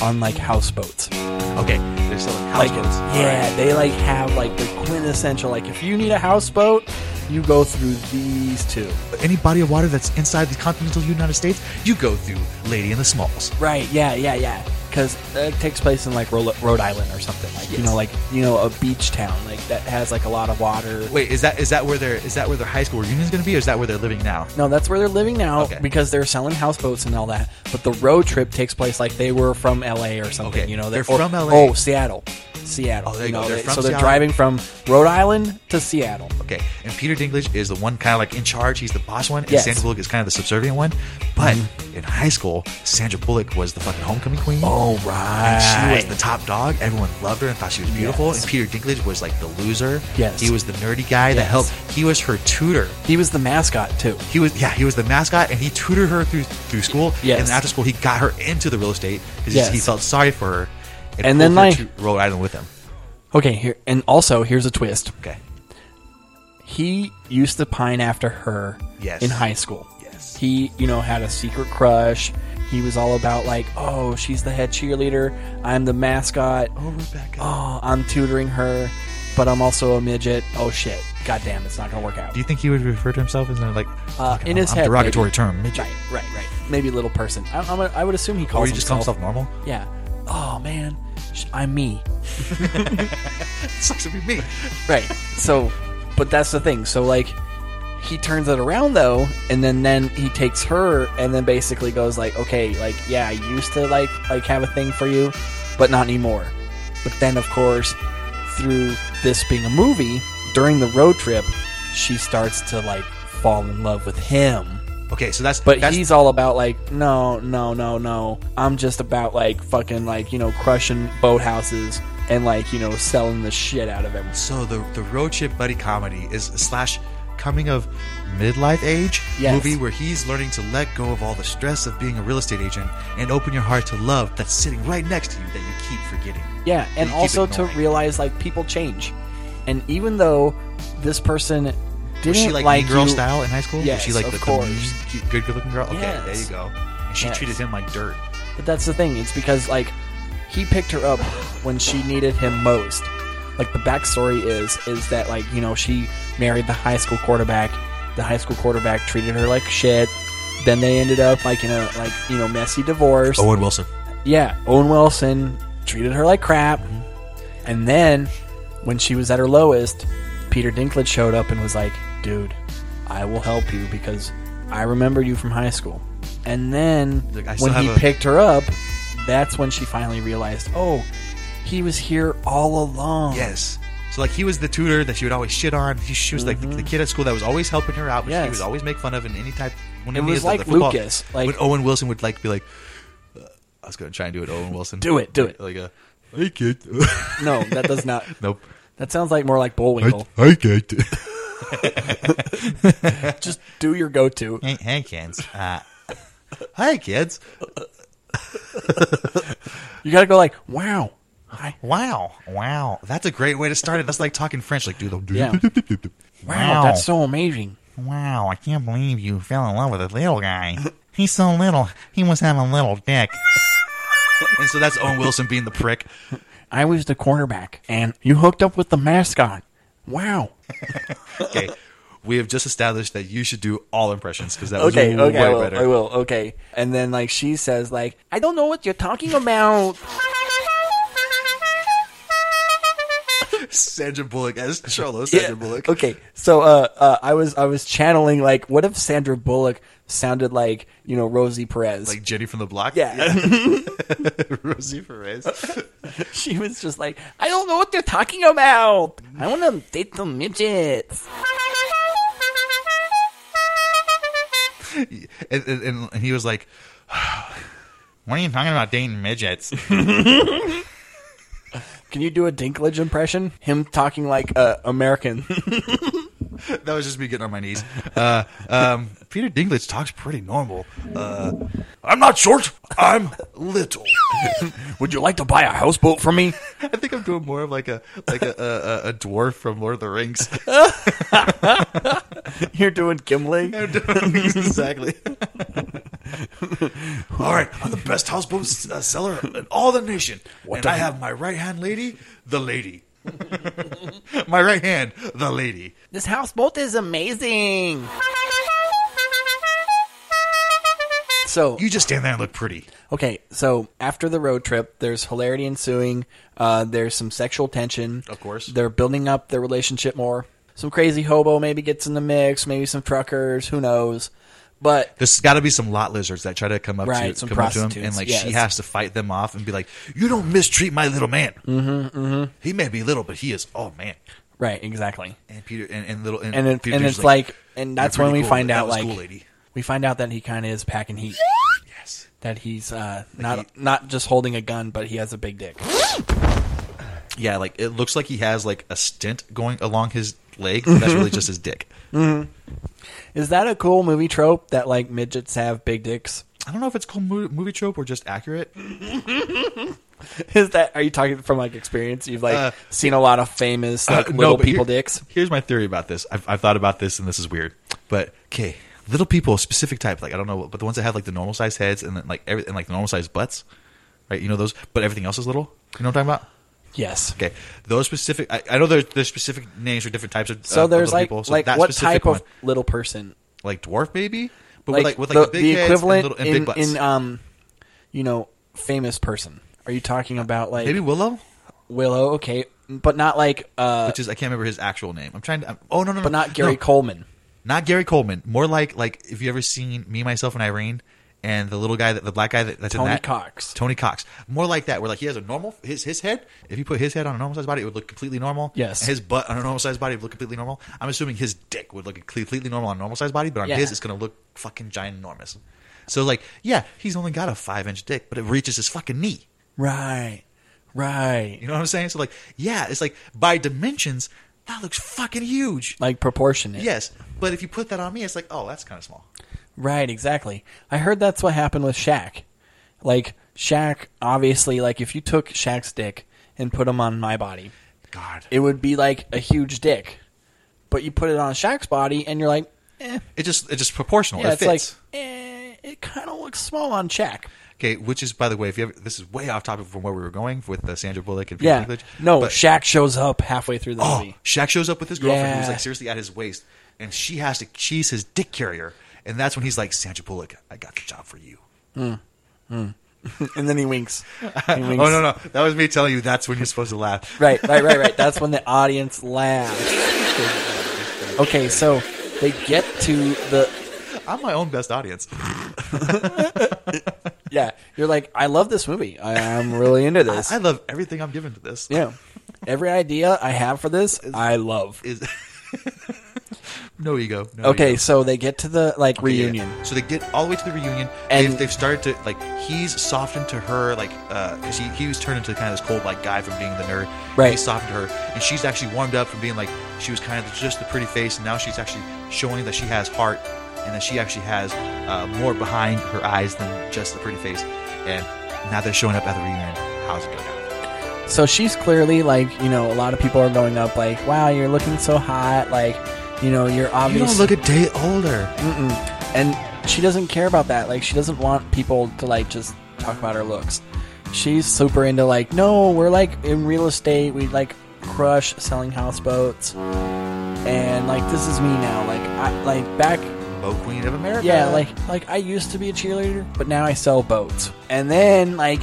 on like houseboats. Okay, they're selling like houseboats. yeah they like have like the quintessential like if you need a houseboat you go through these two. Any body of water that's inside the continental United States, you go through Lady and the Smalls. Right. Yeah. Yeah. Yeah. Because it takes place in like Ro- Rhode Island or something. Like you know, like you know, a beach town like that has like a lot of water. Wait, is that is that where their is that where their high school reunion is going to be, or is that where they're living now? No, that's where they're living now because they're selling houseboats and all that. But the road trip takes place like they were from LA or something. You know, they're or- from LA. Oh, Seattle, Seattle. Oh, there you you go. know, They're they- from so they're Seattle. driving from Rhode Island to Seattle. Okay, and Peter Dinklage is the one kind of like in charge. He's the boss one, and Yes. Mm-hmm. Sandra Bullock is kind of the subservient one. But in high school, Sandra Bullock was the fucking homecoming queen. Oh And she right. was the top dog. Everyone loved her and thought she was beautiful. Yes. And Peter Dinklage was like the loser. Yes. he was the nerdy guy that Yes. helped. He was her tutor. He was the mascot too. He was yeah, he was the mascot, and he tutored her through through school. Yes. and then after school, he got her into the real estate because Yes. he felt sorry for her. And pulled then, her like- to Rhode Island with him. Okay, here and also here's a twist. Okay. He used to pine after her Yes. in high school. Yes. He, you know, had a secret crush. He was all about like, oh, she's the head cheerleader, I'm the mascot. Oh, Rebecca. Oh, I'm tutoring her, but I'm also a midget. Oh shit. God damn, it's not gonna work out. Do you think he would refer to himself as like Uh, fucking, in his I'm head, derogatory maybe. term midget? Right, right, right. Maybe little person. I, I'm a, I would assume he calls Or he Oh, just calls himself himself *laughs* normal? Yeah. Oh man, sh- I'm me. sucks to be me. Right. So, but that's the thing. So like, he turns it around though, and then then he takes her, and then basically goes like, okay, like yeah, I used to like like have a thing for you, but not anymore. But then of course, through this being a movie, during the road trip, she starts to like fall in love with him. Okay, so that's But that's, he's all about like, no, no, no, no. I'm just about like fucking like you know crushing boathouses and like you know selling the shit out of everyone. So the the road trip buddy comedy is a slash coming of midlife age Yes. movie where he's learning to let go of all the stress of being a real estate agent and open your heart to love that's sitting right next to you that you keep forgetting. Yeah, and You keep also to ignoring. realize like people change, and even though this person didn't was she like, like mean girl you- style in high school? Yes, was she like of the, the course. mean, cute, good looking girl? Okay, there Yes. you go. And she Yes. treated him like dirt. But that's the thing. It's because like he picked her up when she needed him most. Like the backstory is is that like you know she married the high school quarterback. The high school quarterback treated her like shit. Then they ended up like in a like you know messy divorce. Owen Wilson. Yeah, Owen Wilson treated her like crap. And then when she was at her lowest, Peter Dinklage showed up and was like, "Dude, I will help you because I remember you from high school." And then Like, I when still he have a- picked her up, that's when she finally realized, "Oh, he was here all along." Yes. So like he was the tutor that she would always shit on. He, she was like the, the kid at school that was always helping her out, but Mm-hmm. Yes. she would always make fun of in any type. When It any was of like the football- Lucas, like- when Owen Wilson would like be like, uh, "I was going to try and do *laughs* it, Owen Wilson. Do it, do it. Like a hey kid. *laughs* *laughs* No, that does not. nope. That sounds like more like Bullwinkle. Hey kid. Just do your go-to. *laughs* hey, hey kids. Uh, hi kids. You got to go like, "Wow." Hi. Wow, wow. That's a great way to start it. That's like talking French. Like do the Yeah. Wow, Wow. that's so amazing. Wow, I can't believe you fell in love with a little guy. He's so little. He must have a little dick. *laughs* and so that's Owen Wilson being the prick. I was the cornerback, and you hooked up with the mascot. Wow. Okay. We have just established that you should do all impressions because that was okay, way okay, I will, better. I will. Okay, and then like she says, like I don't know what you're talking about. Sandra *laughs* Bullock as Cholo. *laughs* Sandra Bullock. okay, so uh, uh, I was I was channeling like, what if Sandra Bullock sounded like you know Rosie Perez? Like Jenny from the Block. yeah, Rosie Perez. *laughs* she was just like, I don't know what they're talking about. I want to date the midgets. and, and, and he was like, *sighs* "What are you talking about dating midgets?" *laughs* Can you do a Dinklage impression? Him talking like uh, American. *laughs* that was just me getting on my knees. Uh, um, Peter Dinklage talks pretty normal. Uh, I'm not short. I'm little. *laughs* Would you like to buy a houseboat from me? *laughs* I think I'm doing more of like a like a, a, a dwarf from Lord of the Rings. You're doing Gimli. *laughs* exactly. *laughs* all right, I'm the best houseboat s- uh, seller in all the nation, and I have my right hand lady, *laughs* the lady. My right hand, the lady. This houseboat is amazing. So you just stand there and look pretty. Okay, so after the road trip, there's hilarity ensuing. Uh, there's some sexual tension. Of course, they're building up their relationship more. Some crazy hobo maybe gets in the mix. Maybe some truckers. Who knows? But There's got to be some lot lizards that try to come up Right, to some come up to him, prostitutes, and like she yes. has to fight them off and be like, "You don't mistreat my little man. Mhm, He may be little, but he is oh man." right, exactly. And Peter and, and little and, And it, Peter and Dinklage's it's like, and "You're that's when pretty we cool. find That out was like cool, lady. we find out that he kind of is packing heat. Yes. That he's uh, not not just holding a gun, but he has a big dick. yeah, like it looks like he has like a stint going along his leg. *laughs* but That's really just his dick. Mhm. Is that a cool movie trope that like midgets have big dicks? I don't know if it's called mo- movie trope or just accurate. Uh, *laughs* Is that are you talking from like experience? You've like Uh, seen a lot of famous like, Uh, no, little but people here- dicks. Here's my theory about this. I've, I've thought about this, and this is weird, but okay, little people, specific type, like I don't know, but the ones that have like the normal size heads and then like every, and like the normal size butts, right? You know those, but everything else is little. You know what I'm talking about? Yes. Okay. Those specific. I, I know there's there's specific names for different types of. So uh, of there's little like people. So like that what specific type one, of little person? like dwarf maybe, but with like with like the, big heads equivalent and, little, and in, big butts. in um, you know, famous person. Are you talking about like Maybe Willow? Willow, okay, but not like uh, which is I can't remember his actual name. I'm trying to. I'm, oh no no, no, But not Gary no. Coleman. Not Gary Coleman. More like like if you ever seen Me Myself and Irene and the little guy that the black guy that, that's in Tony that Cox. Tony Cox. More like that. Where like he has a normal his his head. If you put his head on a normal sized body, it would look completely normal. Yes. And his butt on a normal sized body would look completely normal. I'm assuming his dick would look completely normal on a normal sized body, but on Yeah. his it's gonna look fucking ginormous. So like yeah, he's only got a five inch dick, but it reaches his fucking knee. right, right, You know what I'm saying? So like, yeah, it's like by dimensions, that looks fucking huge. like proportionate. Yes, but if you put that on me, it's like, oh, that's kind of small. Right, exactly. I heard that's what happened with Shaq. Like Shaq, obviously, like if you took Shaq's dick and put him on my body, God, it would be like a huge dick. But you put it on Shaq's body, and you're like, eh, It just it's just proportional. yeah, it's it fits. like, eh, it kind of looks small on Shaq. okay, which is by the way, if you ever, this is way off topic from where we were going with uh, Sandra Bullock and Peter Yeah, Dinklage. no, but Shaq shows up halfway through the oh, *laughs* movie. Shaq shows up with his girlfriend who's Yeah. like seriously at his waist, and she has to she's his dick carrier, and that's when he's like, Sandra Bullock, I got the job for you. Mm. Mm. and then he winks. He winks. *laughs* Oh no no, that was me telling you that's when you're supposed to laugh. Right, right, right, right. That's when the audience *laughs* laughs. Okay, so they get to the. I'm my own best audience. yeah, you're like, I love this movie. I, I'm really into this. *laughs* I, I love everything I'm given to this. yeah, every idea I have for this, I love. Is no ego. No okay, ego. so they get to the like Okay, yeah, yeah. reunion. So they get all the way to the reunion, and And- they've, they've started to like he's softened to her, like because he, he was turned into kind of this cold like guy from being the nerd. Right. He softened to her, and she's actually warmed up from being like she was kind of just the pretty face, and now she's actually showing that she has heart, and that she actually has uh, more behind her eyes than just the pretty face. And now they're showing up at the reunion. How's it going? So she's clearly like, you know, a lot of people are going up like, "Wow, you're looking so hot!" Like, you know, you're You obviously don't look a day older. Mm-mm. And she doesn't care about that. Like, she doesn't want people to, like, just talk about her looks. She's super into, like, no, we're, like, in real estate. We, like, crush selling houseboats. And, like, this is me now. Like, I, like, back. Boat Queen of America. Yeah, like, like I used to be a cheerleader, but now I sell boats. And then, like,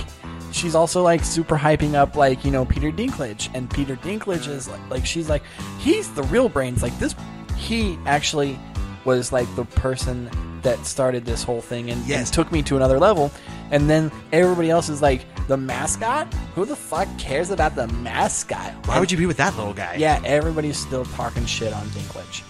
she's also like super hyping up, like you know, Peter Dinklage. And Peter Dinklage is like, like she's like, he's the real brains. Like this, he actually was like the person that started this whole thing and, Yes. and took me to another level. And then everybody else is like, the mascot? Who the fuck cares about the mascot? Why would you be with that little guy? Yeah, everybody's still talking shit on Dinklage.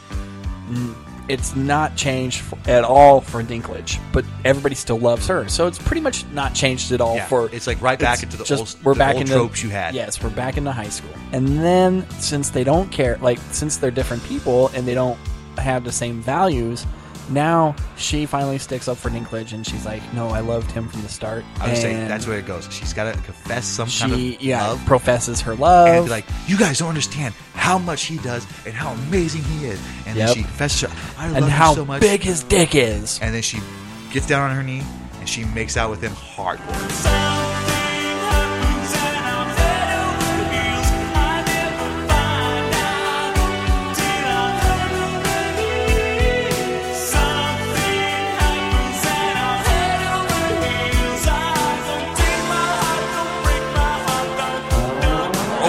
Mm, It's not changed f at all for Dinklage, but everybody still loves her. So it's pretty much not changed at all Yeah, for. it's like right back into the old- the old tropes you had. Yes, we're back into high school. And then since they don't care, like since they're different people and they don't have the same values. Now she finally sticks up for Dinklage, and she's like, "No, I loved him from the start." I would say And that's where it goes. She's got to confess some she, kind of yeah, love. professes her love. and be like, "You guys don't understand how much he does and how amazing he is." And then Yep. she confesses, "I love And him how so much." big his dick is. And then she gets down on her knee and she makes out with him hardcore. Something happens and I'm head over heels. I never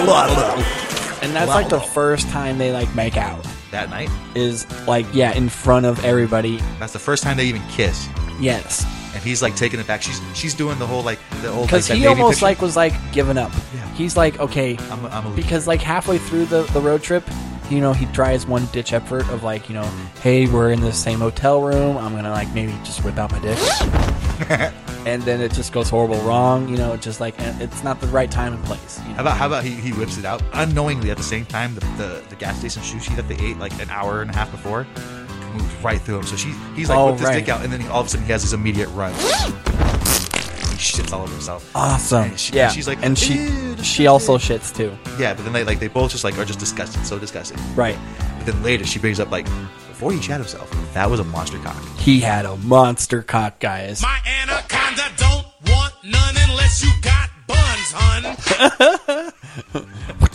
And that's like the first time they like make out. That night is like yeah, in front of everybody. That's the first time they even kiss. Yes. And he's like taking it back. She's she's doing the whole like the old Because like, that he baby almost picture. like was like giving up. He's like, okay, because like halfway through the, the road trip, you know, he tries one ditch effort of like, you know, hey, we're in the same hotel room. I'm gonna like maybe just whip out my *laughs* dick, and then it just goes horrible wrong. You know, it just like and it's not the right time and place. You know? How about how about he, he whips it out unknowingly at the same time the, the, the gas station sushi that they ate like an hour and a half before moves right through him. So she he's like Oh, whipped his right. dick out and then he, all of a sudden he has his immediate run. he shits all over himself. awesome? And she- yeah. She's like and she she also shits too. yeah, but then they like they both just like are just disgusted, so disgusted. Right. But then later she brings up like before he shot himself, that was a monster cock. He had a monster cock, guys. My anaconda don't want none unless you got buns, hun.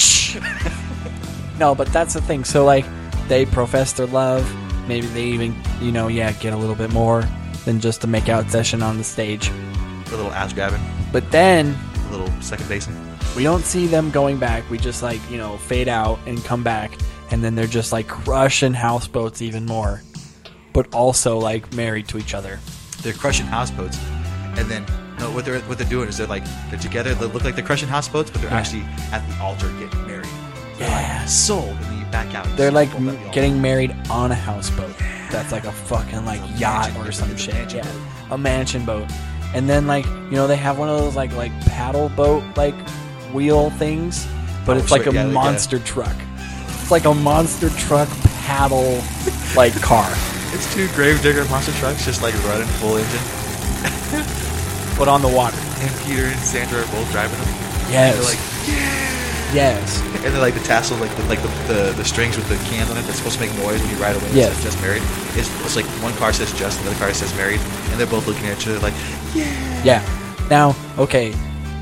*laughs* No, but that's the thing. So like they profess their love. Maybe they even you know yeah get a little bit more than just a make out session on the stage. A little ass grabbing. But then A little second baseman. we don't see them going back. We just like you know fade out and come back, and then they're just like crushing houseboats even more, but also like married to each other. They're crushing houseboats, and then no, what they're what they're doing is they're like they're together. They look like they're crushing houseboats, but they're Yeah. actually at the altar getting married. They're like sold, and then you back out. They're like m- getting married on a houseboat. That's like a fucking like yacht or some shit. Yeah, a mansion boat. And then like you know they have one of those like like paddle boat like wheel things, but Oh, it's sure, like a yeah, like a- monster truck. It's like a monster truck paddle like car, It's two Gravedigger monster trucks just like running full engine, but on the water. and Peter and Sandra are both driving them. Yes. They're like Yes. And then like the tassel, like the like the, the, the strings with the can on it that's supposed to make noise when you ride away. Yes. It says just married. It's, it's like one car says just, and the other car says married, and they're both looking at each other like, Yeah. Now, okay,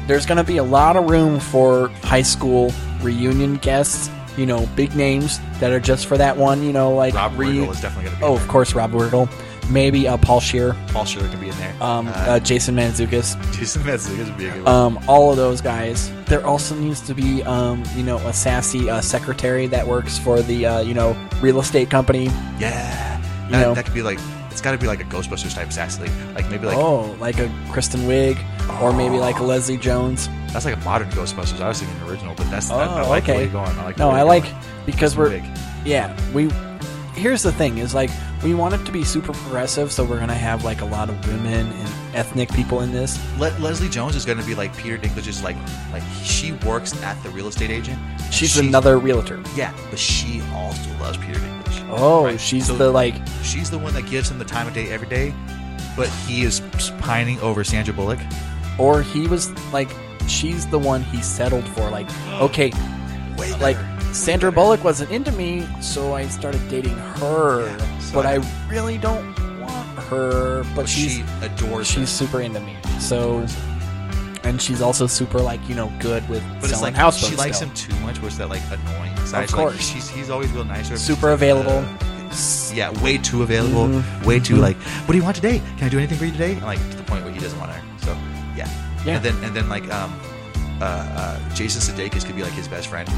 there's going to be a lot of room for high school reunion guests, you know, big names that are just for that one, you know, like Rob Riggle is definitely gonna be Oh, there. of course, Rob Riggle. Maybe uh, Paul Shear. Paul Shearer can be in there. Um, uh, Jason Manzukis. Jason Mantzoukas would be a good one. Um, all of those guys. There also needs to be, um, you know, a sassy uh, secretary that works for the, uh, you know, real estate company. yeah. You That, know. that could be like it's got to be like a Ghostbusters type sassy, like, like maybe like oh, like a Kristen Wiig, or maybe like a Leslie Jones. that's like a modern Ghostbusters. I was thinking original, but that's I, I Oh, like where okay. you're going. I like no, where I you're like going. because It's we're big. yeah. We here's the thing is like we want it to be super progressive, so we're gonna have like a lot of women and ethnic people in this. Le- Leslie Jones is going to be like Peter Dinklage's like like she works at the real estate agent. She's, another realtor. Yeah, but she also loves Peter Dinklage. Oh, she's the like She's the one that gives him the time of day every day, but he is pining over Sandra Bullock. or he was like she's the one he settled for. *gasps* Like okay, like Sandra Bullock wasn't into me, so I started dating her. but I, really don't want her. But, she's, she adores. She's super into me. So. And she's also super, like you know, good with But it's selling like houseboats. she likes still. him too much, was that like annoying? side. Like, course. she's he's always real nice. to her, but super she's like, available. uh, yeah, way too available. Way too Mhm. like, what do you want today? Can I do anything for you today? And like to the point where he doesn't want her. So yeah, Yeah. And then and then like um, uh, uh, Jason Sudeikis could be like his best friend.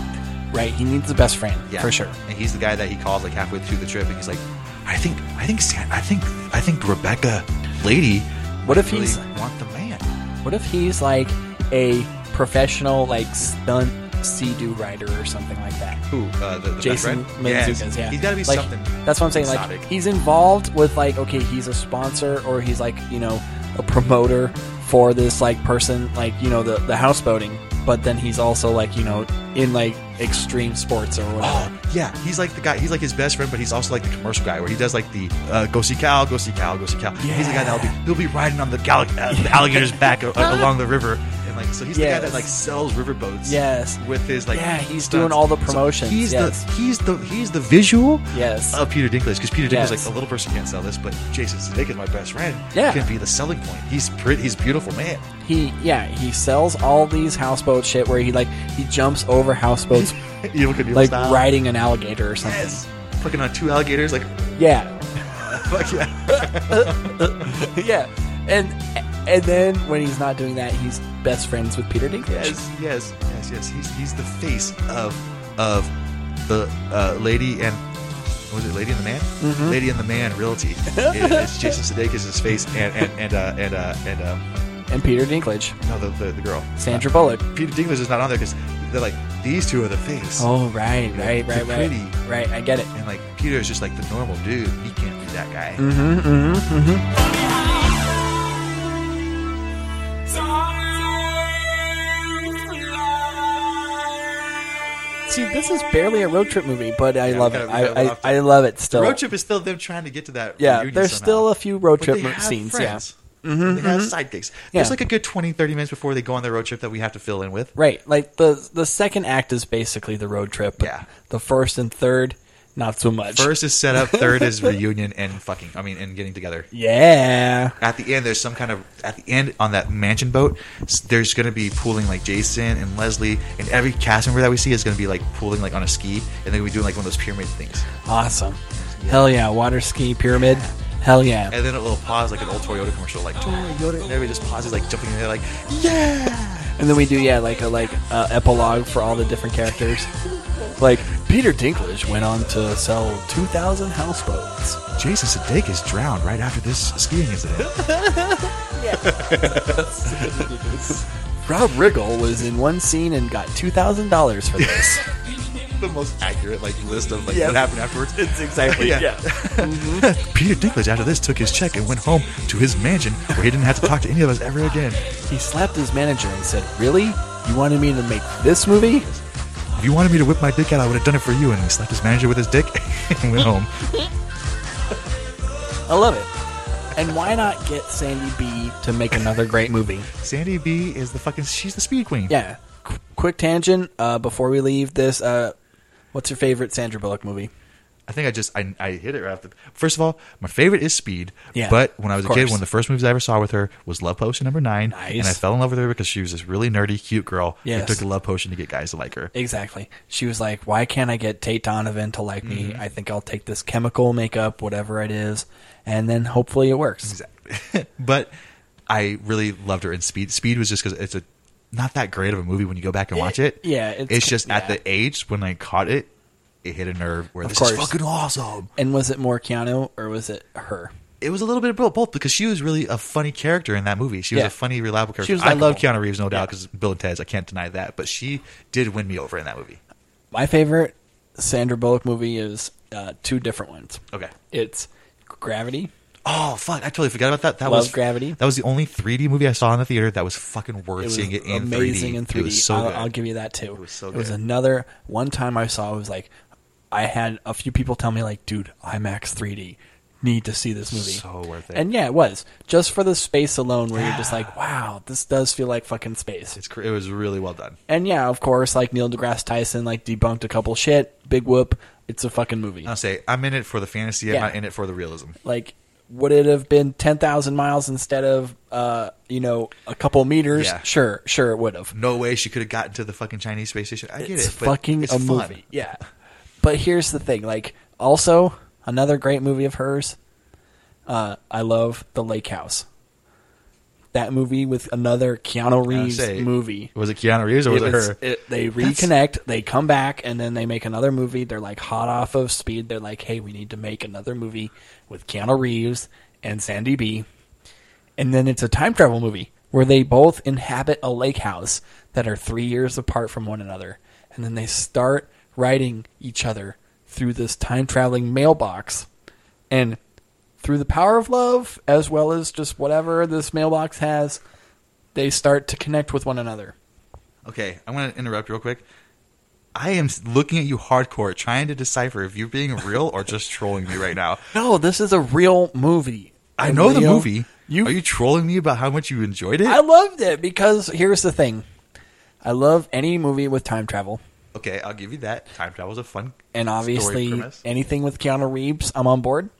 Right, he needs a best friend Yeah, for sure. And he's the guy that he calls like halfway through the trip, and he's like, I think I think San- I think I think Rebecca, lady, What if really he's want the man? What if he's like a professional like stunt sea-doo rider or something like that? Who? Uh, the, the Jason best friend? Mantzoukas, Yes. yeah. He's got to be Like, something. That's what I'm saying. exotic. Like he's involved with like okay, he's a sponsor or he's like you know a promoter for this like person like you know the the houseboating, but then he's also like you know in like extreme sports or Oh. whatever. Yeah, he's like the guy. He's like his best friend, but he's also like the commercial guy where he does like the uh, go see Cal, go see Cal, go see Cal. He's the guy that'll be he'll be riding on the, gal- *laughs* uh, the alligator's back a- a- along the river, and like so he's the guy Yes. that like sells riverboats. Yes. with his like Yeah, he's stunts. doing all the So promotions, he's yes. the he's the he's the visual. Yes. of Peter Dinklage because Peter Dinklage Yes. like the little person can't sell this, but Jason Sudeikis, my best friend, Yeah. can be the selling point. He's pretty. He's beautiful man. *laughs* He yeah he sells all these houseboat shit where he like he jumps over *laughs* houseboats You look at like riding an alligator or something. Yes. Fucking on two alligators, like *laughs* Yeah, *laughs* fuck yeah. yeah, and And then when he's not doing that, he's best friends with Peter Dinklage. Yes, yes, yes, yes. He's he's the face of of the uh, lady and what was it Lady and the Man? Mhm. Lady and the *laughs* Man Realty. It- it's Jason Sudeikis' face and and and uh, and uh, and um, and Peter Dinklage. No, the the, the girl Sandra Bullock. Peter Dinklage is not on there because they're like these two are the face. Oh, right, You know, right, they're right, right. pretty. Right, I get it. And like Peter is just like the normal dude. He can't be that guy. Mm-hmm, mm-hmm, mm-hmm. See, this is barely a road trip movie, but I love it. I, I, I love it still. Road Trip is still them trying to get to that. Yeah, reunion there's somehow. still a few road But trip they mo- have scenes, friends. yeah. Mhm, They have mhm. sidekicks. Yeah. There's like a good 20, 30 minutes before they go on their road trip that we have to fill in with. Right. Like the the second act is basically the road trip. But yeah. The first and third, not so much. First is set up, *laughs* third is reunion and fucking. I mean, and getting together. Yeah. At the end, there's some kind of at the end on that mansion boat. s- There's going to be pooling like Jason and Leslie, and every cast member that we see is going to be like pooling like on a ski, and they're going to be doing like one of those pyramid things. Awesome. Hell yeah. Water ski pyramid. Hell yeah. And then a little pause, like an old Toyota commercial, like Toyota, and everybody just pauses, like jumping in there, like And then we do yeah like a like uh, epilogue for all the different characters. Like Peter Dinklage went on to sell 2,000 houseboats. Jason Sudeikis drowned right after this skiing incident. Rob Riggle was in one scene and got two thousand dollars for this. *laughs* the most accurate like list of like Yeah. what happened afterwards. *laughs* It's exactly- yeah. Peter Dinklage after this took his check and went home to his mansion where he didn't have to talk to any of us ever again. He slapped his manager and said, "Really? You wanted me to make this movie?" If you wanted me to whip my dick out, I would have done it for you. And he slapped his manager with his dick *laughs* and went home. I love it. And why not get Sandy B to make another great movie? Sandy B is the fucking she's the speed queen. Yeah. Qu- quick tangent. Uh, before we leave this, uh, what's your favorite Sandra Bullock movie? I think I just I, I hit it right off the. First of all, my favorite is Speed. Yeah, But when I was a of kid, course. one of the first movies I ever saw with her was Love Potion number nine, and I Nice. fell in love with her because she was this really nerdy, cute girl Yes. who took a love potion to get guys to like her. Exactly. Mm-hmm. She was like, "Why can't I get Tate Donovan to like me? I think I'll take this chemical makeup, whatever it is, and then hopefully it works." but I really loved her in Speed. Speed was just because it's a not that great of a movie when you go back and watch it. yeah, it's, it's- just at the age when I caught it, it hit a nerve where Of this course. is fucking awesome. And was it more Keanu or was it her? It was a little bit of both both because she was really a funny character in that movie. She was Yeah. a funny, reliable character. She was I love likable. Keanu Reeves, no doubt, because Bill and Ted's. I can't deny that. But she did win me over in that movie. My favorite Sandra Bullock movie is uh, two different ones. Okay. It's Gravity. Oh fuck! I totally forgot about that. That Love was Gravity. That was the only 3D movie I saw in the theater that was fucking worth It was seeing it in amazing 3D. in 3D. It was so I'll, good. I'll give you that too. It was so It was good. another one time I saw. It was like I had a few people tell me like, "Dude, IMAX 3D, need to see this movie." So worth it. And yeah, it was just for the space alone, where you're just like, "Wow, this does feel like fucking space." It's cr- it was really well done. And yeah, of course, like Neil deGrasse Tyson like debunked a couple shit. Big whoop. It's a fucking movie. I'll say I'm in it for the fantasy. I'm Yeah. not in it for the realism. like would it have been 10,000 miles instead of uh you know a couple meters Yeah. sure sure it would have No way she could have gotten to the fucking Chinese space station. I get it's it. But fucking it's a fun. movie yeah but here's the thing like also another great movie of hers uh i love the lake house that movie with another keanu I'll reeves say, movie Was it Keanu Reeves or was it, was- her? it- they That's- reconnect, they come back, and then they make another movie. They're like hot off of speed. They're like, hey, we need to make another movie with Keanu Reeves and Sandy B. And then it's a time travel movie where they both inhabit a lake house that are three years apart from one another. And then they start writing each other through this time traveling mailbox. And through the power of love, as well as just whatever this mailbox has, they start to connect with one another. Okay, I'm going to interrupt real quick. I am s- looking at you hardcore, trying to decipher if you're being real or just trolling me *laughs* right now. No, this is a real movie. I A know the real- movie. Are you trolling me about how much you enjoyed it? I loved it because here's the thing. I love any movie with time travel. okay, I'll give you that. Time travel's a fun And story obviously premise. anything with Keanu Reeves, I'm on board.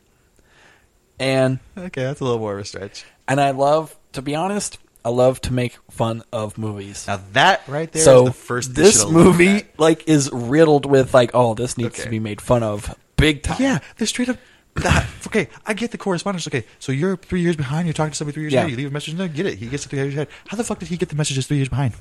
And Okay, that's a little more of a stretch. and I love to be honest, I love to make fun of movies. Now that right there is so the first they this should've looked movie at. like is riddled with like, oh, this needs Okay. to be made fun of big time. Yeah, they're straight up that, okay, I get the correspondence. Okay, so you're three years behind. You're talking to somebody three years Yeah. ahead. You leave a message in there. Get it. He gets it three years ahead. How the fuck did he get the messages three years behind?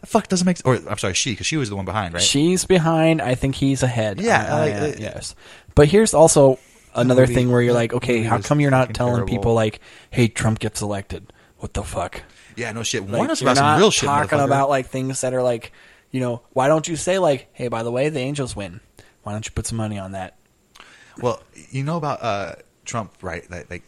The fuck doesn't make. Or I'm sorry, she because she was the one behind, right? She's behind. I think he's ahead. Yeah, I- I- like, I- uh, yes. But here's also another movie- thing where you're that like, okay, movie how was come you're not fucking telling terrible. people like, hey, Trump gets elected? What the fuck? Yeah, no shit. Warn Like, us you're about some not real shit, Talking motherfucker. about like things that are like, you know, why don't you say like, hey, by the way, the Angels win. Why don't you put some money on that? Well, you know about uh, Trump, right? Like, like,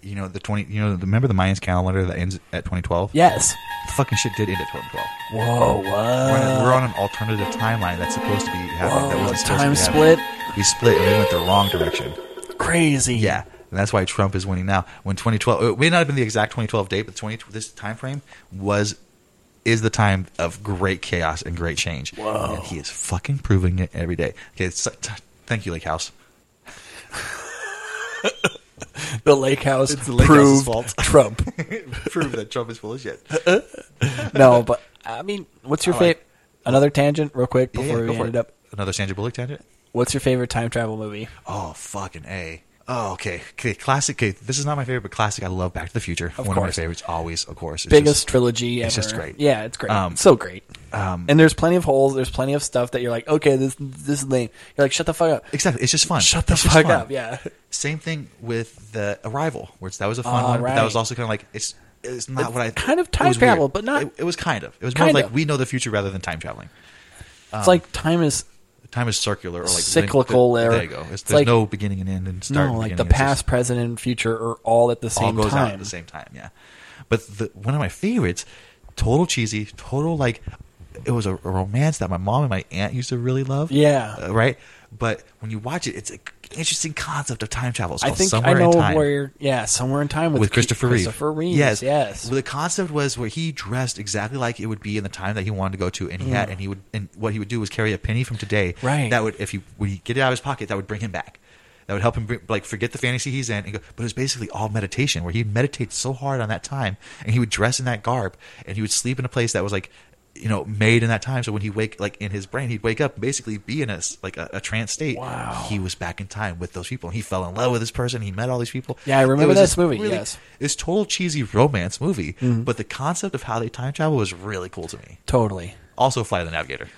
you know the twenty. You know, remember the Mayans calendar that ends at twenty twelve? Yes. The fucking shit did end at twenty twelve. Whoa, what? We're on, we're on an alternative timeline that's supposed to be happening. that Whoa, wasn't supposed Oh, time to be happening. We split and we went the wrong direction. Crazy. Yeah. And that's why Trump is winning now. When 2012, it may not have been the exact 2012 date, but 20 this time frame was is the time of great chaos and great change. Whoa. And he is fucking proving it every day. Okay, it's, t- thank you, Lake House. The lake house It's the Lake proved House's fault. *laughs* Trump. *laughs* Prove that Trump is full of *laughs* shit. *laughs* no, but I mean, what's your I like- favorite? Another tangent, real quick, Yeah, yeah, before go we for end it it. up. Another Sandra Bullock tangent? What's your favorite time travel movie? Oh, fucking A. Oh, okay. Okay, classic. Okay, this is not my favorite, but classic. I love Back to the Future. Of One of my course. favorites, always, of course. It's Biggest just- trilogy ever. It's just great. Yeah, it's great. Um, so great. um, and there's plenty of holes. There's plenty of stuff that you're like, okay, this this is lame. You're like, shut the fuck up. Exactly. It's just fun. Shut the It's just fuck fun. up. Yeah. Same thing with the Arrival, which that was a fun All one, but that was Ah, right. also kind of like it's it's not It's what I kind of it time was travel, weird. but not- It, it was kind of. It was more of Kind like of. we know the future rather than time traveling. Um, it's like time is time is circular or like lin- cyclical. There, or- there you go. It's, it's there's like- no beginning and end and start. No, and like the beginning. It's just- past, present, and future are all at the same all goes time. out at the same time. Yeah, but the, one of my favorites, total cheesy, total like it was a, a romance that my mom and my aunt used to really love. Yeah. uh, right. But when you watch it, it's an interesting concept of time travel. It's I called think I Somewhere in know Time where you're. Yeah, somewhere in time with, with Ke- Christopher Reeve. Christopher Reeve. Yes, yes. Well, the concept was where he dressed exactly like it would be in the time that he wanted to go to, and he had, Mm. and he would, and what he would do was carry a penny from today. Right. That would, if he would he get it out of his pocket, that would bring him back. That would help him bring, like forget the fantasy he's in. And go, but it was basically all meditation, where he meditates so hard on that time, and he would dress in that garb, and he would sleep in a place that was like. You know, made in that time. So when he wake, like in his brain, he'd wake up, and basically be in a s- like a, a trance state. Wow. He was back in time with those people. He fell in love with this person. He met all these people. Yeah, I It remember was this just movie, really- yes. Mm-hmm. it's total cheesy romance movie, but the concept of how they time travel was really cool to me. Totally. Also, Flight of the Navigator.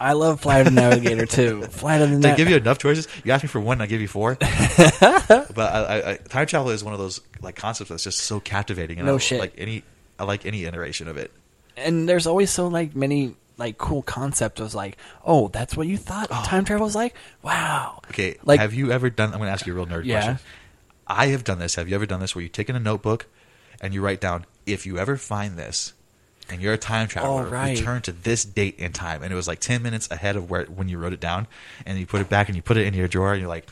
I love Flight of the *laughs* Navigator too. Flight of the They Navigator. give you enough choices. You ask me for one, and I give *laughs* you four. but I, I, I, time travel is one of those like concepts that's just so captivating. And No I, shit. Like any, I like any iteration of it. and there's always so like many like cool concepts of like, oh, that's what you thought time travel was like. Wow. Okay, Like- have you ever done? I'm going to ask you a real nerd Yeah. question. I have done this. Have you ever done this? Where you take in a notebook and you write down if you ever find this, and you're a time traveler, right. return to this date in time, and it was like ten minutes ahead of where when you wrote it down, and you put it back and you put it in your drawer, and you're like,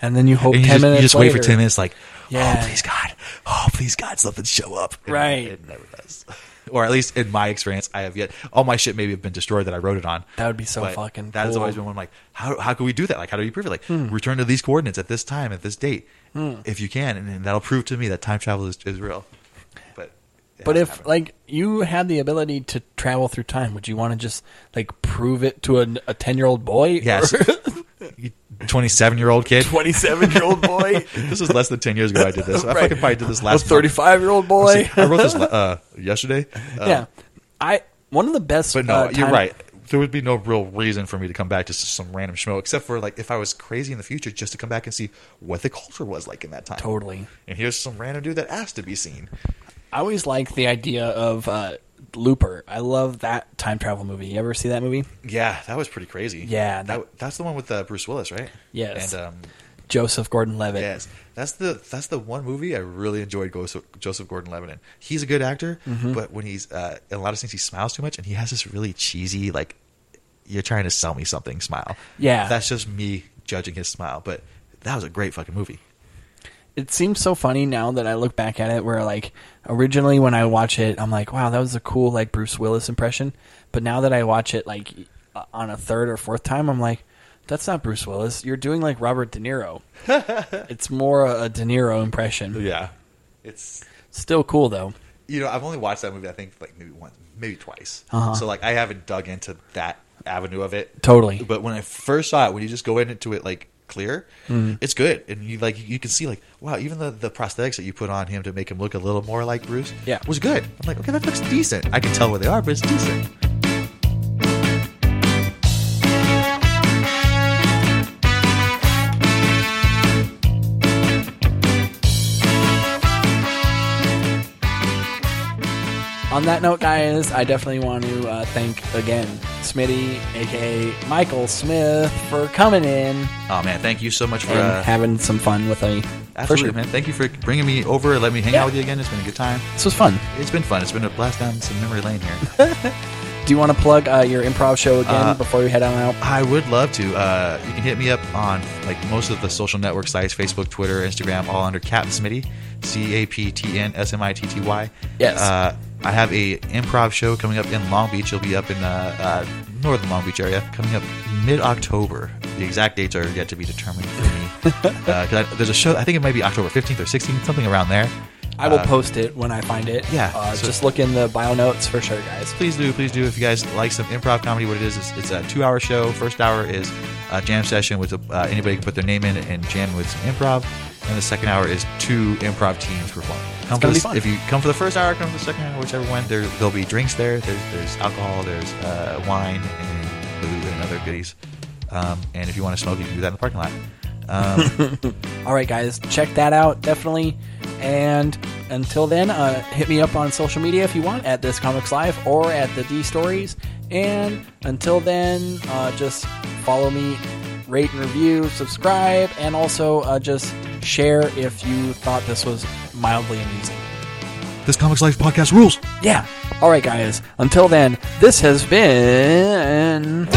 And then you hope and you ten just, minutes. you just wait for later. ten minutes, like, Yeah. oh please God, oh please God, something show up, And Right. It never does. *laughs* Or at least in my experience, I have yet all my shit maybe have been destroyed that I wrote it on. That would be so But fucking That has cool. always been one like how how can we do that? Like how do you prove it? Like return to these coordinates at this time at this date Hmm. if you can, and, and that'll prove to me that time travel is, is real. But it But hasn't if happened. like you had the ability to travel through time, would you want to just like prove it to an- a ten year old boy? *laughs* yes, twenty seven year old kid, *laughs* twenty seven year old boy, *laughs* this was less than ten years ago. I did *laughs* this. I Right. fucking probably did this a *laughs* last thirty month. five year old Let's boy. *laughs* see, I *laughs* wrote this uh, yesterday. Uh, yeah, I one of the best. But no, uh, you're time- right. There would be no real reason for me to come back to s- some random schmo, except for like if I was crazy in the future, just to come back and see what the culture was like in that time. Totally. And here's some random dude that asked to be seen. I always like the idea of uh, Looper. I love that time travel movie. You ever see that movie? Yeah, that was pretty crazy. Yeah, that, that- that's the one with uh, Bruce Willis, right? Yes. And um, Joseph Gordon Levitt. yes, that's the that's the one movie I really enjoyed. Joseph, Joseph Gordon-Levitt. in. He's a good actor, Mhm. but when he's uh, in a lot of things, he smiles too much, and he has this really cheesy like, "You're trying to sell me something." Smile. Yeah. that's just me judging his smile, but that was a great fucking movie. it seems so funny now that I look back at it where like originally when I watch it I'm like wow that was a cool like Bruce Willis impression but now that I watch it like uh, on a third or fourth time I'm like that's not Bruce Willis you're doing like Robert De Niro it's more a De Niro impression Yeah, it's still cool though you know I've only watched that movie I think like maybe once, maybe twice. Uh-huh. So like I haven't dug into that avenue of it Totally. But when I first saw it, when you just go into it like clear, Mhm. it's good. And you like you can see like wow, even the, the prosthetics that you put on him to make him look a little more like Bruce, yeah, was good. I'm like okay, that looks decent. I can tell where they are, but it's decent. On that note, guys, I definitely want to uh, thank again Smitty, aka Michael Smith, for coming in Oh man, thank you so much for and uh, having some fun with me. absolutely, sure. man. Thank you for bringing me over and letting me hang out with you again. It's been a good time. This was fun. It's been fun. It's been a blast down some memory lane here. Do you want to plug uh, your improv show again Uh, before we head on out? I would love to. Uh, you can hit me up on like most of the social network sites: Facebook, Twitter, Instagram, all under Captain Smitty, C A P T N S M I T T Y. Yes. Uh, I have a improv show coming up in Long Beach. It'll be up in uh, uh, northern Long Beach area coming up mid October. The exact dates are yet to be determined for me. uh, 'cause I, there's a show. I think it might be October 15th or 16th, something around there. I will Uh, post it when I find it. Yeah, Uh, so- just look in the bio notes for sure, guys. Please do, please do. If you guys like some improv comedy, what it is, is it's a two hour show. First hour is a jam session with uh, anybody can put their name in and jam with some improv. And the second hour is two improv teams performing. Come for gonna the, be fun. If you come for the first hour, come for the second hour, whichever one. There, there'll be drinks there. There's, there's alcohol, there's uh, wine, and booze, and other goodies. Um, and if you want to smoke, you can do that in the parking lot. Um, All right, guys, check that out definitely. And until then, uh, hit me up on social media if you want at this comics live or at the D stories. And until then, uh, just follow me, rate and review, subscribe, and also uh, just share if you thought this was mildly amusing. this Comics Life podcast rules. Yeah. All right, guys. Until then, this has been.